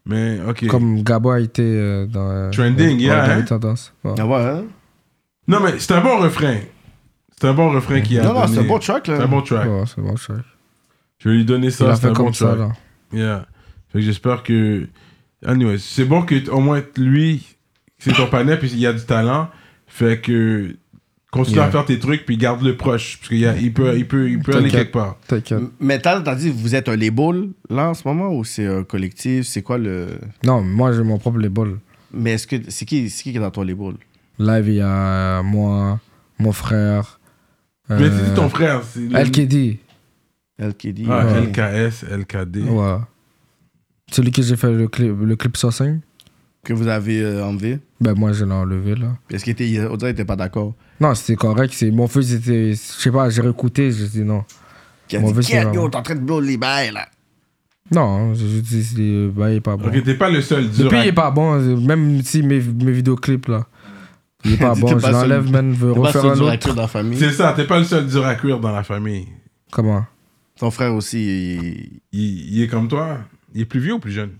Mais ok.
Comme Gabo a été euh, dans. euh,
Trending,
dans-
yeah,
dans
hein.
les tendances. Ouais.
Ah ouais, hein?
Non, mais c'est un bon refrain. C'est un bon refrain qui a.
Non, non,
donné-
c'est un bon track,
C'est un
là.
bon track.
Ouais, c'est bon, je sais.
Je vais lui donner
Il
ça.
a
C'est
fait
un
comme
bon
ça,
track.
là.
Yeah. Fait que j'espère que. Anyway, c'est bon que t- au moins lui, c'est ton panel, puis il y a du talent. Fait que continue à
Yeah.
faire tes trucs, puis garde-le proche. Parce qu'il y a- il peut, il peut, il peut aller
T'inquiète.
quelque part.
T'inquiète.
Mais t'as t'as dit, vous êtes un label, là, en ce moment, ou c'est un collectif? C'est quoi le.
Non, moi, j'ai mon propre label.
Mais est-ce que. C'est qui, c'est qui qui est dans ton label?
Live, il y a euh, moi, mon frère.
Mais
euh,
c'est ton frère. c'est le-
LKD.
LKD.
Ah,
Ouais.
LKS, LKD.
Ouais. Celui que j'ai fait le clip, le clip 105.
Que vous avez euh, enlevé?
Ben, moi, je l'ai enlevé, là.
Est-ce qu'il était. On dirait qu'il était pas d'accord.
Non, c'était correct. C'est mon fils était, je sais pas, j'ai réécouté, j'ai dit non.
Qui a
Mauvais
dit, Ken,
cinéma.
yo, t'es en train de blow les bails, là.
Non, hein, je je dis c'est- bah, il est pas bon.
Ok, t'es pas le seul
Le
dur.
prix
à-
il est pas bon, euh, même si mes, mes vidéoclips là,
[LAUGHS]
il est pas
T'es
bon.
pas
Je
seul-
l'enlève, man, je veux
T'es pas
refaire
seul
un
dur à
autre.
cuire dans la famille.
C'est ça, t'es pas le seul dur à cuire dans la famille.
Comment
Ton frère aussi, il-
Il, il est comme toi. Il est plus vieux ou plus jeune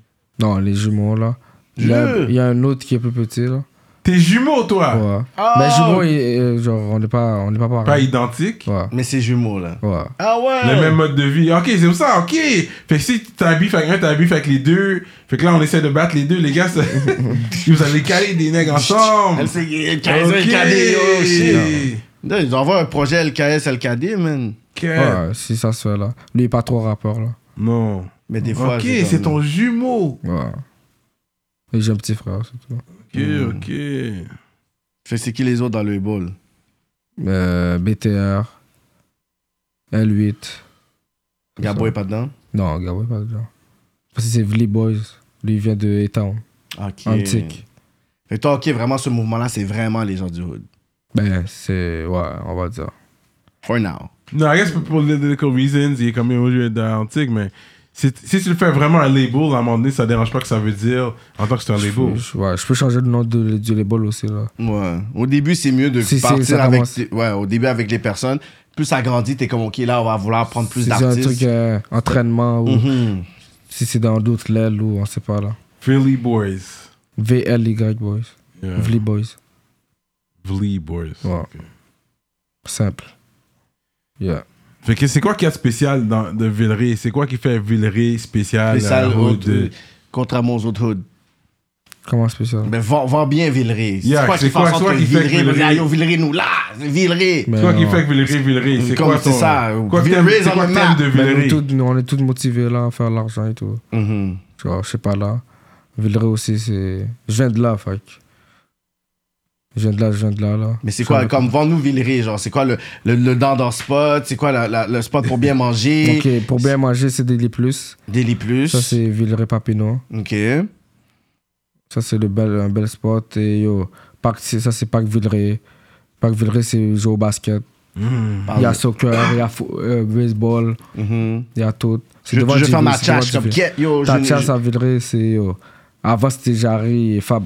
Non, les jumeaux là. Il y, a,
Jure.
il y a un autre qui est plus petit là.
T'es jumeau, toi
Ouais.
Ah.
Mais jumeaux, il- euh, genre, on n'est pas, on n'est pas
Pas
pareil.
identique
Ouais.
Mais c'est jumeaux, là.
Ouais.
Ah ouais!
Le même mode de vie. Ok, c'est pour ça, ok. Fait que si t'as un bif avec un, t'as un bif avec les deux. Fait que là, on essaie de battre les deux, les gars. ça- Vous allez caler des nègres ensemble.
LKS,
Ok.
LKD, oh shit! Là, Ils envoient un projet LKS, LKD, man.
Ok.
Ouais, si ça se fait là. Lui, il est pas trop rappeur là.
Non.
Mais des fois.
Ok, c'est ton jumeau.
Ouais. Et j'ai un petit frère, c'est tout.
Ok, ok.
Fait que c'est qui les autres dans le ball?
Euh, BTR, L8.
Gabo est pas dedans?
Non, Gabo est pas dedans. Parce que c'est Vli Boys. Lui, il vient de Etown,
Ok.
Antique.
Fait que toi, ok, vraiment, ce mouvement-là, c'est vraiment les gens du hood.
Ben, c'est. Ouais, on va dire.
For now.
Non, I guess pour- pour political reasons, il est comme au lieu d'antique, mais si, si tu le fais vraiment un label, à un moment donné, ça dérange pas que ça veut dire en tant que c'est un
Je,
label.
je- ouais, je peux changer le nom de, du label aussi, là.
Ouais. Au début, c'est mieux de
Si, si,
partir
ça
avec.
commence.
tes- Ouais, au début, avec les personnes. Plus ça grandit, t'es comme, ok, là, on va vouloir prendre plus
Si c'est un truc
d'artistes.
euh, entraînement ou
Mhm.
si c'est dans d'autres lèvres ou on sait pas, là.
Philly Boys.
VLY Boys.
Yeah.
Vli Boys.
Vli Boys.
Ouais.
Ok.
Simple. Yeah.
Fait que c'est quoi qu'il y a de spécial dans, de Villeray C'est quoi qui fait Villeray spécial
Les salles
à la Hood
hood, euh, Contrairement aux autres hoods.
Comment spécial
Mais vends, vends bien Villeray.
Yeah,
c'est quoi
c'est
qui fait en
quoi-
sorte
soit
que
qui fait que
Villeray, va dire,
Villeray-
Ah, yo, Villeray nous là, c'est Villeray.
Mais
C'est
euh,
quoi qui
non.
fait que Villeray, Villeray C'est
Comme
quoi
c'est
ton...
ça,
Quoi que t'aimes
Villeray,
c'est
on
quoi
le
que t'aimes
map.
de
Mais nous,
Villeray
tous- nous, on est tous motivés, là, à faire l'argent et tout.
Mhm.
Tu vois, je sais pas là. Villeray aussi, c'est. Je viens de là, fait. que- Je viens de là, je viens de là, là.
Mais c'est quoi,
Je-
comme vends-nous Villeray, genre, c'est quoi le, le, le dandor spot, c'est quoi la- la- le spot pour bien manger,
Ok, pour bien manger, c'est Daily Plus.
Daily Plus.
Ça, c'est Villeray Papineau.
Ok.
Ça, c'est le bel, un bel spot. Et yo, Parc- c'est- ça, c'est Parc Villeray. Parc Villeray, c'est jouer au basket.
Ah
Hmm.
Il y a soccer, il y a fo- euh, baseball,
Mhm.
il y a tout. C'est
Je,
devant
je vais
du-
faire ma
c'est devant
chasse
du-
comme Ket, yo. je-
Ta
je-
chasse à Villeray, c'est. yo, Avant, c'était Jarry et Fab.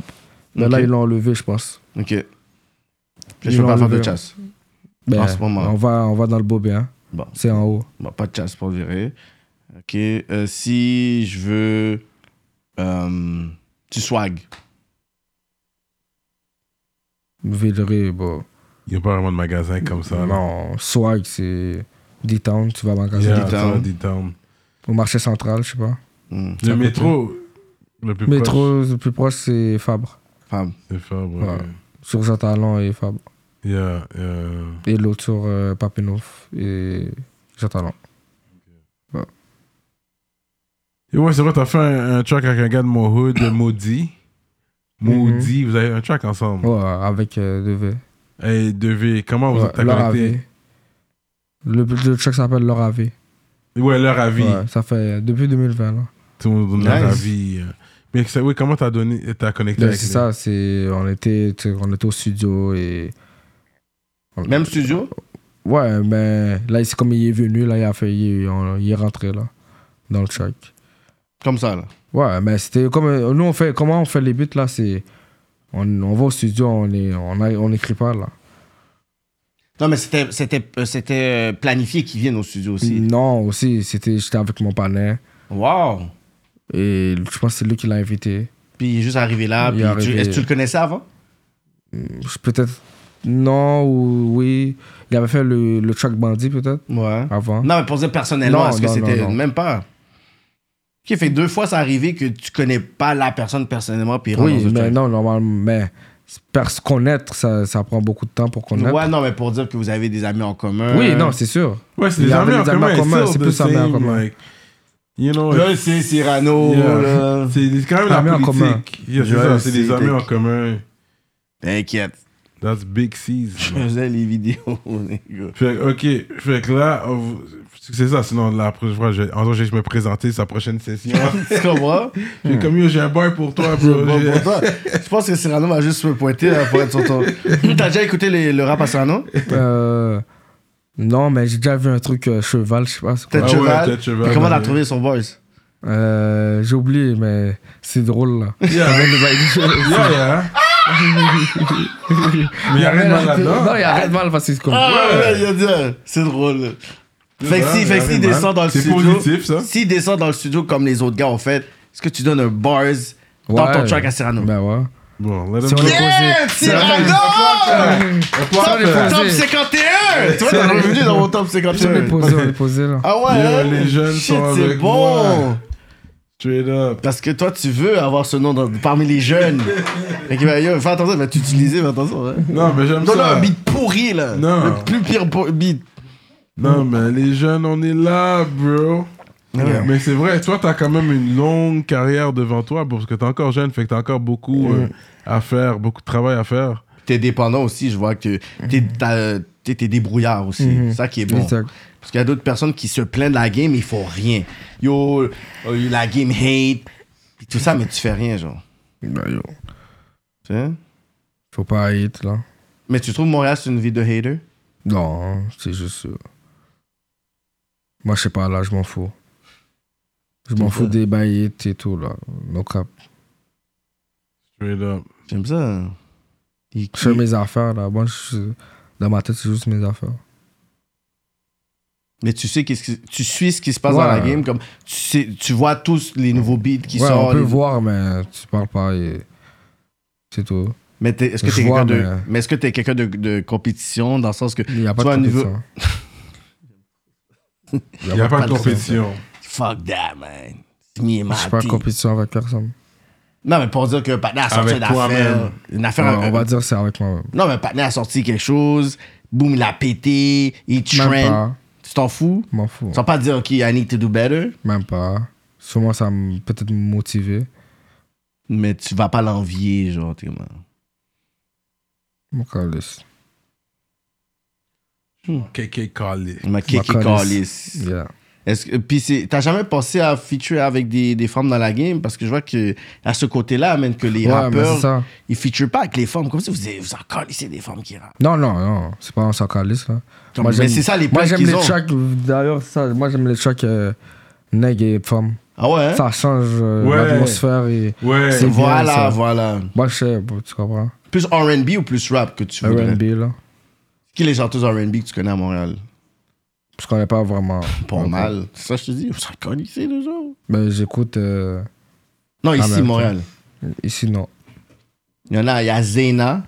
Mais là,
Ok.
ils l'ont enlevé, je pense.
Ok.
Ils
Je peux
l'ont
pas faire de
enlevé.
chasse.
Ben,
Bah, En ce moment.
On va, on va dans le bobé, hein.
Bon,
C'est en haut.
bon, pas de chasse pour virer. Ok. euh, si je veux. euh, du swag.
Villeray, bon.
Il n'y a pas vraiment de magasin comme ça. là.
Non, swag, c'est D-Town, tu vas à magasin.
Yeah,
D-Town.
ça, D-Town.
Au marché central, je sais pas.
Mhm.
Le
Ça coûte
métro, le plus proche,
Métro, le plus proche, c'est Fabre.
Femme.
c'est Fabre. ouais.
Ouais. Sur Jean-Talon et Fabre.
Yeah, yeah.
Et l'autre sur euh, Papineau et Jean-Talon.
Et ouais, c'est vrai, t'as fait un, un track avec un gars de mon hood, de Maudit. Maudit, vous avez un track ensemble.
Ouais, avec euh, DV.
Hey, Devé, comment Oh, vous
Ouais,
êtes t'as
leur
connecté?
AV. Le, le track s'appelle Leur AV.
Ouais, leur avis.
Ouais, ça fait depuis 2020. Là.
Tout le monde donne leur
Nice.
avis. euh. Mais ça- oui, comment t'as donné, t'as connecté
Là,
avec
C'est
lui?
ça, c'est on était, tu sais, on était au studio et
Même studio
ouais, mais là c'est comme il est venu là, il a fait, il, est- on- il est rentré là dans le track.
Comme ça, là.
Ouais, mais c'était comme euh, nous on fait, comment on fait les beats là, c'est on, on va au studio, on est, on, a- on écrit pas là.
Non, mais c'était- c'était euh, c'était, euh, planifié qu'ils viennent au studio aussi.
Non aussi, c'était j'étais avec mon partenaire
Wow
et je pense que c'est lui qui l'a invité.
Puis il est juste arrivé là.
Il
puis
est
tu-
arrivé.
Est-ce que tu le connaissais avant
Je- Peut-être non ou oui, il avait fait le, le track bandit peut-être
Ouais.
avant.
Non, mais pour dire personnellement,
Non,
est-ce que
non, non,
c'était.
non.
Même pas. Qui fait que deux fois, ça arrivé que tu connais pas la personne personnellement, puis il rentre
Oui,
dans un
mais
truc.
non, normalement, mais parce connaître, ça, ça prend beaucoup de temps pour connaître.
Ouais, non, mais pour dire que vous avez des amis en commun.
Oui, non, c'est sûr. [LAUGHS]
Ouais, c'est
Il
des
y avait
amis en
des amis en
commun.
commun,
it's
c'est
still
plus
the
amis en
same,
commun.
like, you know,
Là,
it's-
c'est Cyrano.
Yeah.
là.
c'est des- quand même la
Amis en
politique. Yeah, c'est
Ouais,
ça, c'est des
c'est-
amis en commun.
T'inquiète.
That's big C's.
Je faisais les vidéos, [LAUGHS] les gars.
Fait que, ok, fait que là, on vous- c'est ça, sinon la prochaine fois, je, en gros, je vais me présenter sa prochaine session.
Tu comprends?
[LAUGHS] J'ai comme yo, j'ai un bar pour toi,
[LAUGHS]
bro.
Bon,
J'ai-
pour toi, je pense que Cyrano va juste me pointer là, pour être sur
[LAUGHS]
ton. T'as déjà écouté les- le rap à Cyrano?
Euh, non, mais j'ai déjà vu un truc euh, cheval, je sais pas. c'est quoi.
Tête
ouais,
cheval.
Tête Cheval,
Et comment
ouais.
t'as trouvé son voice?
Euh, j'ai oublié, mais c'est drôle [LAUGHS] là.
Yeah, yeah,
[LAUGHS]
yeah. Mais y a rien de mal
Non,
là-dedans.
il y a rien de mal parce que c'est comme.
Ah ouais, ouais, il a dit, euh, c'est drôle. Fait que
Ouais,
si-
y
fait
a
que
rien
s'il
de mal.
descend dans le
C'est
studio.
positif, ça.
S'il descend dans le studio comme les autres gars ont fait, est-ce que tu donnes un bars dans
Ouais.
ton track à Cyrano?
Ben ouais.
Bon, let
Si
him
on
know.
est
Yeah,
causé.
Cyrano!
Ça, on est
Top, top
posé.
51! Tu vois, t'es revenu dans mon top
Si on est
51.
posé, on est posé là.
Ah ouais,
Yeah,
hein?
les jeunes
Shit,
sont
c'est
avec
bon!
moi. [LAUGHS] Straight up.
Parce que toi, tu veux avoir ce nom dans- parmi les jeunes. Fait que, ben, yo, fais attention, il va t'utiliser, fais attention. hein.
Non, mais j'aime
Donne-leur
ça.
un beat pourri, là.
Non.
Le plus pire pour- beat.
Non, mais les jeunes, on est là, bro.
Ah Ouais.
Mais c'est vrai, toi, t'as quand même une longue carrière devant toi parce que t'es encore jeune, fait que t'as encore beaucoup euh, à faire, beaucoup de travail à faire.
T'es dépendant aussi, je vois que t'es t'as- t'es- t'es débrouillard aussi. C'est ça qui est bon.
Exact.
Parce qu'il y a d'autres personnes qui se plaignent de la game, mais ils font rien. Yo, euh, la game hate, pis tout ça, mais tu fais rien, genre.
Ben yo,
Tu sais?
faut pas hate là.
Mais tu trouves Montréal, c'est une ville de hater?
Non, c'est juste. euh, Moi, je sais pas, là, je m'en fous. Je m'en fous des baillettes et tout, là. No cap.
Straight up.
J'aime ça. Il-
Je fais mes affaires, là. Moi, je- dans ma tête, c'est juste mes affaires.
Mais tu sais, qu'est-ce qui- tu suis ce qui se passe
Ouais.
dans la game, comme tu, sais, tu vois tous les nouveaux beats qui
ouais,
sortent.
on peut
les-
voir, mais tu parles pas et. C'est tout.
Mais t'es- est-ce que
Je
t'es quelqu'un
vois,
de,
mais- euh,
mais... est-ce que t'es quelqu'un de, de compétition dans le sens que
Il n'y a pas
Toi,
de
au niveau-
compétition.
Il n'y a pas de
de
compétition.
fuck that man, It's me and my
Je suis pas en
team.
compétition avec personne.
Non, mais pour dire que Patna a sorti
Avec
une affaire.
toi-même.
Une affaire.
Ouais,
euh,
on va dire c'est avec moi.
Non, mais Patna a sorti quelque chose. Boum, il a pété. Il
Même
trend.
pas.
Tu t'en fous?
Je m'en fous.
Sans pas dire, OK, I need to do better.
Même pas. Sûrement, ça me peut-être me motiver.
Mais tu vas pas l'envier, genre, t'es comme,
Mon calice.
KK Kali.
Ma kéké
Ma calice.
calice.
Yeah.
Est-ce que. Puis c'est. T'as jamais pensé à featurer avec des, des femmes dans la game? Parce que je vois que. À ce côté-là, même que les
Ouais, mais c'est
rappeurs.
ça.
Ils featurent pas avec les femmes. Comme si vous avez- vous en calissez des femmes qui rappent.
Non, non, non, c'est pas un sacraliste là.
Comme-
Moi,
mais
j'aime-
c'est ça, les
Moi
plaintes
j'aime
qu'ils
les
ont.
tracks, d'ailleurs, ça, moi j'aime les tracks euh, nègres et femmes.
Ah ouais? hein?
Ça change euh,
Ouais.
l'atmosphère et.
Mm.
Ouais.
C'est- bien,
voilà,
ça.
voilà.
Moi je sais, bon, tu comprends.
Plus RB ou plus rap que tu voudrais?
RB là.
Qui est les chanteuses RB que tu connais à Montréal?
Je connais pas vraiment.
[LAUGHS]
Pas mal. C'est ça, que je te dis. Vous en connaissez le genre?
Mais Ben, j'écoute euh,
Non, ici,
mais
Montréal.
ici, non.
Il y en a, il y a Zena.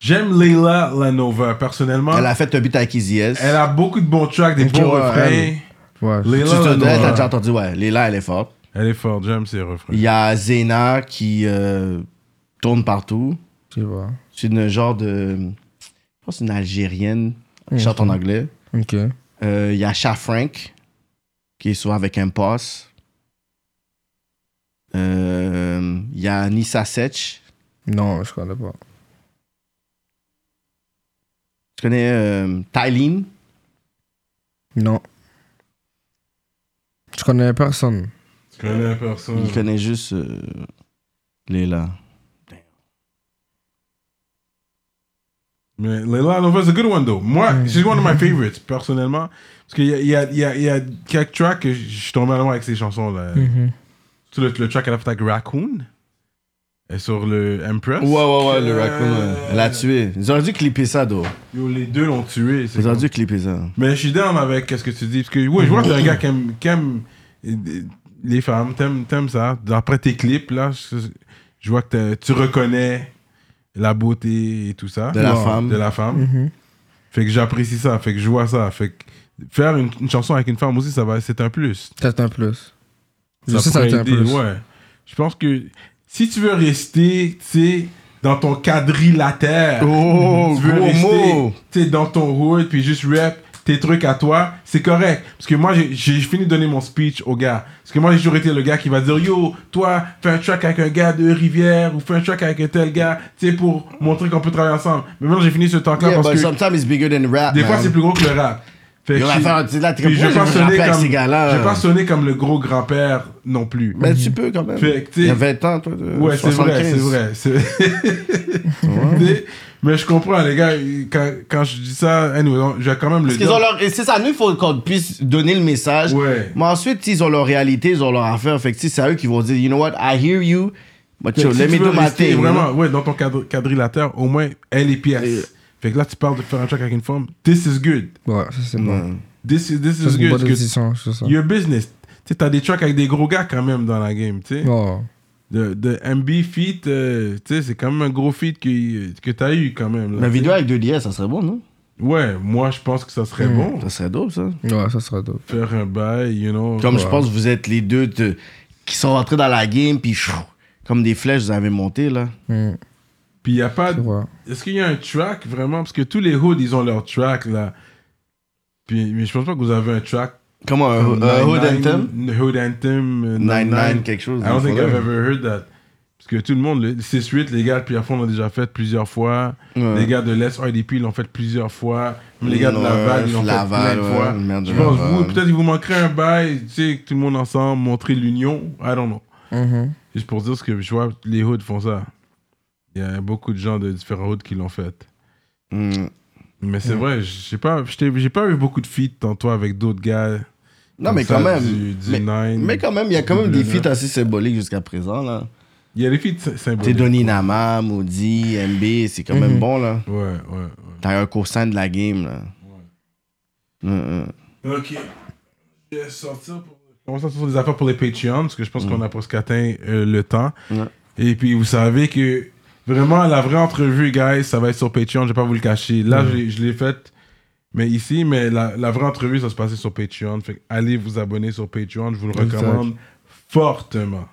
J'aime Leila Lanova, personnellement.
Elle a fait un beat avec Easy S.
Elle a beaucoup de bons tracks, des bons
ouais,
refrains.
Ouais.
Leila
Tu te
Lanova.
donnes, t'as déjà entendu, ouais. Léla, elle est forte.
Elle est forte, j'aime ses refrains.
Il y a Zena qui euh, tourne partout.
Je sais pas.
C'est une genre de. Je pense que c'est une Algérienne. qui chante en anglais.
Ok.
Euh, Il y a Sha Frank qui est souvent avec Impasse. Euh, Il y a Nissa Setch.
Non, je connais pas.
Tu connais euh, Tylene?
Non. Je connais personne.
Je connais personne.
Il connaît juste euh, Léla.
Mais Leila Nova is a good one though. Moi, she's one of my favorites, personnellement. Parce qu'il y a, il y, a, il y, a, il y a quelques tracks que je suis tombé en amour avec ces chansons-là.
Mm.
Sur le, le track qu'elle a fait avec Raccoon. Et sur le Empress.
Ouais, ouais, ouais, le raccoon.
Euh,
ouais. Elle a tué. Ils auraient dû clipper ça, d'eau.
Yo, les deux l'ont tué. c'est
Ils auraient
comme-
dû clipper ça.
Mais je suis down avec ce que tu dis. Parce que ouais, je vois que t'es un gars qui aime, qui aime, euh, les femmes. T'aimes, t'aimes ça. D'après tes clips, là, je, je vois que t'es- tu reconnais la beauté et tout ça.
De la femme.
De la femme.
Mm-hmm.
Fait que j'apprécie ça. Fait que je vois ça. Fait que faire une, une chanson avec une femme aussi, ça va, c'est un plus.
C'est un plus. Je sais ça a
pourrait
été un
aider,
plus.
Ouais. Je pense que si tu veux rester, tu sais, dans ton quadrilatère,
Oh,
tu veux
gros mot.
rester tu sais, dans ton hood, puis juste rap tes trucs à toi, c'est correct. Parce que moi, j'ai- j'ai fini de donner mon speech au gars. Parce que moi, j'ai toujours été le gars qui va dire Yo, toi, fais un track avec un gars de Rivière ou fais un track avec un tel gars, tu sais, pour montrer qu'on peut travailler ensemble. Mais maintenant, j'ai fini ce talk-là
Yeah,
parce
but
que
sometimes it's bigger than rap.
des
man.
fois, c'est plus gros que le rap. Fait que
Yo,
j'ai-
l'affaire, tu- là, t'es comme,
puis je vais
pourquoi
pas
je vais rapper
sonner
avec
comme
ces gars-là?
je vais pas sonner comme le gros grand-père non plus.
Mais Ben, tu peux quand même.
Fait que, tu
Il y a
sais-
20 ans, toi. de-
Ouais, c'est vrai,
75.
c'est vrai. c'est- Mais- Mais je comprends, les gars, quand, quand je dis ça, anyway, on- je vais quand même le
Parce qu'ils ont
dire.
leur- et C'est ça, nous, il faut qu'on puisse donner le message.
Ouais.
Mais ensuite, ils ont leur réalité, ils ont leur affaire. Fait que, tu sais, c'est à eux qui vont dire, you know what, I hear you, but yo,
Si
let
tu
me
veux
do my
rester
thing.
Vraiment, ouais, dans ton cadre- quadrilatère, au moins, elle est
Et- euh,
pièce. Fait que là, tu parles de faire un track avec une femme. This is good.
Ouais, ça c'est bon.
This is, this
Ça
is
c'est une bonne
good.
décision, c'est ça.
Your business. Tu sais, t'as des tracks avec des gros gars quand même dans la game, tu sais.
Oh.
De, de MB feat, euh, tu sais, c'est quand même un gros feat que, que t'as eu quand
La
même. là, tu sais.
vidéo avec 2DS, ça serait bon, non?
Ouais, moi, je pense que ça
Mm.
serait bon.
Ça serait dope, ça.
Ouais, ça sera dope.
Faire un bail, you know.
Comme je
Ouais.
pense que vous êtes les deux de- qui sont rentrés dans la game, puis chou, comme des flèches, vous avez monté, là.
Hmm,
Puis il a pas.
c'est vrai.
Est-ce qu'il y a un track vraiment Parce que tous les hoods, ils ont leur track là. Puis, mais je pense pas que vous avez un track.
Comment, un
comme
un Hood
99,
Anthem?
Hood Anthem. euh,
9-9, quelque chose.
I don't think I've
faudrait.
ever heard that. Parce que tout le monde, le- c'est suite, les gars, puis à fond, l'ont déjà fait plusieurs fois.
Ouais.
Les gars de l'Est RDP l'ont fait plusieurs fois. Même les gars de Laval, ils l'ont
Laval,
fait plein de
ouais,
fois.
le maire de
Je pense,
Laval.
vous, peut-être, il vous manquerait un bail, tu sais, tout le monde ensemble, montrer l'union. I don't know.
Mhm.
Juste pour dire ce que je vois, les hoods font ça. Il y a beaucoup de gens de différents hoods qui l'ont fait.
Hmm.
Mais c'est vrai, j'ai pas, je t'ai- j'ai pas eu beaucoup de feats en toi avec d'autres gars.
Non,
comme
mais
ça,
quand même.
Du, du
mais,
Nine.
mais quand même, il y a quand même
Double
des
neuf.
feats assez symboliques jusqu'à présent, là.
Il y a des feats sy-
Tu sais,
symboliques.
Donny Nama, Maudit, MB, c'est quand même bon, là.
Ouais, ouais,
T'as un coursin de la game, là. Hum, hum.
ouais. Ok. Je vais sortir pour. On va sortir des affaires pour les Patreons, parce que je pense qu'on a presque atteint euh, le temps.
Mm. Ouais.
Et puis, vous savez que vraiment, la vraie entrevue, guys, ça va être sur Patreon, je vais pas vous le cacher. Là,
Mm.
je l'ai- je l'ai faite. Mais ici, mais la, la vraie entrevue, ça se passait sur Patreon. Fait que allez vous abonner sur Patreon, je vous le
Exact.
recommande fortement.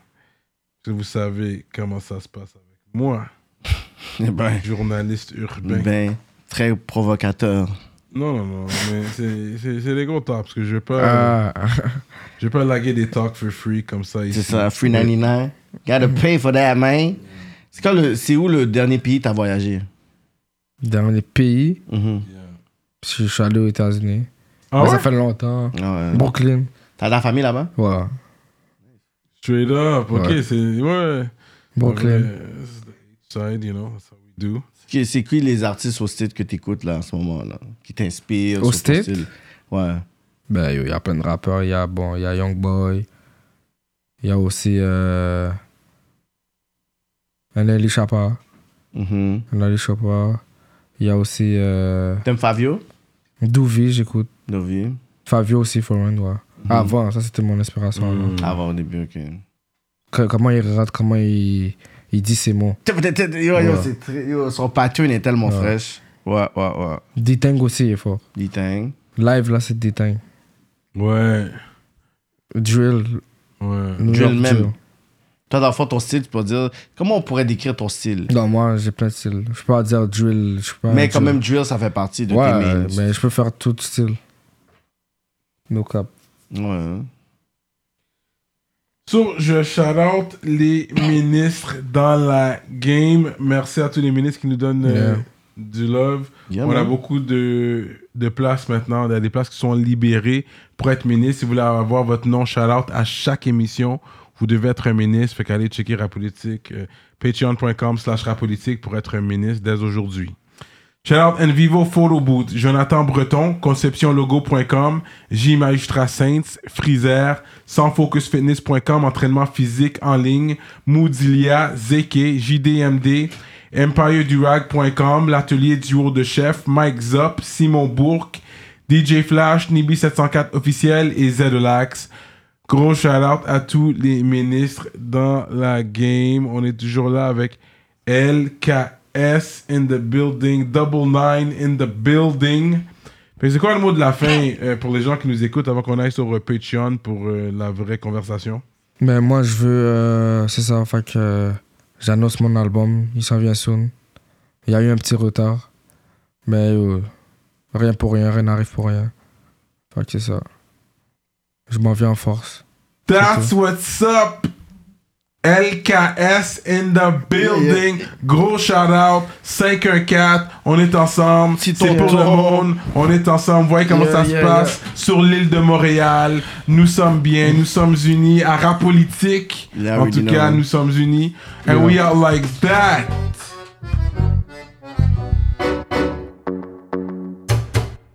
Parce que vous savez comment ça se passe avec moi,
Eh ben,
journaliste urbain.
ben, très provocateur.
Non, non, non, mais c'est- c'est c'est des gros talks, parce que je vais
Euh,
pas,
Ah, [LAUGHS]
je vais pas laguer des talks for free comme ça ici.
C'est ça, Free 99. Gotta pay for that, man. C'est quand le- c'est où le dernier pays t'as voyagé?
dans les pays,
Mhm.
parce que je suis allé aux États-Unis.
Ah
Mais
ouais?
Ça fait longtemps.
Ah ouais.
Brooklyn.
T'as de la famille là-bas?
Ouais.
Straight up, ok,
Ouais.
c'est, ouais.
Brooklyn.
Ouais, it's the Side, you know, that's how we do.
C'est c'est qui les artistes au States que t'écoutes là en ce moment là? Qui t'inspirent? sur
Au
ton
States?
style? Ouais.
Ben, il y a plein de rappeurs. Il y a, bon, il y a Young Boy. Il y a aussi. Euh, Nelly Chapa.
Mhm.
Nelly Chapa. Il y a aussi. Euh,
T'aimes Fabio?
Douvi, j'écoute.
Novi?
Fabio aussi, Foreign, ouais.
Mhm. Ah,
Avant, ça c'était mon inspiration. là.
Avant au début, ok.
Que- comment il rate, comment il, il dit ses mots.
Yo, yo,
Ouais.
c'est très- yo, son pattern est tellement fraîche. Ouais, ouais, ouais.
Diteng aussi il est fort.
Ditang.
Live, là, c'est Diteng.
Ouais,
Drill,
ouais.
New
Drill
York
même.
drill.
Toi, dans le fond, ton style, tu peux dire. Comment on pourrait décrire ton style?
Non, moi, j'ai plein de styles. Je peux pas dire drill, je peux pas
mais quand
dire-
même, drill, ça fait partie de
Ouais,
tes mains.
mais je peux faire tout style. No cap.
Ouais.
So, je shout out les ministres dans la game. Merci à tous les ministres qui nous donnent euh,
Yeah.
du love.
Yeah,
On a
man.
beaucoup de, de places maintenant. Il y a des places qui sont libérées pour être ministre. Si vous voulez avoir votre nom shout out à chaque émission, vous devez être un ministre. Fait qu'allez checker Rapolitique. euh, Patreon.com slash Rapolitique pour être un ministre dès aujourd'hui. Shout out Envivo Photo Boot, Jonathan Breton, conceptionlogo.com, J Magistra Saints, Freezer, sansfocusfitness.com, entraînement physique en ligne, Moodilia, Zeke, JDMD, EmpireDurag.com, l'atelier du haut de chef, Mike Zop, Simon Bourque, DJ Flash, Nibi704 officiel et Zedelax. Gros shout out à tous les ministres dans la game. On est toujours là avec LKS in the building, Double Nine in the building. Fait que C'est quoi le mot de la fin euh, pour les gens qui nous écoutent avant qu'on aille sur euh, Patreon pour euh, la vraie conversation?
Mais moi, je veux. euh, c'est ça, fait que euh, j'annonce mon album. Il s'en vient soon. Il y a eu un petit retard. Mais euh, rien pour rien, rien n'arrive pour rien. Fait que c'est ça. Je m'en viens en force.
That's what's up. LKS in the building. Gros shout out. 514. On est ensemble. C'est
Petit
pour
tonton.
le monde. On est ensemble. Voyez comment
Yeah,
ça se
yeah,
passe sur l'île de Montréal. Nous sommes bien. Nous sommes unis. À rap politique.
Yeah,
en
we
tout
know.
cas, nous sommes unis. And we are like that.